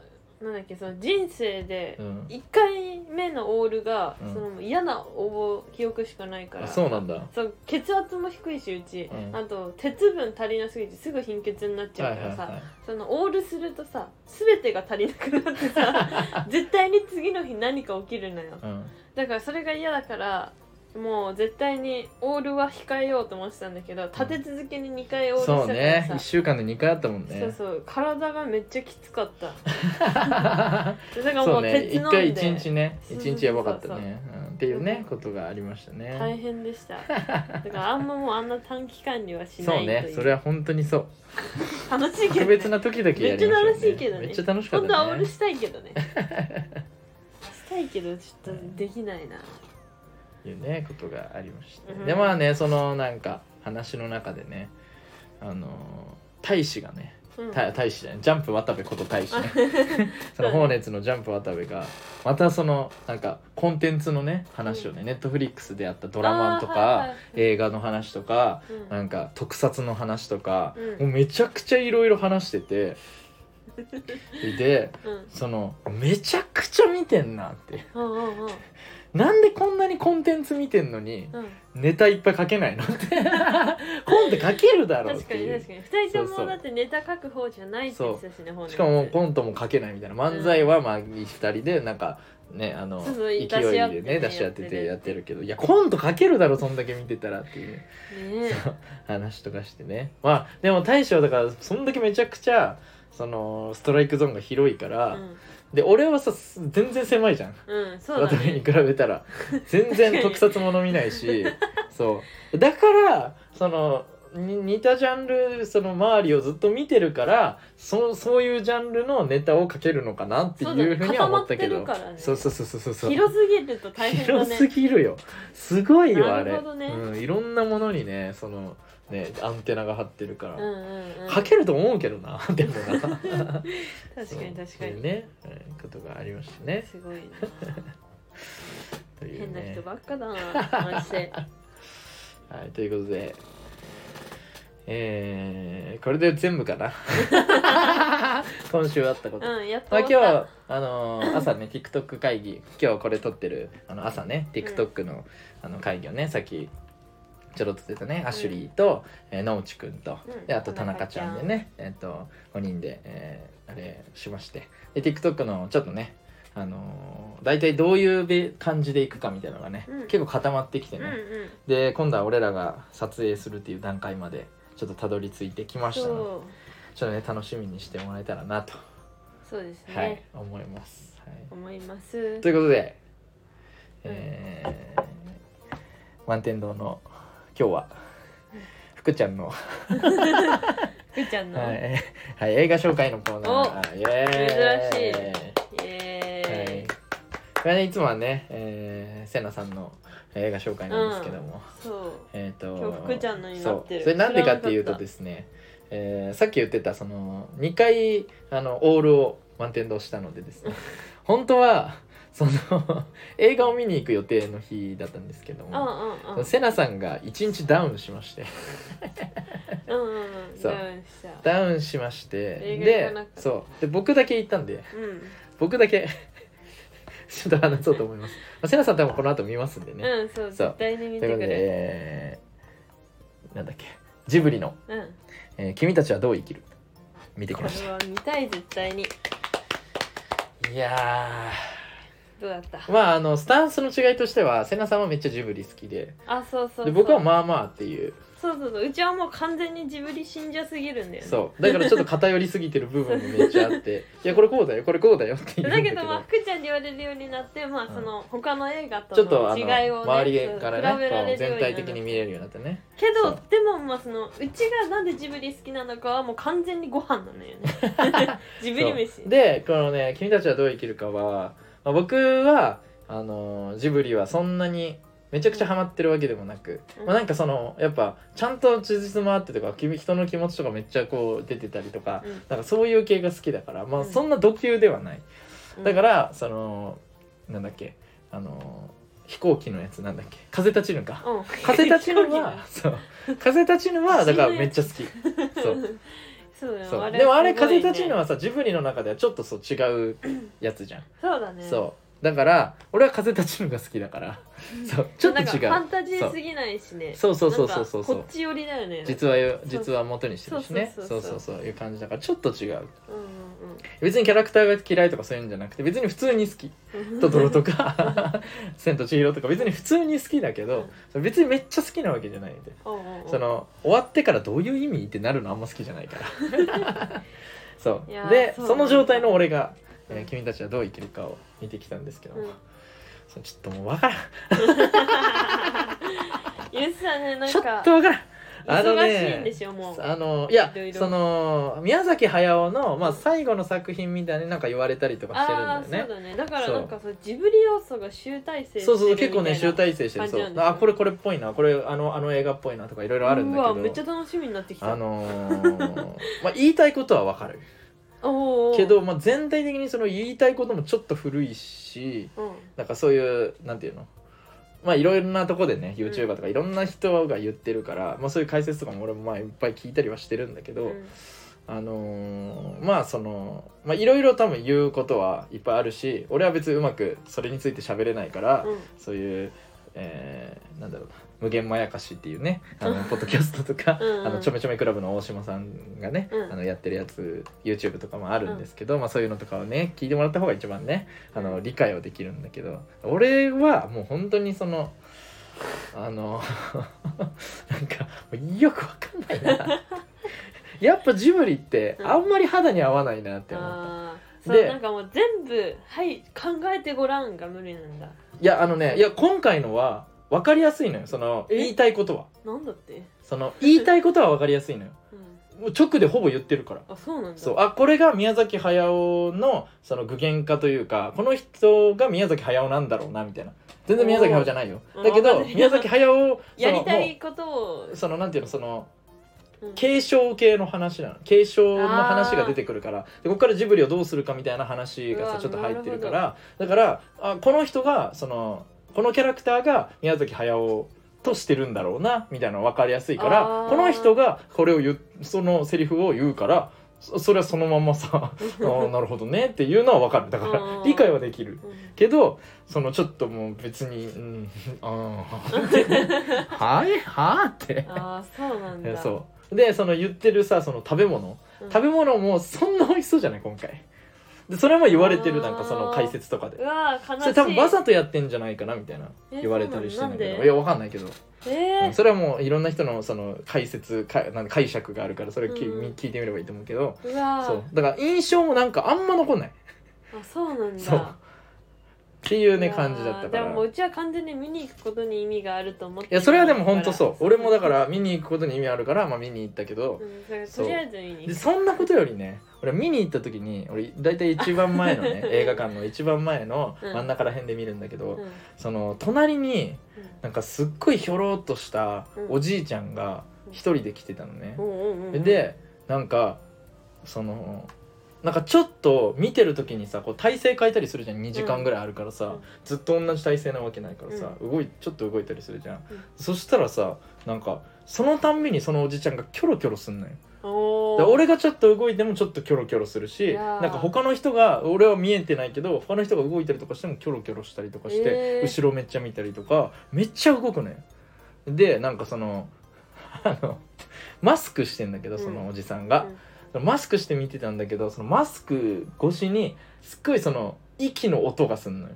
S2: なんだっけその人生で
S1: うん
S2: 1回目のオールが、
S1: うん
S2: その嫌な覚え記憶しかないから
S1: あそうなんだ
S2: そう血圧も低いしうち、
S1: うん
S2: あと鉄分足りなすぎてすぐ貧血になっちゃうからさ、そのオールするとさ全てが足りなくなって さ絶対に次の日何か起きるのよ
S1: いはい、うん
S2: だからそれが嫌だからもう絶対にオールは控えようと思ってたんだけど立て続けに2回オールした
S1: そう
S2: から
S1: ね
S2: さ、
S1: 1週間で2回あったもんね
S2: そうそう体がめっちゃきつかったでだからも
S1: そううね
S2: 鉄
S1: 一
S2: 飲んで、
S1: 回一日ね
S2: そうそうそう
S1: 一日やばかったねうんっていうねことがありました
S2: 大
S1: ね
S2: 変でしただからあんまもうあんな短期間にはし
S1: そ
S2: な
S1: う
S2: いという
S1: ねそれは本当にそう
S2: 楽しいけ
S1: 特
S2: ど、
S1: 別な時だけやりましょう
S2: めっちゃ楽しいけどね
S1: めっちゃ楽しかっ
S2: 本当はオ
S1: た
S2: ー
S1: ね
S2: ルしたいけ どねしたいけどちょっとできないな
S1: っていうねことがありました
S2: うん
S1: でまあねそのなんか話の中でねあのー大使がね
S2: うん
S1: た大使じゃないジャンプ渡部こと大使ね そ
S2: そ
S1: の
S2: うね
S1: ホーネッツのジャンプ渡部がまたそのなんかコンテンツのね話をねネットフリックスであったドラマ
S2: あー
S1: と
S2: はい
S1: か
S2: はい
S1: 映画の話とか
S2: うん
S1: なんか特撮の話とか、
S2: うん
S1: もうめちゃくちゃいろいろ話しててで
S2: うん
S1: そのめちゃくちゃ見てんなって
S2: うんうんうん
S1: なんでこんなにコンテンツ見てんのに
S2: うん
S1: ネタいっぱい書けないのってコント書けるだろうっ
S2: 確か
S1: て
S2: に
S1: い
S2: 確
S1: う
S2: かに2人
S1: そう
S2: と
S1: そう
S2: もだってネタ書く方じゃないって言ってたしね本
S1: しかもコントも書けないみたいな漫才はまあ2人でなんかねあの
S2: そうそう
S1: 勢い
S2: 出し合って
S1: でね
S2: ね
S1: 出し合っててやってるけどいやコント書けるだろそんだけ見てたらっていう。
S2: ね
S1: そう話とかしてねまあでも大将だからそんだけめちゃくちゃそのストライクゾーンが広いから、で俺はさす全然狭いじゃん
S2: うん、うん、そう
S1: 渡
S2: だ
S1: 辺に
S2: ね
S1: 比べたら全然特撮もの見な いしそうだからそのに似たジャンルその周りをずっと見てるからそそういうジャンルのネタをかけるのかなって
S2: そうだ
S1: いう
S2: ね
S1: ふうには思ったけど
S2: 固まってるからね
S1: そうそうそうそうそう
S2: 広すぎると大変だ
S1: 広
S2: ね
S1: すぎるよすごいよあ
S2: な
S1: れ、
S2: るほどね
S1: うん、いろんなものにねそのねアンテナが張ってるから、
S2: うんうんうん
S1: かけると思うけどな でもな確か
S2: 確かに確かに、
S1: ね、うんことがありましたね
S2: すごいな
S1: というね
S2: 変な人ばっかだなマジで
S1: はいということでえー、これで全部か な今週あったこと、
S2: うんやっと
S1: まあ、
S2: 終
S1: 今
S2: わった
S1: 日あのー朝ね TikTok 会議今日これ撮ってるあの朝ね TikTok の,、あの会議をねさっきちょろっと出たね、アシュリーと、えー、野内くんと、
S2: うん
S1: であと田中ちゃんでねえっ、と5人で、えーあれしましてで TikTok のちょっとねあのー大体どういうべ感じでいくかみたいなのがね、
S2: うん
S1: 結構固まってきてね、
S2: うんうん
S1: で今度は俺らが撮影するっていう段階までちょっとたどり着いてきましたので
S2: そう
S1: ちょっとね楽しみにしてもらえたらなと、
S2: そうですね、
S1: はい、思います、はい、
S2: 思います
S1: ということで、えー、満天堂の今日は福ちゃんの、
S2: 福ちゃんの、
S1: はいえーはい、映画紹介のコーナーイエ
S2: 珍
S1: ーイ
S2: しイエ
S1: は
S2: ーイ
S1: い、これねいつもはね、えー、セナさんの映画紹介なんですけども、
S2: そう
S1: えー、
S2: 今
S1: と
S2: 日福ちゃんのになってる
S1: そうそれなんでかっていう
S2: 知らなか
S1: と
S2: った
S1: ですね、えーさっき言ってたその2回あのオールを満点堂したの でですね本当はその映画を見に行く予定の日だったんですけど
S2: うん
S1: も、
S2: うんうん
S1: セナさんが1日ダウンしまして
S2: うんうんうん
S1: そう
S2: ダウンした
S1: ダウンしまして
S2: 映画行
S1: で
S2: かなかった
S1: そうで僕だけ行ったんで
S2: うん
S1: 僕だけ ちょっと話そうと思います、まあ、セナさん多分この後見ますんでね、
S2: うんそう
S1: そう
S2: 絶対に見
S1: と
S2: てく
S1: いうことで、
S2: れ
S1: えーなんだっけジブリの
S2: うん
S1: 「えー君たちはどう生きる」見てき
S2: こ
S1: ま
S2: れ
S1: し
S2: は見たい絶対に
S1: たいや
S2: どうだった
S1: ーまああのスタンスの違いとしては瀬名さんはめっちゃジブリ好きで
S2: あそうそうそう
S1: で僕はまあまあっていう
S2: そうそうそううちはもう完全にジブリ信者すぎるんだよね
S1: そうだからちょっと偏りすぎてる部分もめっちゃあっていやこれこうだよこれこうだよっていうん
S2: だ
S1: だけ
S2: け
S1: ど
S2: どまあ福ちゃんに言われるようになってまあ
S1: うん
S2: その他の映画
S1: ち
S2: と
S1: ょっと
S2: の
S1: あの、
S2: 違いをね
S1: 周りから
S2: 比べら
S1: ね
S2: れるよう
S1: 全
S2: にな
S1: 体
S2: る
S1: 的に見れるようになってね
S2: け
S1: そ
S2: ど
S1: う
S2: でもまあそのうちがなんでジブリ好きなのかはもう完全にご飯なのよね ジブリ飯
S1: そうでこのね「君たちはどう生きるかは」まあ僕はあのージブリはそんなにめちゃくちゃハマってるわけでもなく、
S2: うん
S1: まあ、なんかそのやっぱちゃんと忠実もあってとか君人の気持ちとかめっちゃこう出てたりとか,、
S2: うん
S1: なんかそういう系が好きだから、ま
S2: う
S1: あ、
S2: ん
S1: そんな度級ではない、
S2: うん
S1: だからそのなんだっけあのー飛行機のやつなんだっけ風立ちぬ か。
S2: うん
S1: 風立ちぬはそう風立ちぬはだからめっちゃ好き そう
S2: そうだよ
S1: そう
S2: あれ
S1: でもあれ「
S2: すごい
S1: 風
S2: ね
S1: 立ちぬ」はさジブリの中ではちょっとそう違うやつじゃん、
S2: そうだね
S1: そうだから俺は「風立ちぬ」が好きだからそうちょっと
S2: なん
S1: 違
S2: かファン
S1: う
S2: タジーすぎないしね
S1: そうそうそうそうそうそ
S2: なんかこ
S1: う
S2: っち寄りだよね
S1: 実はよ
S2: そう
S1: 実は元にしてるしね
S2: そう
S1: そ
S2: そうう
S1: そ
S2: そうう
S1: そういう感じだからちょっと違う
S2: うんうん
S1: 別にキャラクターが嫌いとかそういうんじゃなくて別に普通に好き
S2: うんう
S1: 「
S2: ん
S1: トトロ」とか「千と千尋」とか別に普通に好きだけど別にめっちゃ好きなわけじゃないんで
S2: おうおうおう
S1: その終わってからどういう意味ってなるのあんま好きじゃないから そ
S2: いや
S1: う
S2: ー
S1: で
S2: そう
S1: その状態の俺が、
S2: うん
S1: えー君たちはどう生きるか」を見てきたんですけども、
S2: うん
S1: そうちょっともう分からん
S2: 言ってたねなん
S1: ちょっ
S2: か
S1: と分からんあのね
S2: 忙しいんでしょもう
S1: あのいや
S2: いろいろ
S1: その宮崎駿の、まあ、最後の作品みたいになんか言われたりとかしてるんだ
S2: あ
S1: よ
S2: あー
S1: ね
S2: そうだねだから
S1: そう
S2: なんかさジブリ要素が集大成してるみたいな
S1: そうそうそう結構ね集大成してる
S2: 感じ
S1: そ
S2: な
S1: うん
S2: ですよ
S1: あこれこれっぽいなこれあのあの映画っぽいなとかいろいろあるんだけ
S2: うわめっちゃ
S1: ど
S2: 楽しみになってきた
S1: あの ーまあ言いたいことは分かる
S2: おうおう
S1: けど、まあ、全体的にその言いたいこともちょっと古いし
S2: うん
S1: なんかそういうなんていうのまあいろいろなとこでね YouTuber とかいろんな人が言ってるから、まあ、そういう解説とかも俺もまあいっぱい聞いたりはしてるんだけど、
S2: うん
S1: あのーまあそのまあいろいろ多分言うことはいっぱいあるし俺は別にうまくそれについて喋れないから、
S2: うん
S1: そういう、えーなんだろうな無限まやかしってい うねあのポッドキャストとか
S2: うんうん
S1: あのちょめちょめクラブの大島さんがね、
S2: うん
S1: あのやってるやつ YouTube とかもあるんですけど、まあ、そういうのとかをね聞いてもらった方が一番ねあの理解はできるんだけど俺はもう本当にそのあの なんかよくわかんな いなやっぱジブリってあんまり肌に合わないなって思った。
S2: あー
S1: で
S2: そうなんかもう全部「はい考えてごらん」が無理なんだ
S1: いやあのねいや今回のは分かりやすいのよその
S2: え
S1: 言いたいことは。
S2: なんだって
S1: その言いたいことは分かりやすいのよ
S2: うん
S1: もう直でほぼ言ってるから
S2: あそうなんだ
S1: そうあこれが宮崎駿のその具現化というかこの人が宮崎駿なんだろうなみたいな全然宮崎駿じゃないよ
S2: おー
S1: だけ
S2: わか
S1: ど
S2: る
S1: 宮崎駿を そ
S2: や
S1: の
S2: りたい
S1: も
S2: ことを
S1: うそのなんていうのその
S2: うん
S1: 継承系の話なの継承の話が出てくるからでここからジブリをどうするかみたいな話が
S2: う
S1: さ
S2: わ
S1: ちょっと入ってるからだからあこの人がそのこのキャラクターが宮崎駿としてるんだろうなみたいなの分かりやすいから
S2: あー
S1: この人がこれを言うそのセリフを言うからそそれはそのままさあーなるほどねっていうのは分かるだから
S2: うん
S1: 理解はできる
S2: うん
S1: けどそのちょっともう別に「うん、あー はいはあ?」って。
S2: ああそうなん
S1: え
S2: だ
S1: そうでその言ってるさその食べ物
S2: うん
S1: 食べ物もそんな美味しそうじゃない今回でそれも言われてるなんかその解説とか
S2: う
S1: で
S2: わー悲しい
S1: それ多分わざとやってんじゃないかなみたいな
S2: え
S1: 言われたりして
S2: そう
S1: んだ
S2: な
S1: け
S2: ん
S1: ど
S2: で
S1: いやわかんないけど、
S2: え
S1: うんそれはもういろんな人のその解説かなんか解釈があるからそれ聞,、
S2: うん
S1: 聞いてみればいいと思うけど
S2: ー、うわー
S1: そうだから印象もなんかあんま残んないっ
S2: あそうなんだ
S1: そうていうね
S2: わー
S1: 感じだったか
S2: でも
S1: ら
S2: もううちは完全に見に行くことに意味があると思って、
S1: いやそれはでも本当そう俺もだからら見に行くことに意味あるから、まあ、見に行ったけど
S2: う、ん、だから
S1: そ
S2: と
S1: う
S2: りあえず見に
S1: で
S2: 行く
S1: そんなことよりね俺見に行った時に俺大体一番前の ね映画館の一番前の
S2: うん
S1: 真ん中ら辺で見るんだけど、
S2: うんうん
S1: その隣になんかすっごいひょろっとしたおじいちゃんが一人で来てたのね
S2: う、んうんうんうん
S1: でなんかそのなんかちょっと見てる時にさこう体勢変えたりするじゃん2時間ぐらいあるからさ、
S2: うん
S1: ずっと同じ体勢なわけないからさ、動いちょっと動いたりするじゃん、
S2: うん
S1: そしたらさなんかそのたんびにそのおじちゃんがキョロキョロすんのよ
S2: お
S1: で
S2: ー
S1: 俺がちょっと動いてもちょっとキョロキョロする
S2: い
S1: し
S2: や
S1: な
S2: ー
S1: んか他の人が俺は見えてないけど他の人が動いたりとかしてもキョロキョロしたりとかして、
S2: えー
S1: 後ろめっちゃ見たりとかめっちゃ動くのよでなんかその あのマスクしてんだけど
S2: うん
S1: そのおじさんが
S2: うん、
S1: そのマスクして見てたんだけどそのマスク越しにすっごいその息の音がすんの よ。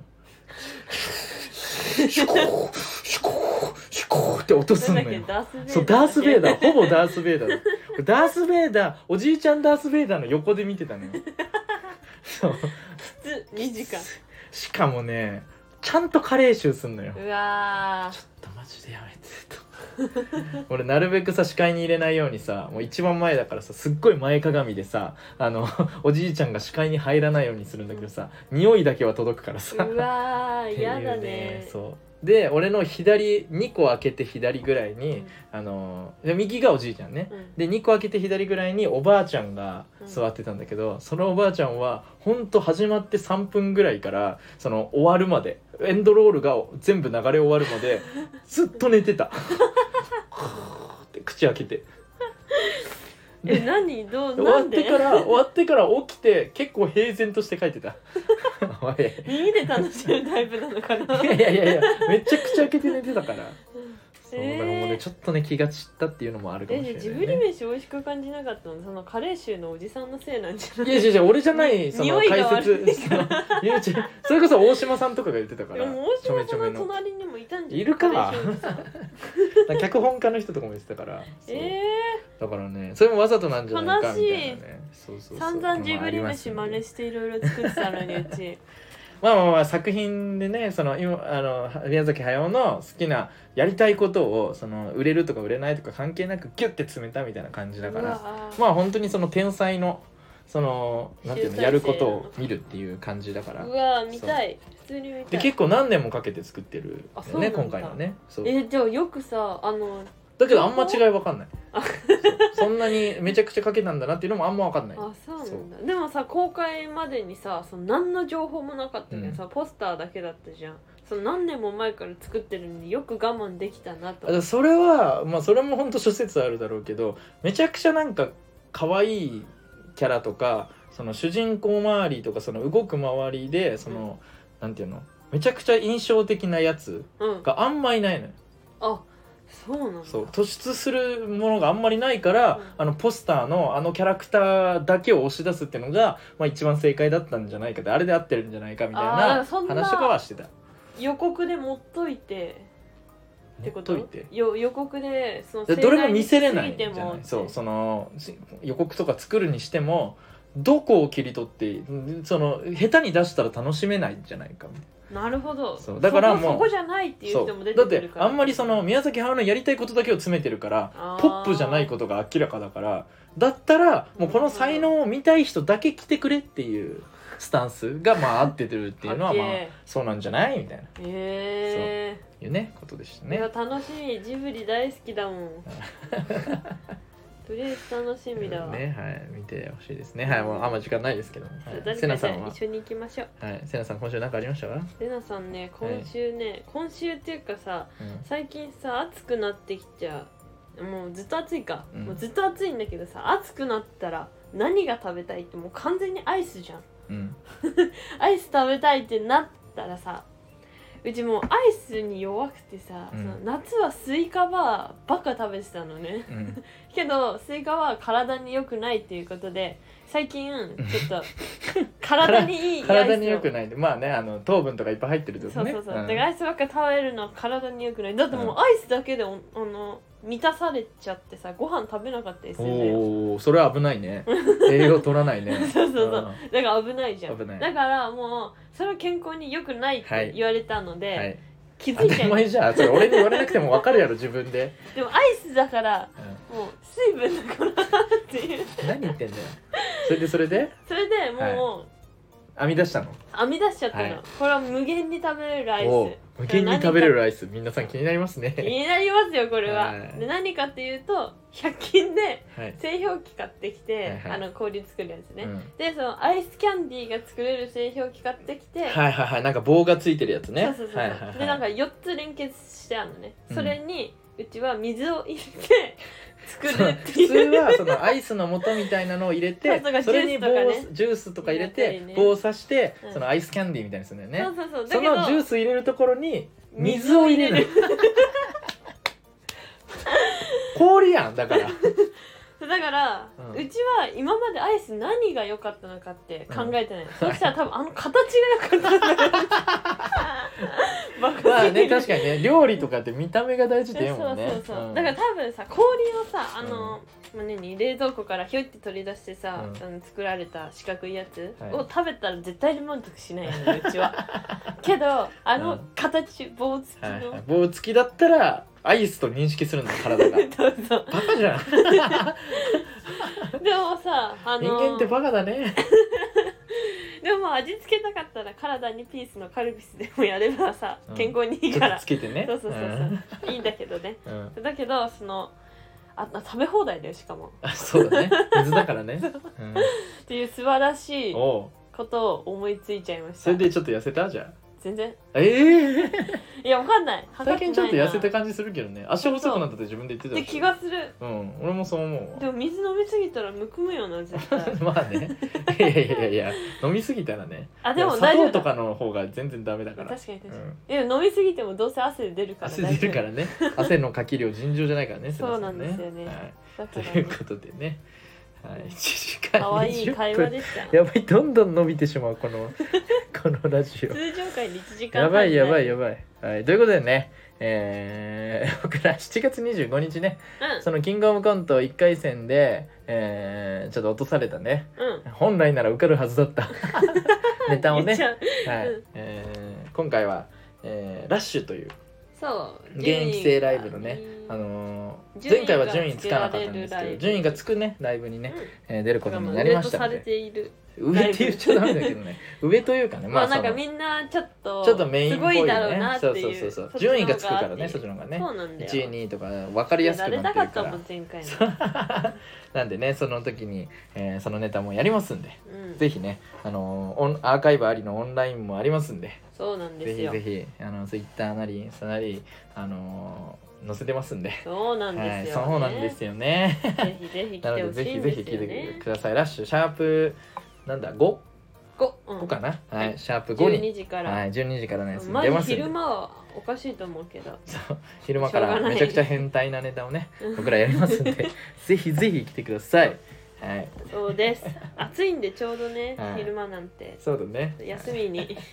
S1: シュコーシュコーシュコーって音すん
S2: なんだっけ
S1: のよ。
S2: ダースベイダー
S1: そうダース・ベイダ
S2: ー
S1: ーほぼダース・ベイダーだダース・ベイダーおじいちゃんダース・ベイダーの横で見てたのよそう
S2: 2時間
S1: しかもねちゃんと加齢臭すんのよ
S2: うわ
S1: ちょっとマジでやめてと俺なるべくさ視界に入れないようにさもう一番前だからさすっごい前かがみでさあのおじいちゃんが視界に入らないようにするんだけどさ匂いだけは届くからさ
S2: ーうわーやだ
S1: っていう
S2: ね
S1: そうで俺の左2個開けて左ぐらいに、
S2: うん
S1: あので右がおじいちゃんね、
S2: うん
S1: で2個開けて左ぐらいにおばあちゃんが座ってたんだけど、そのおばあちゃんはほんと始まって3分ぐらいからその終わるまでエンドロールが全部流れ終わる までずっと寝てた。 はぁって口開けて
S2: え何どう
S1: 終
S2: な
S1: わっ
S2: ん
S1: て
S2: で
S1: から終わってから起きて結構平然として書い てたおい
S2: 耳で楽しめるタイプなのか ない
S1: やいやいやいやめっちゃ口開けて寝てたからそうだ
S2: えー
S1: からもうねちょっとね気が散ったっていうのもあるか
S2: え
S1: も
S2: じゃ
S1: し
S2: あ
S1: れない、
S2: ジ
S1: ね、
S2: ブリ飯美味しく感じなかったのそのカレー臭のおじさんのせいなんじゃない
S1: いやいやいや俺じゃないその
S2: 匂いが
S1: 解
S2: 悪い
S1: 説そのいや違う それこそ大島さんとかが言ってたか
S2: で
S1: ら
S2: も大
S1: ちょめ
S2: 島
S1: ち
S2: さ
S1: ょ
S2: ん
S1: め
S2: の
S1: の
S2: 隣にもいたんじゃない
S1: いるか
S2: カレー臭のおじさん
S1: 脚本家の人とかも言ってたから そう
S2: え
S1: だからねそれもわざとなんじゃないかみたいな
S2: 悲しい
S1: ねそうそ
S2: ー、
S1: うそう
S2: 散々ジブリ飯
S1: まああ
S2: 真似
S1: りますよね
S2: していろいろ作ってたのにうち
S1: まあまあまあ作品でねその今あの宮崎駿の好きなやりたいことをその売れるとか売れないとか関係なくギュッて詰めたみたいな感じだからまあ本当にその天才のそのなんていう
S2: 集大
S1: の
S2: 成
S1: やることを見るっていう感じだから
S2: うわー見たい普通に見た
S1: で
S2: い
S1: 結構何年もかけて作ってる
S2: あそう
S1: よ
S2: な
S1: ね
S2: んだ
S1: 今回のねそう
S2: えじゃあよくさあの
S1: だけどあんま違い分かんない
S2: あ
S1: そうそんなにめちゃくちゃかけたんだなっていうのもあんま分かんない
S2: あそうなんだでもさ公開までにさその何の情報もなかったけどさ、ポスターだけだったじゃんその何年も前から作ってるのによく我慢できたなと
S1: あそれはまあそれも本当諸説あるだろうけどめちゃくちゃなんか可愛いキャラとかその主人公周りとかその動く周りでその、なんていうのめちゃくちゃ印象的なやつ
S2: うん
S1: があんまいないのよ
S2: あそうなんだ
S1: そう突出するものがあんまりないから、
S2: うん
S1: あのポスターのあのキャラクターだけを押し出すっていうのが、まあ、一番正解だったんじゃないかであれで合ってるんじゃないかみたい
S2: あーだか
S1: な
S2: らそんな
S1: 話とかはしてた。
S2: 予告で持っといてってこと
S1: ほっといて
S2: よ予告でその
S1: でどれも見せれない
S2: 盛大
S1: んじゃ
S2: に過ぎても
S1: ないそうそのし予告とか作るにしてもどこを切り取ってんその下手に出したら楽しめないんじゃないかみたいな
S2: なるほど
S1: そうだからもう
S2: そこそこじゃないっていう人も出て
S1: だっ
S2: く
S1: て
S2: るから
S1: あんまりその宮崎駿のやりたいことだけを詰めてるから
S2: あー
S1: ポップじゃないことが明らかだからだったらもうこの才能を見たい人だけ来てくれっていうスタンスがまあ合っててるっていうのは
S2: かっけ
S1: まあ
S2: え
S1: そうなんじゃないみたいな
S2: え
S1: いうねことでした
S2: ーいや
S1: ね。
S2: 楽しみジブリ大好きだも んとりあえず楽しみ
S1: ね
S2: だわ、
S1: はい見てほしいですねはいもうあんま時間ないですけども、
S2: 誰
S1: は
S2: か
S1: い、
S2: じ
S1: セ
S2: ゃあ
S1: ナさんは
S2: 一緒に行きましょう
S1: はい、セナさん今週何かありましたか？
S2: レナさんね今週ね、今週っていうかさ
S1: う
S2: 最近さ暑くなってきちゃうもうずっと暑いか、
S1: うん
S2: もうずっと暑いんだけどさ暑くなったら何が食べたいってもう完全にアイスじゃん
S1: ん、うん、
S2: アイス食べたいってなったらさうちもうアイスに弱くてさ、
S1: うん
S2: その夏はスイカバーばっか食べてたのね
S1: うん、
S2: けどスイカは体に良くないっていうことで最近ち ょっと体にいい
S1: 体に良
S2: 良
S1: くないんでまあねあの糖分とかいっぱい入ってると
S2: そう
S1: ね
S2: そうそう、だ
S1: ん
S2: からアイスばっか食べるのは体に良くないだってもう
S1: う
S2: アイスだけでおあの満たされちゃってさご飯食べなかったりするのよ
S1: おおそれは危な いね栄養取らないね
S2: そうそうそうだから危ないじゃん
S1: 危ない
S2: だからもうそれは健康に良くないっ
S1: は
S2: て
S1: い
S2: 言われたので、
S1: んはい
S2: 気づ
S1: 当
S2: い
S1: た
S2: ちゃ
S1: り
S2: いま
S1: 前
S2: し
S1: じゃんそれ俺に言われなくても分かるやろ自分で、
S2: たでもアイスだから
S1: う
S2: もう水分だからっていう
S1: ん、何言ってんだよそれでそれで
S2: それでも
S1: 編み出したの
S2: う編み出しちゃったの、
S1: はい
S2: これは無限に食べれるアイ
S1: お
S2: ス
S1: う無限に食べれるアイス皆さん気になります
S2: 気
S1: ね
S2: になりますよこれは、
S1: はい
S2: で何かっていうと100均で
S1: はい、
S2: 製氷機買ってきて、
S1: はいはい
S2: あの氷作るやつね、
S1: うん
S2: でそのアイスキャンディーが作れる製氷機買ってきて、
S1: はいはいはいなんか棒がついてるやつね
S2: そうそうそう、
S1: はいはいはい
S2: でなんか4つ連結してあるのね、
S1: うん
S2: それにうちは水を入れ て作
S1: そう
S2: るって
S1: 普通
S2: いう
S1: はそのアイスの素みたいなのを入れて
S2: そうそう
S1: それに棒を
S2: ジュースとか
S1: ジュースとか入れ
S2: 入れた
S1: て
S2: りね
S1: 棒を刺して
S2: うん
S1: そのアイスキャンディーみたいにするんだ
S2: そ
S1: よね
S2: うそうそうだ
S1: そ
S2: けど
S1: のジュース入れるところに水を入れる氷やんだから
S2: そうだから、う
S1: うん
S2: ちは今までアイス何が良かったのかって考えてない、そしたら多分あの形が良かったん だよバカすぎる
S1: まあね確かにね料理とかって見た目が大事でもんね
S2: そうそうそう、
S1: ん
S2: だから多分さ氷をさあの、まあ何冷蔵庫からひょいって取り出してさ、
S1: うん
S2: あの作られた四角いやつ
S1: はい
S2: を食べたら絶対に満足しないの ようちはけどあ
S1: う
S2: の
S1: ん
S2: 形棒付きの、
S1: はいはい棒付きだったらアイスと認識するんだ 体が
S2: そうそう
S1: バカじゃん
S2: でもさあ
S1: 人
S2: の
S1: 間ってバカだね
S2: でも味付けたかったら体にピースのカルピスでもやればさ
S1: うん
S2: 健康にいい
S1: ち
S2: か
S1: ょっ
S2: ら、
S1: とつけてね
S2: そうそうそうそういいんだけどね
S1: うんうん
S2: だけどそのあ食べ放題だよしかも
S1: あそうだね水だからね、
S2: っていう素晴らし
S1: う
S2: い
S1: ん、おう
S2: ことを思いついちゃいました
S1: それでちょっと痩せたじゃん
S2: 全然
S1: ええ
S2: いやわかんない
S1: 最近ちょっと痩せた
S2: か
S1: 感じするけどね足細くなったって自分で言ってた
S2: で
S1: し
S2: 気がする
S1: うん俺もそう思う
S2: でも水飲みすぎたらむくむよな絶対
S1: わ まあねいやいやいやいや飲みすぎたらね
S2: あでも
S1: 砂
S2: 大丈
S1: 糖
S2: 夫だ
S1: とかの方が全然ダメだから
S2: 確かに確かに、
S1: うん
S2: でも飲みすぎてもどうせ汗出るから
S1: 汗出るかららね汗のかき量尋常じゃないからね
S2: そうなん
S1: 皆さ
S2: ですよね
S1: はい、
S2: だ
S1: と
S2: から
S1: い
S2: ね
S1: うことでね、はい、1時間
S2: 可愛い会
S1: 20
S2: 話
S1: 分
S2: で した
S1: やばいどんどん伸びてしまうこ のこのラジオ
S2: 通常回で1時間
S1: やばいやばい
S2: よ、
S1: やばい。はい、ということでね、えー、 僕ら7月25日ね、そのキングオブコント1回戦で、えー、ちょっと落とされたね、
S2: うんうん
S1: 本来なら受かるはずだった ネタを
S2: 言
S1: ね、
S2: っち
S1: は
S2: ゃうう
S1: い
S2: ん
S1: えー、今回は、えーラッシュという
S2: そう
S1: 現役生ライブのね、あのー前回は順位つかなかったんですけど、順位がつくね、ライブにね、えー出ることになりました
S2: さ
S1: の
S2: れ
S1: で、
S2: ている
S1: 上って言っちゃダメだけどね、上というかね、
S2: ま
S1: ま
S2: あ
S1: あ、
S2: なんか
S1: その
S2: みんなちょっと
S1: ちょっとメインっ
S2: す
S1: ぽ
S2: ご
S1: い
S2: い
S1: よ
S2: だろうな
S1: ね。
S2: って
S1: そう
S2: い
S1: そううそうそ
S2: そっ
S1: う。
S2: ちの
S1: 順
S2: 方
S1: 位がつくからね、
S2: って
S1: そ
S2: いう
S1: っちの方がね。
S2: そうなんだよ
S1: 1位2位とか分かり
S2: い
S1: や
S2: や
S1: すく
S2: 誰
S1: な
S2: だ
S1: って
S2: か
S1: る
S2: っ
S1: か
S2: たも
S1: ら
S2: ん前回の
S1: そうなんでねその時に、えーそのネタもやりますんで
S2: うん
S1: ぜひね、あのーオンアーカイブありのオンラインもありますんで
S2: そうなん
S1: ぜ
S2: です
S1: ひ
S2: よ
S1: ぜひあのツイッターなりインスタなり、あのー載せてますんで。
S2: そうなん
S1: は
S2: で
S1: い、
S2: すよ、ね
S1: そうなんですよね。
S2: ぜひぜひ来て
S1: な
S2: ほ
S1: の
S2: しい
S1: で
S2: んですよ、ね、
S1: ぜひぜひ聞いてください。ラッシュシャープなんだ 5?5
S2: こうん、
S1: かな、
S2: は
S1: はいい、シャープ5
S2: 12
S1: に、
S2: 時から、
S1: はい、12時からのやつに
S2: ま
S1: 出ま
S2: あ
S1: すんで
S2: 昼間はおかしいと思うけど
S1: そう昼間か
S2: しょう
S1: ら
S2: がない
S1: めちゃくちゃ変態なネタをね
S2: うん
S1: 僕らやります んでぜひぜひ来てくださいはい
S2: そうです 暑いんでちょうどね、
S1: はい
S2: 昼間なんて
S1: そうだね
S2: 休みに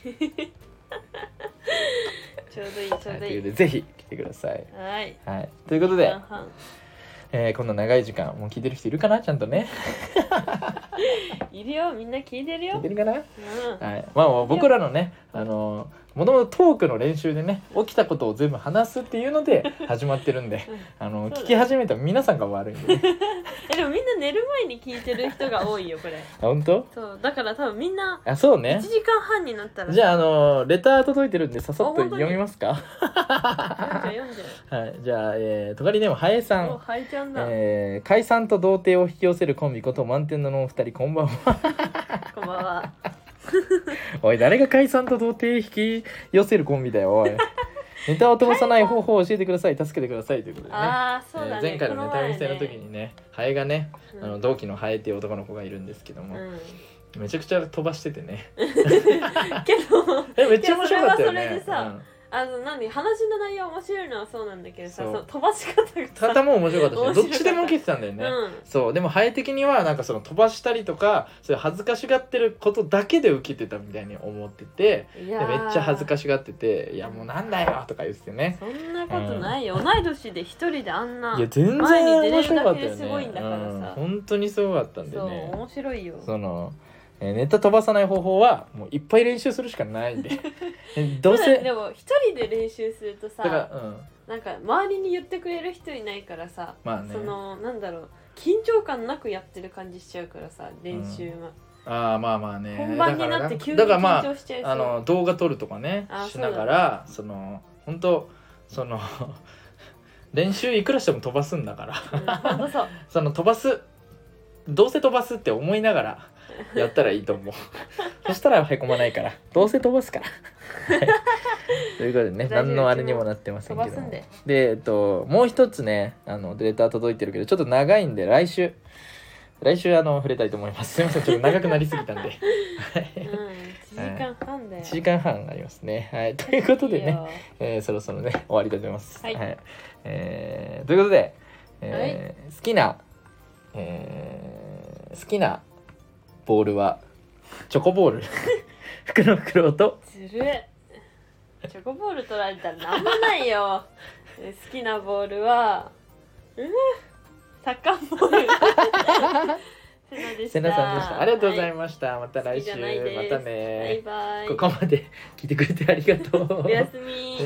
S2: ちょうどいいちょ
S1: は
S2: うど
S1: い、
S2: い
S1: と
S2: い
S1: いうことでぜひ来てください
S2: はい
S1: はいということで
S2: 半、々
S1: えーこんな長い時間もう聞いてる人いるかなちゃんとね
S2: いるよみんな聞いてる
S1: 聞い
S2: よ、
S1: てるかな
S2: う
S1: はいまあまあ僕らのねあのもともとトークの練習でね起きたことを全部話すっていうので始まってるんで
S2: うん
S1: あの
S2: そうだ
S1: 聞き始めた皆さんが悪いんで、 ね、
S2: ん、えでもみんな寝る前に聞いてる人が多いよこ れ
S1: あ本当
S2: そうだから多分みんな
S1: あそ
S2: 1
S1: うね
S2: 時間半になったら
S1: じゃああのレター届いてるんでささっ
S2: あ本
S1: と
S2: 当に
S1: 読みますか
S2: 読んじゃう読んじゃ
S1: はい、じゃあ、えー、とがりネームハエさ、
S2: うもうんはいちゃんだ、
S1: えー、解散と童貞を引き寄せるコンビこと満点ののお二人こんばんは
S2: こんばん は
S1: おい誰が解散と童貞引き寄せるコンビだよおい ネタを飛ばさない方法を教えてください助けてくださいということでね
S2: ああそうだね、
S1: えー前回のネタ見せの
S2: こ
S1: 時にねハエがね、
S2: 前ね
S1: あの同期のハエっていう男の子がいるんですけど
S2: うん
S1: も、
S2: うん
S1: めちゃくちゃ飛ばしててね
S2: けど
S1: えめっちゃ面白かったよね
S2: いやそれはそれでさあの何話の内容面白いのはそうなんだけどさ
S1: そ
S2: そうの飛ばし方が
S1: た
S2: さ
S1: だも面白かったしどっ
S2: 面白かった
S1: ちでも受けてたんだよね、
S2: うん
S1: そうでもハエ的にはなんかその飛ばしたりとかそういう恥ずかしがってることだけで受けてたみたいに思ってて
S2: い
S1: で
S2: や
S1: め
S2: ー
S1: っちゃ恥ずかしがってて「いやもうなんだよ」とか言ってね
S2: そんなことないよ、同い年で一人であんない
S1: や全然面白かった
S2: 前に出れるだけ
S1: よ
S2: です
S1: ね
S2: ごいんだから
S1: うん
S2: さ
S1: 本当にすごかったんで
S2: そう
S1: ね
S2: 面白いよ
S1: その、えーネタ飛ばさない方法はもういっぱい練習するしかな いんでえどう
S2: ただ
S1: せ
S2: で
S1: だ
S2: も一人で練習するとさ
S1: からうん
S2: なんか周りに言ってくれる人いないからさ、
S1: まあね
S2: そのなんだろう緊張感なくやってる感じしちゃうからさ練習は、
S1: ああまあまあね
S2: 本番になって急に
S1: だから
S2: 緊
S1: まあ
S2: 張しちゃいそう、
S1: あの動画撮るとかね
S2: あ
S1: しながらその本当その 練習いくらしても飛ばすんだから
S2: うんほんと そう
S1: その飛ばすどうせ飛ばすって思いながらやったらいいと 思うそしたらへこまないからどうせ飛ばすから、はいということでね
S2: 大丈夫
S1: 何のあれにもなってません
S2: 飛
S1: け
S2: ば
S1: ど
S2: すん
S1: もで
S2: で
S1: えっともう一つねあのデータ届いてるけどちょっと長いんで来週来週あの触れたいと思いますすいませんちょっと長くなりすぎたん ではい
S2: うん1時間半だよ
S1: 1時間半ありますね。はい、ということで
S2: いい
S1: ね、
S2: よ
S1: えーそろそろね終わりたいと思います。
S2: はい
S1: えーということで、えー好きな、えー好きなボールはチョコボール 福の袋と
S2: ずるいチョコボール取られたらなんもないよ え好きなボールはうんサッカーボール セナでした
S1: 瀬名さんでした。ありがとうございました。また
S2: は
S1: 来
S2: い好きじ
S1: 週
S2: ゃ
S1: ま
S2: ないです
S1: た
S2: バイ
S1: ね。
S2: バイ
S1: ここまで聞いてくれてありがとう
S2: お。やすみ